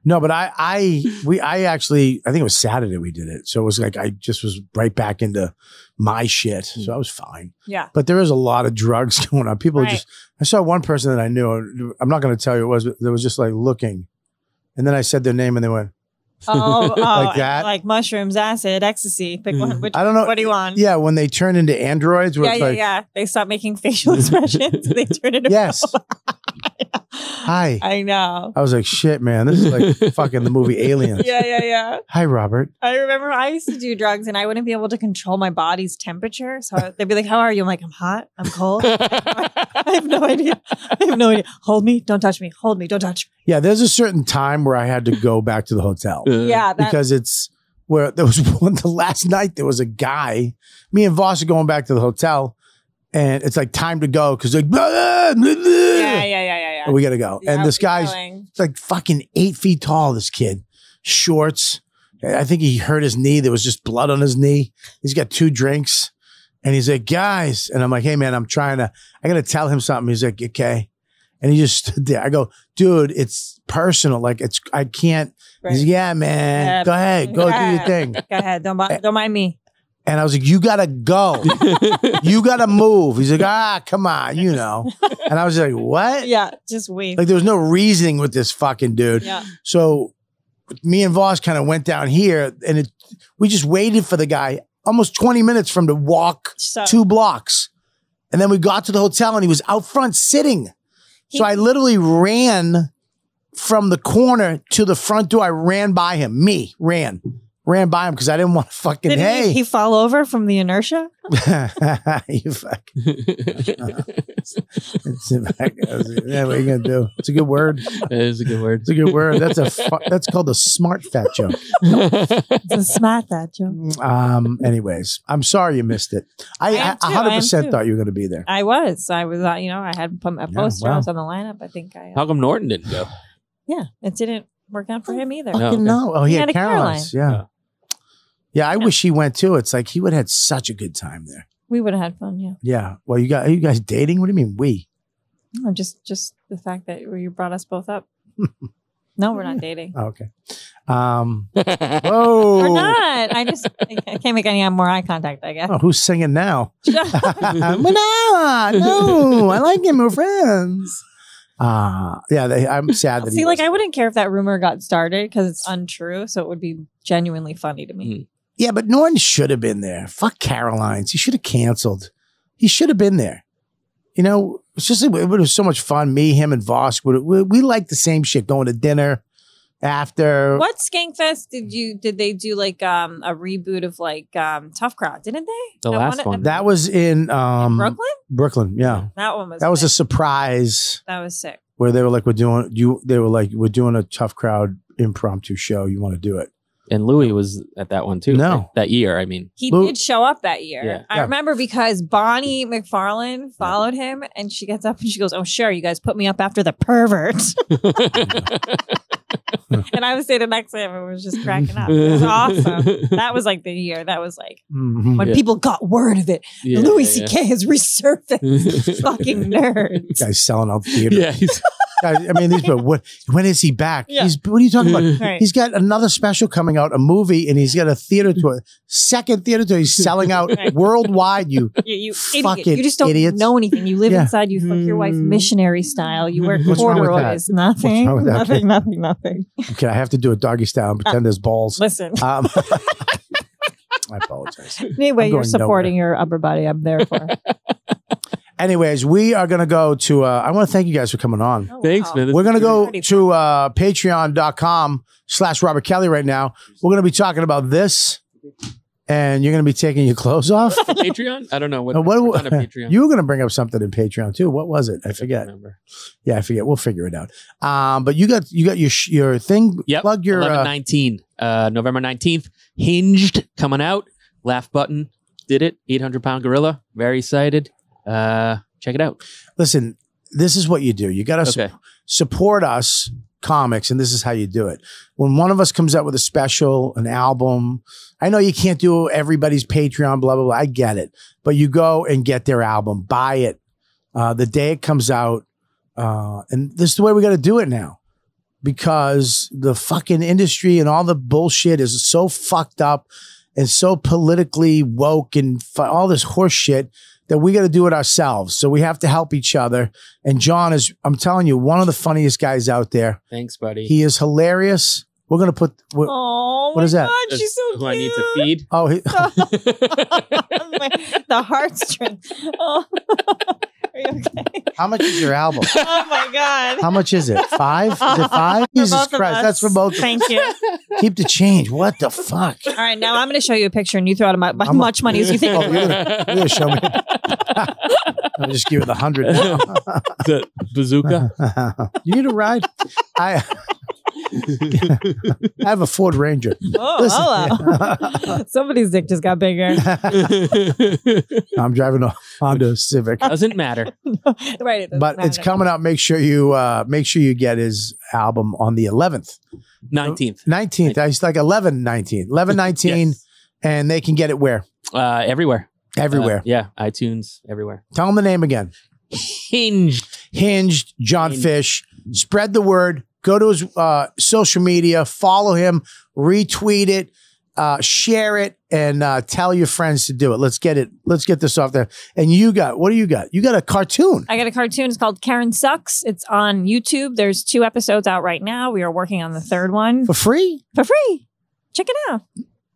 Speaker 2: No, but I, I, we, I actually, I think it was Saturday we did it, so it was like I just was right back into my shit, so I was fine.
Speaker 5: Yeah.
Speaker 2: But there is a lot of drugs [laughs] going on. People are
Speaker 5: Right.
Speaker 2: just. I saw one person that I knew. I'm not going to tell you who it was. But that was just like looking, and then I said their name, and they went, [laughs]
Speaker 5: Oh, oh
Speaker 2: Like that? Mm.
Speaker 5: Like mushrooms, acid, ecstasy. Pick one. Which,
Speaker 2: I don't know.
Speaker 5: What do you want?
Speaker 2: Yeah, when they turn into androids, where
Speaker 5: yeah,
Speaker 2: it's
Speaker 5: yeah, [laughs]
Speaker 2: like,
Speaker 5: yeah. They stop
Speaker 2: [laughs]
Speaker 5: making facial expressions. they turn into
Speaker 2: yes, hi. I,
Speaker 5: [laughs] I know.
Speaker 2: was like, shit, man, this is like fucking the movie Aliens.
Speaker 5: Yeah, yeah, yeah.
Speaker 2: Hi, Robert.
Speaker 5: I remember I used to do drugs and I wouldn't be able to control my body's temperature. So I- they'd be like, "How are you?" I'm like, "I'm hot. I'm
Speaker 2: [laughs]
Speaker 5: cold. [laughs] I have no idea. I have no idea. Hold me. Don't touch me. Hold me. Don't touch me."
Speaker 2: Yeah, there's a certain time where I had to go back to the hotel
Speaker 5: [laughs]
Speaker 2: Uh,
Speaker 5: Yeah, that,
Speaker 2: because it's where [laughs] there was one the last night there was a guy. Me and Voss are going back to the hotel, and it's like time to go because like, blah, blah, blah, blah.
Speaker 5: [laughs] yeah, yeah, yeah, yeah, yeah.
Speaker 2: we gotta go.
Speaker 5: Yeah,
Speaker 2: and this
Speaker 5: keep
Speaker 2: guy's
Speaker 5: going.
Speaker 2: like fucking eight feet tall. This kid, shorts. I think he hurt his knee. There was just blood on his knee. He's got two drinks, and he's like, "Guys," and I'm like, "Hey, man, I'm trying to. I gotta tell him something." He's like, "Okay," and he just stood there. I go, "Dude, it's personal. Like, it's I can't."
Speaker 5: Right.
Speaker 2: He's like, "Yeah, man.
Speaker 5: Yeah,
Speaker 2: go ahead, go do your
Speaker 5: yeah."
Speaker 2: thing."
Speaker 5: Go ahead. Don't
Speaker 2: [laughs]
Speaker 5: mind, don't mind me.
Speaker 2: And I was like, "You gotta go. you gotta move." He's like, "Ah, come on, you know."
Speaker 5: [laughs]
Speaker 2: And I was like, "What?"
Speaker 5: Yeah, just wait.
Speaker 2: Like, there was no reasoning with this fucking dude.
Speaker 5: yeah,
Speaker 2: So me and Voss kind of went down here and it we just waited for the guy almost 20 minutes from to walk
Speaker 5: so
Speaker 2: two blocks. And then we got to the hotel and he was out front sitting. So I literally ran from the corner to the front door. I ran by him. Me ran. Ran by him because I didn't want to fucking
Speaker 5: did
Speaker 2: hey.
Speaker 5: he, he fall over from the inertia?
Speaker 2: [laughs] you fuck. It's- yeah, what are you gonna do? It's a good word.
Speaker 4: [laughs] that is a good word.
Speaker 2: It's a good word. That's a fu- that's called a smart fat joke.
Speaker 4: [laughs]
Speaker 5: It's a smart that joke.
Speaker 2: Um. Anyways, I'm sorry you missed it.
Speaker 5: I
Speaker 2: I,
Speaker 5: am
Speaker 2: I,
Speaker 5: too, I am
Speaker 2: 100%
Speaker 5: too.
Speaker 2: thought you were going to be there.
Speaker 5: I was. I was. uh, You know, I had put a
Speaker 2: Yeah,
Speaker 5: poster
Speaker 2: wow.
Speaker 5: I was on the lineup. I think I. uh,
Speaker 4: How Oh, come Norton didn't go?
Speaker 5: yeah, it didn't work out for him either.
Speaker 4: No.
Speaker 2: Fucking no. Oh,
Speaker 5: He
Speaker 2: yeah,
Speaker 5: had a
Speaker 2: Caroline's. Yeah. yeah.
Speaker 4: Yeah.
Speaker 2: I wish he went too. It's like he would have had such a good time there.
Speaker 5: We would have had fun. Yeah,
Speaker 2: Yeah. Well, you got are you guys dating? What do you mean we?
Speaker 5: No, just just the fact that you brought us both up. no, we're not dating.
Speaker 2: [laughs] Oh, okay. Um.
Speaker 4: That's
Speaker 2: Whoa.
Speaker 5: [laughs] We're not. I just I can't make any uh, more eye contact. I guess.
Speaker 2: Oh, who's singing
Speaker 5: [laughs]
Speaker 2: now? [laughs] Manala. No, I like him. We're friends. Uh, yeah, they, I'm sad that he
Speaker 5: See, like
Speaker 2: wasn't.
Speaker 4: Mm.
Speaker 5: I wouldn't care if that rumor got started because it's untrue. So it would be genuinely funny to me.
Speaker 2: Yeah, but Norton should have been there. Fuck Caroline's. He should have canceled. He should have been there. You know, it's just it would have so much fun. Me, him, and Voss would we, we like the same shit. Going to dinner after.
Speaker 5: What Skankfest did you did they do like um a reboot of like um Tough Crowd, didn't they?
Speaker 4: The last one.
Speaker 2: That was in um,
Speaker 5: Brooklyn?
Speaker 2: Brooklyn. Yeah,
Speaker 5: That one was
Speaker 2: that was a
Speaker 5: sick.
Speaker 2: surprise
Speaker 5: that was sick.
Speaker 2: where they were like, "We're doing you." They were like, "We're doing a tough crowd impromptu show. You want to do it?"
Speaker 4: And Louis was at that one too.
Speaker 2: No.
Speaker 4: right? That year, I
Speaker 2: [laughs]
Speaker 4: mean.
Speaker 5: He
Speaker 2: Lou-
Speaker 5: did show up that year.
Speaker 4: Yeah.
Speaker 5: I
Speaker 2: Yeah.
Speaker 5: remember because Bonnie McFarlane followed him and she gets up and she goes, Oh, sure, you guys put me up after the pervert. [laughs] and I was standing next to him and was just cracking up. It
Speaker 2: [laughs]
Speaker 5: was awesome. That was like the year. That was like
Speaker 2: Mhm.
Speaker 5: when
Speaker 4: Yeah.
Speaker 5: people got word of it.
Speaker 4: Yeah,
Speaker 5: Louis
Speaker 4: yeah.
Speaker 5: C.K.
Speaker 2: [laughs]
Speaker 5: has resurfaced. Fucking nerds.
Speaker 2: Guys selling out theater.
Speaker 4: [laughs] Yeah, he's-
Speaker 2: Guys, I mean, these but what? When is he back?
Speaker 5: Yeah.
Speaker 2: He's what are you talking about?
Speaker 5: Right.
Speaker 2: He's got another special coming out, a movie, and he's got a theater tour, second theater tour. He's selling out
Speaker 5: [laughs] Right.
Speaker 2: worldwide. You,
Speaker 5: You, you idiot.
Speaker 2: Fucking
Speaker 5: You just don't
Speaker 2: idiots.
Speaker 5: know anything. You live
Speaker 2: Yeah. Mm.
Speaker 5: inside. You fuck your wife
Speaker 4: Mm.
Speaker 5: missionary style. You wear
Speaker 2: What's wrong with that?
Speaker 5: corduroys. Nothing.
Speaker 2: wrong with that?
Speaker 5: Nothing. Nothing. Nothing.
Speaker 2: okay, I have to do a doggy style and pretend there's balls. [laughs]
Speaker 5: Listen.
Speaker 2: Um, I apologize.
Speaker 5: Anyway,
Speaker 2: I'm
Speaker 5: you're
Speaker 2: going
Speaker 5: supporting your upper body. I'm there for. it.
Speaker 2: Anyways, we are going to go to. Uh, I want to thank you guys for coming on.
Speaker 5: Oh,
Speaker 4: Thanks, man. This
Speaker 2: We're going to
Speaker 4: is
Speaker 2: go
Speaker 5: pretty
Speaker 2: to uh, patreon.com slash Robert Kelly right now. We're going to be talking about this, and you're going to be taking your clothes
Speaker 5: [laughs]
Speaker 2: off.
Speaker 4: great. Patreon? I don't know what,
Speaker 2: Now,
Speaker 4: what
Speaker 2: what
Speaker 4: on a
Speaker 2: [laughs]
Speaker 4: Patreon.
Speaker 2: you were going to bring up something in Patreon too. What was it? I forget.
Speaker 4: remember.
Speaker 2: Yeah, I forget. We'll figure it out. Um, but you got you got your sh- your thing.
Speaker 4: Yep.
Speaker 2: Plug your
Speaker 4: Eleven
Speaker 2: uh,
Speaker 4: nineteen, uh, November nineteenth. Hinged coming out. Laugh button. Did it. Eight hundred pound gorilla. Very excited. Uh, check it out.
Speaker 2: listen. This is what you do. You got to
Speaker 4: Okay.
Speaker 2: support us comics, and this is how you do it. When one of us comes out with a special, an album, I know you can't do everybody's Patreon, blah blah blah. I get it, but you go and get their album, buy it uh, the day it comes out, uh, and this is the way we got to do it now. Because the fucking industry and all the bullshit is so fucked up and so politically woke and fu- all this horse shit that we got to do it ourselves. So we have to help each other. And John is, I'm telling you, one of the funniest guys out there.
Speaker 4: Thanks, buddy.
Speaker 2: He is hilarious. We're gonna put. we
Speaker 5: Oh,
Speaker 2: What
Speaker 5: my
Speaker 2: is that?
Speaker 5: God,
Speaker 4: That's
Speaker 5: she's so
Speaker 4: who I need to [laughs]
Speaker 5: cute.
Speaker 4: feed.
Speaker 2: oh, he,
Speaker 5: [laughs] the heartstring. Oh. [laughs] Are you okay?
Speaker 2: how much is your album?
Speaker 5: Oh my god.
Speaker 2: [laughs] How much is it? Five? Is it five?
Speaker 5: For
Speaker 2: Jesus
Speaker 5: both of
Speaker 2: Christ,
Speaker 5: us.
Speaker 2: that's for both. of us.
Speaker 5: Thank you.
Speaker 2: Keep the change. What the fuck?
Speaker 5: All right, now I'm going to show you a picture, and you throw out how mu-
Speaker 2: I'm a-
Speaker 5: much money as you
Speaker 2: [laughs]
Speaker 5: think.
Speaker 2: Oh, you're gonna, you're gonna show me. [laughs] I'll just give it a hundred.
Speaker 4: the bazooka.
Speaker 2: [laughs] you need a ride? I [laughs] I have a Ford Ranger. [laughs]
Speaker 5: Oh, hello. Somebody's dick just
Speaker 2: [laughs]
Speaker 5: got bigger.
Speaker 2: I'm driving a Honda Civic.
Speaker 4: Doesn't matter.
Speaker 5: right. doesn't
Speaker 2: But it's
Speaker 5: matter.
Speaker 2: coming out. Make sure you uh, make sure you get his album on the 11th,
Speaker 4: Nineteenth.
Speaker 2: 19th. I used to like 11, 19,
Speaker 5: [laughs]
Speaker 2: 11, 19,
Speaker 4: Yes.
Speaker 2: and they can get it where
Speaker 4: Uh, everywhere.
Speaker 2: everywhere.
Speaker 4: Uh, yeah. iTunes. Everywhere.
Speaker 5: Uh,
Speaker 2: Tell them the name again.
Speaker 4: [laughs] Hinged.
Speaker 2: Hinged, John
Speaker 4: Hinged.
Speaker 2: Fish. Spread the word. Go to his uh, social media, follow him, retweet it, uh, share it, and uh, tell your friends to do it. Let's get it. Let's get this off there. And you got what do you got? You got a cartoon.
Speaker 5: I got a cartoon. It's called Karen Sucks. It's on YouTube. There's two episodes out right now. We are working on the third one
Speaker 2: For free?
Speaker 5: for free. Check it out.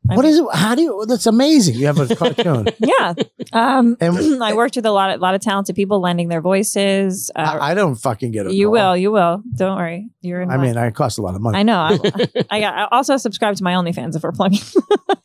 Speaker 5: I
Speaker 2: What is it? How do you? That's amazing. You have a
Speaker 5: [laughs]
Speaker 2: cartoon.
Speaker 4: [laughs]
Speaker 5: Yeah. Um, [clears throat]
Speaker 2: And-
Speaker 5: I worked with a lot, of, lot of talented people lending their voices. Uh,
Speaker 2: I, I don't fucking get it.
Speaker 5: you
Speaker 2: Paul.
Speaker 5: will. You will. Don't worry. You're in.
Speaker 2: I
Speaker 5: line.
Speaker 2: mean, I cost a lot of money.
Speaker 5: I know.
Speaker 2: [laughs]
Speaker 5: I, I, got, I also subscribe to my OnlyFans if we're plugging. [laughs]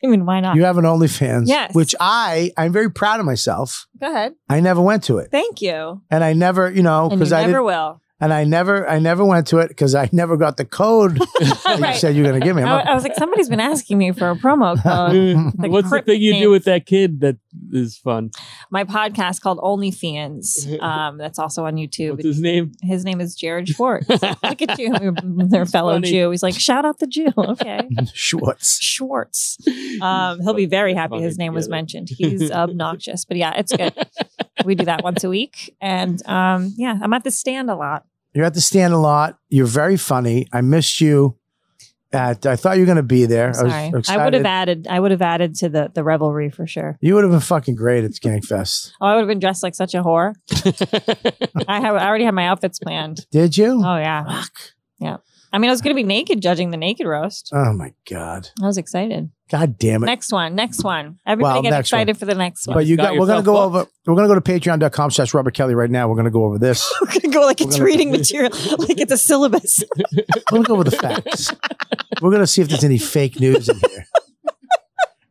Speaker 5: I mean, why not?
Speaker 2: You have an OnlyFans,
Speaker 5: Yes.
Speaker 2: which I I'm very proud of myself.
Speaker 5: Go ahead.
Speaker 2: I never went to it,
Speaker 5: Thank you.
Speaker 2: and I never, you know,
Speaker 5: And you
Speaker 2: because Oh, I
Speaker 5: never
Speaker 2: didn't,
Speaker 5: will.
Speaker 2: and I never I never went to it because I never got the
Speaker 5: [laughs]
Speaker 2: code that you
Speaker 5: Right. Uh,
Speaker 2: said you're going to give me.
Speaker 5: I,
Speaker 2: I'm
Speaker 5: I was like, somebody's been asking me for a
Speaker 2: [laughs]
Speaker 5: promo code. Like
Speaker 4: What's the
Speaker 5: crypt
Speaker 4: thing you
Speaker 5: name.
Speaker 4: do with that kid that is fun?
Speaker 5: My podcast called Only Fans.
Speaker 4: [laughs]
Speaker 5: Um, that's also on YouTube.
Speaker 4: What's his
Speaker 5: [laughs]
Speaker 4: name?
Speaker 5: His name is
Speaker 4: [laughs]
Speaker 5: Jared Schwartz. Look at you, their fellow
Speaker 4: funny.
Speaker 5: Jew. He's like, shout out the Jew. [laughs] Okay.
Speaker 2: not- Schwartz.
Speaker 5: Schwartz. Um, he'll be very happy his name was
Speaker 4: mentioned.
Speaker 5: mentioned. He's obnoxious, but yeah, it's good. We do that once a week. And um, yeah, I'm at the stand a lot.
Speaker 2: You're at the stand a lot. You're very funny. I missed you. At I thought you were going to be there.
Speaker 5: I'm
Speaker 2: I was
Speaker 5: sorry. I,
Speaker 2: excited.
Speaker 5: would have added I would have added to the the revelry for sure.
Speaker 2: You would have been fucking great at Skankfest.
Speaker 5: Oh, I would have been dressed like such a whore. I have I already had my outfits planned.
Speaker 2: Did you?
Speaker 5: Oh yeah.
Speaker 2: Fuck.
Speaker 5: I mean, I was going to be naked judging the naked roast.
Speaker 2: Oh my god.
Speaker 5: I was excited.
Speaker 2: God damn it.
Speaker 5: Next one. Next one. Everybody
Speaker 2: Well,
Speaker 5: get
Speaker 2: next
Speaker 5: excited for
Speaker 2: [laughs]
Speaker 5: the next one.
Speaker 2: but you
Speaker 4: Got
Speaker 2: got, we're gonna
Speaker 4: yourself
Speaker 2: go
Speaker 4: booked.
Speaker 2: over we're gonna go to patreon.com slash Robert Kelly right now. We're gonna go over this.
Speaker 5: We're gonna go like it's
Speaker 4: gonna-
Speaker 5: reading material, [laughs] like it's a syllabus. [laughs]
Speaker 2: we're gonna go over the facts. We're gonna see if there's any fake news in here.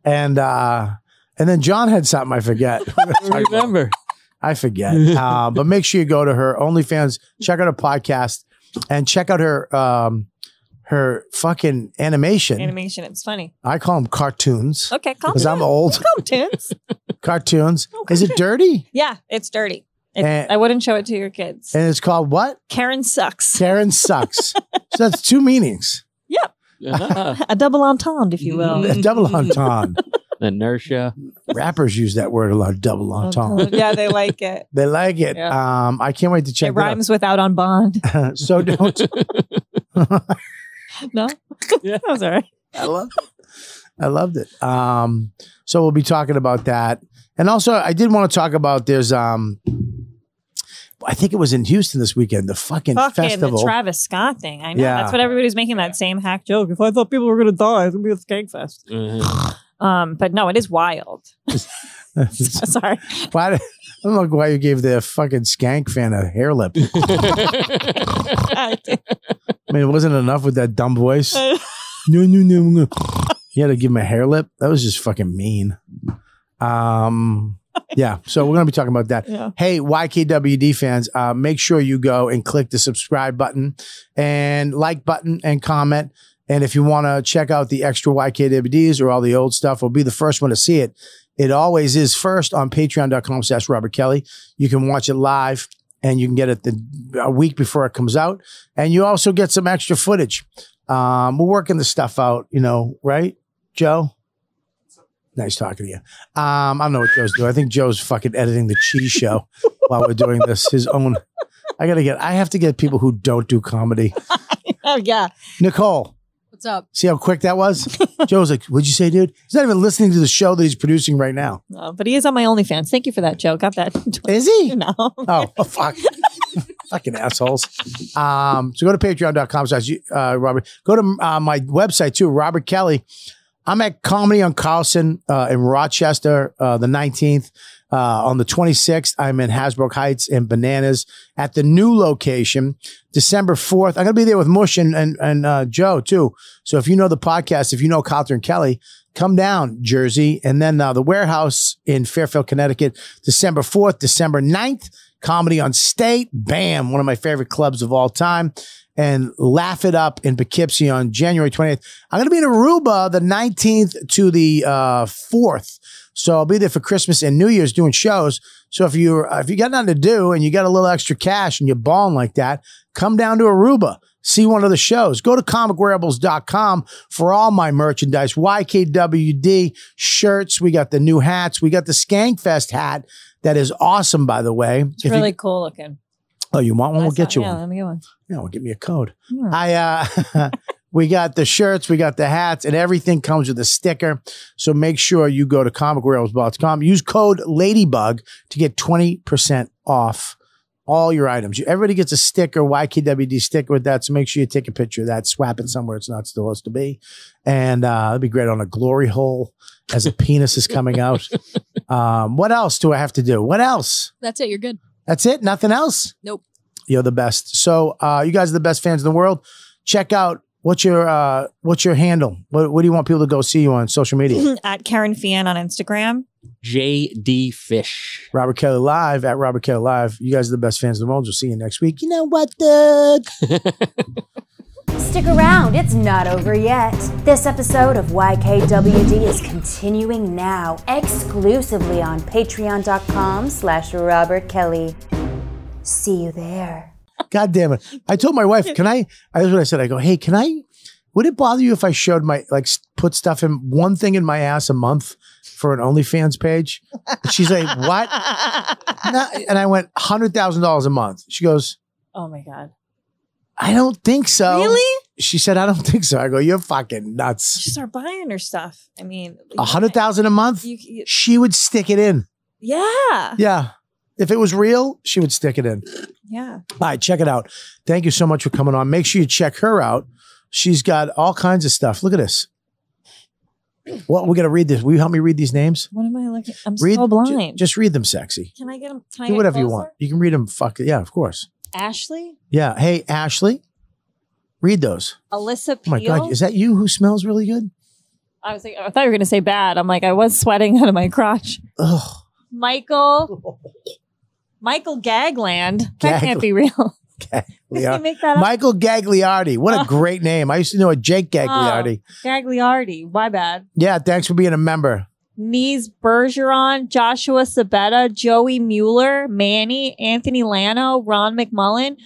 Speaker 2: And uh and then John had something I forget.
Speaker 4: [laughs]
Speaker 2: [laughs]
Speaker 4: I
Speaker 5: [laughs]
Speaker 4: remember.
Speaker 2: I forget. uh, but make sure you go to her OnlyFans, check out her podcast, and check out her um, her fucking animation.
Speaker 5: Animation. It's funny.
Speaker 2: I call them cartoons
Speaker 5: Okay, calm
Speaker 2: because I'm
Speaker 5: down.
Speaker 2: old.
Speaker 5: Calm tunes.
Speaker 2: Cartoons. Is it dirty?
Speaker 5: Yeah, it's dirty. It's,
Speaker 2: And-
Speaker 5: I wouldn't show it to your kids.
Speaker 2: And it's called what?
Speaker 5: Karen sucks.
Speaker 2: Karen sucks. so that's two meanings.
Speaker 5: [laughs]
Speaker 4: Ah,
Speaker 5: A double entendre, if you will. [laughs]
Speaker 2: Double entendre.
Speaker 4: inertia.
Speaker 2: Rappers use that word a lot. Double entendre.
Speaker 5: yeah, they like it.
Speaker 2: They like it.
Speaker 5: Yeah.
Speaker 2: Um, I can't wait to check
Speaker 5: it
Speaker 2: that out.
Speaker 5: rhymes with out on bond. [laughs]
Speaker 2: [laughs] so don't.
Speaker 5: No,
Speaker 4: Yeah.
Speaker 5: that was all right.
Speaker 2: I loved it. I loved it. Um, so we'll be talking about that. And also I did want to talk about there's um I think it was in Houston this weekend, the fucking,
Speaker 5: Fucking the
Speaker 2: festival.
Speaker 5: Travis Scott thing. I know
Speaker 2: Yeah.
Speaker 5: that's what everybody's making that same hack joke. If I thought people were gonna die, it's gonna be a skank fest.
Speaker 4: Uh,
Speaker 5: Um, but no, it is wild. [laughs]
Speaker 2: It's-
Speaker 5: Sorry,
Speaker 2: [laughs]
Speaker 5: [laughs]
Speaker 2: why, I don't know why you gave the fucking skank fan a hair lip.
Speaker 5: I did.
Speaker 2: I mean, it wasn't enough with that dumb voice. No, no, no, no. You had to give him a hair lip. That was just fucking mean. Um, yeah. So we're gonna be talking about that.
Speaker 5: yeah.
Speaker 2: Hey, YKWD fans, uh, make sure you go and click the subscribe button and like button and comment. And if you want to check out the extra YKWDs or all the old stuff, or be the first one to see it. It always is first on patreon.com slash Robert Kelly. You can watch it live and you can get it the, a week before it comes out. And you also get some extra footage. Um, we're working the stuff out, you know, right, Joe? Nice talking to you. Um, I don't know what Joe's doing. I think Joe's fucking editing the cheese show while we're doing this. His own. I gotta get. I have to get people who don't do comedy.
Speaker 5: Oh yeah,
Speaker 2: Nicole,
Speaker 3: What's up?
Speaker 2: see how quick that was. Joe's like, "What'd you say, dude?" He's not even listening to the show that he's producing right now.
Speaker 5: no, but he is on my OnlyFans. Thank you for that joke. Got that? [laughs]
Speaker 2: Is he?
Speaker 5: you know.
Speaker 2: Oh, oh, fuck. Fucking assholes. Um, so go to patreon.com slash uh, Robert. Go to uh, my website too, Robert Kelly. I'm at Comedy on Carlson uh, in Rochester uh, the 19th. Uh, on the 26th, I'm in Hasbrook Heights and Bananas at the new location, December 4th. I'm going to be there with Mush and, and, and uh, Joe too. So if you know the podcast, if you know Coulter and Kelly, come down, Jersey. And then uh, the warehouse in Fairfield, Connecticut, December 4th, December 9th comedy on state bam one of my favorite clubs of all time and laugh it up in poughkeepsie on january 20th i'm going to be in aruba the 19th to the uh, 4th so i'll be there for christmas and new year's doing shows so if you're if you got nothing to do and you got a little extra cash and you're balling like that come down to aruba see one of the shows go to comicwearables.com for all my merchandise ykwd shirts we got the new hats we got the skankfest hat that is awesome by the way
Speaker 5: It's
Speaker 2: If you-
Speaker 5: really cool looking.
Speaker 2: Oh, you want one? We'll get you
Speaker 5: yeah,
Speaker 2: one.
Speaker 5: Let me get one. Hmm.
Speaker 2: Yeah, well, give me a code.
Speaker 5: Yeah.
Speaker 2: I uh [laughs] we got the shirts, we got the hats, and everything comes with a sticker. So make sure you go to comicrailsbots.com. Use code Ladybug to get 20% off all your items. You- Everybody gets a sticker, YKWD sticker with that. So make sure you take a picture of that, swap it somewhere it's not supposed to be. And uh it'd be great on a glory hole as a penis is coming out. Um, what else do I have to do? What else?
Speaker 3: That's it. You're good.
Speaker 2: That's it. Nothing else.
Speaker 3: Nope.
Speaker 2: You're the best. So uh, you guys are the best fans in the world. Check out what's your uh, what's your handle. What, what do you want people to go see you on social
Speaker 5: [laughs]
Speaker 2: media?
Speaker 5: At Karen Fian on Instagram.
Speaker 4: JD Fish.
Speaker 2: Robert Kelly Live at Robert Kelly Live. You guys are the best fans in the world. We'll see you next week. You know what, dude?
Speaker 8: Stick around, it's not over yet. This episode of YKWD is continuing now, exclusively on patreon.com slash Robert Kelly. See you there.
Speaker 2: [laughs] God damn it! I told my wife, can I? I That's what I said. I go, hey, can I? Would it bother you if I showed my like s- put stuff in one thing in my ass a month for an OnlyFans page? And she's like, what? No, and I went hundred thousand dollars a month. She goes,
Speaker 5: Oh my god.
Speaker 2: I don't think so.
Speaker 5: Really?
Speaker 2: She said, I don't think so. I go, you're fucking nuts.
Speaker 5: Just start buying her stuff. I mean,
Speaker 2: A hundred thousand a month?
Speaker 5: You, you,
Speaker 2: She would stick it in.
Speaker 5: yeah.
Speaker 2: Yeah. If it was real, she would stick it in.
Speaker 5: Yeah.
Speaker 2: All right, check it out. Thank you so much for coming on. Make sure you check her out. She's got all kinds of stuff. Look at this. Well, we're gonna read this. Will you help me read these names?
Speaker 5: What am I looking? I'm
Speaker 2: Read
Speaker 5: so blind.
Speaker 2: Just read them sexy.
Speaker 5: can I get them? Can I
Speaker 2: Do
Speaker 5: get
Speaker 2: whatever you
Speaker 5: closer?
Speaker 2: want. You can read them. Fuck yeah, of course.
Speaker 5: Ashley,
Speaker 2: Yeah. Hey, Ashley, read those.
Speaker 5: Alyssa
Speaker 2: Oh my
Speaker 5: Peel.
Speaker 2: god, is that you who smells really good?
Speaker 5: I was like, I thought you were going to say bad. I'm like, I was sweating [laughs] out of my crotch.
Speaker 2: Ugh.
Speaker 5: Michael, Michael Gagland. That
Speaker 2: Gagland.
Speaker 5: can't be real. [laughs] Did
Speaker 2: Gaglia-
Speaker 5: you make that up?
Speaker 2: Michael Gagliardi. What a
Speaker 5: Oh.
Speaker 2: great name. I used to know a Jake Gagliardi.
Speaker 5: Gagliardi. My bad.
Speaker 2: Yeah, thanks for being a member.
Speaker 5: Knees Bergeron, Joshua Sabetta, Joey Mueller, Manny, Anthony Lano, Ron McMullen,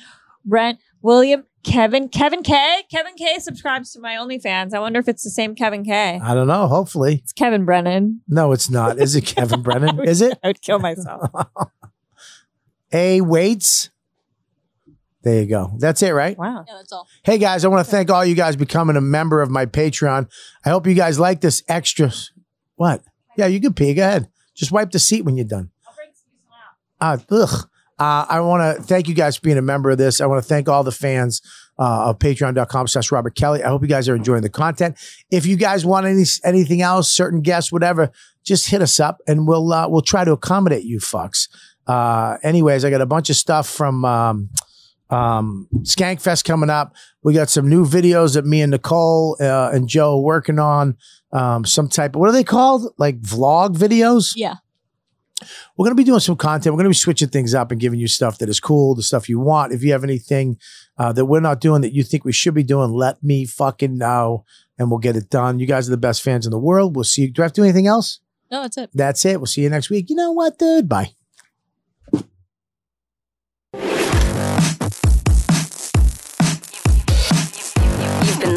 Speaker 5: Brent William, Kevin, Kevin K. Kevin K subscribes to my OnlyFans. I wonder if it's the same Kevin K.
Speaker 2: I don't know. Hopefully.
Speaker 5: It's Kevin Brennan. [laughs]
Speaker 2: No, it's not. Is it Kevin Brennan? Is it?
Speaker 5: I would kill myself.
Speaker 2: A Waits. There you go. That's it, right?
Speaker 5: Wow.
Speaker 3: Yeah, that's all.
Speaker 2: Hey guys, I want to thank all you guys becoming a member of my Patreon. I hope you guys like this extra. What? Yeah, you can pee. Go ahead. Just wipe the seat when you're done. Uh, ugh. Uh, I want to thank you guys for being a member of this. I want to thank all the fans uh, of patreon.com slash Robert Kelly. I hope you guys are enjoying the content. If you guys want any, anything else, certain guests, whatever, just hit us up and we'll, uh, we'll try to accommodate you fucks. Uh, anyways, I got a bunch of stuff from, um, um, Skankfest coming up. We got some new videos that me and Nicole, uh, and Joe are working on, um, some type of, what are they called? Like vlog videos?
Speaker 3: Yeah.
Speaker 2: we're going to be doing some content. We're going to be switching things up and giving you stuff that is cool, the stuff you want. If you have anything uh, that we're not doing that you think we should be doing, let me fucking know and we'll get it done. You guys are the best fans in the world. We'll see you. Do I have to do anything else?
Speaker 3: No, that's it.
Speaker 2: That's it. We'll see you next week. You know what, dude? Bye.
Speaker 9: You've been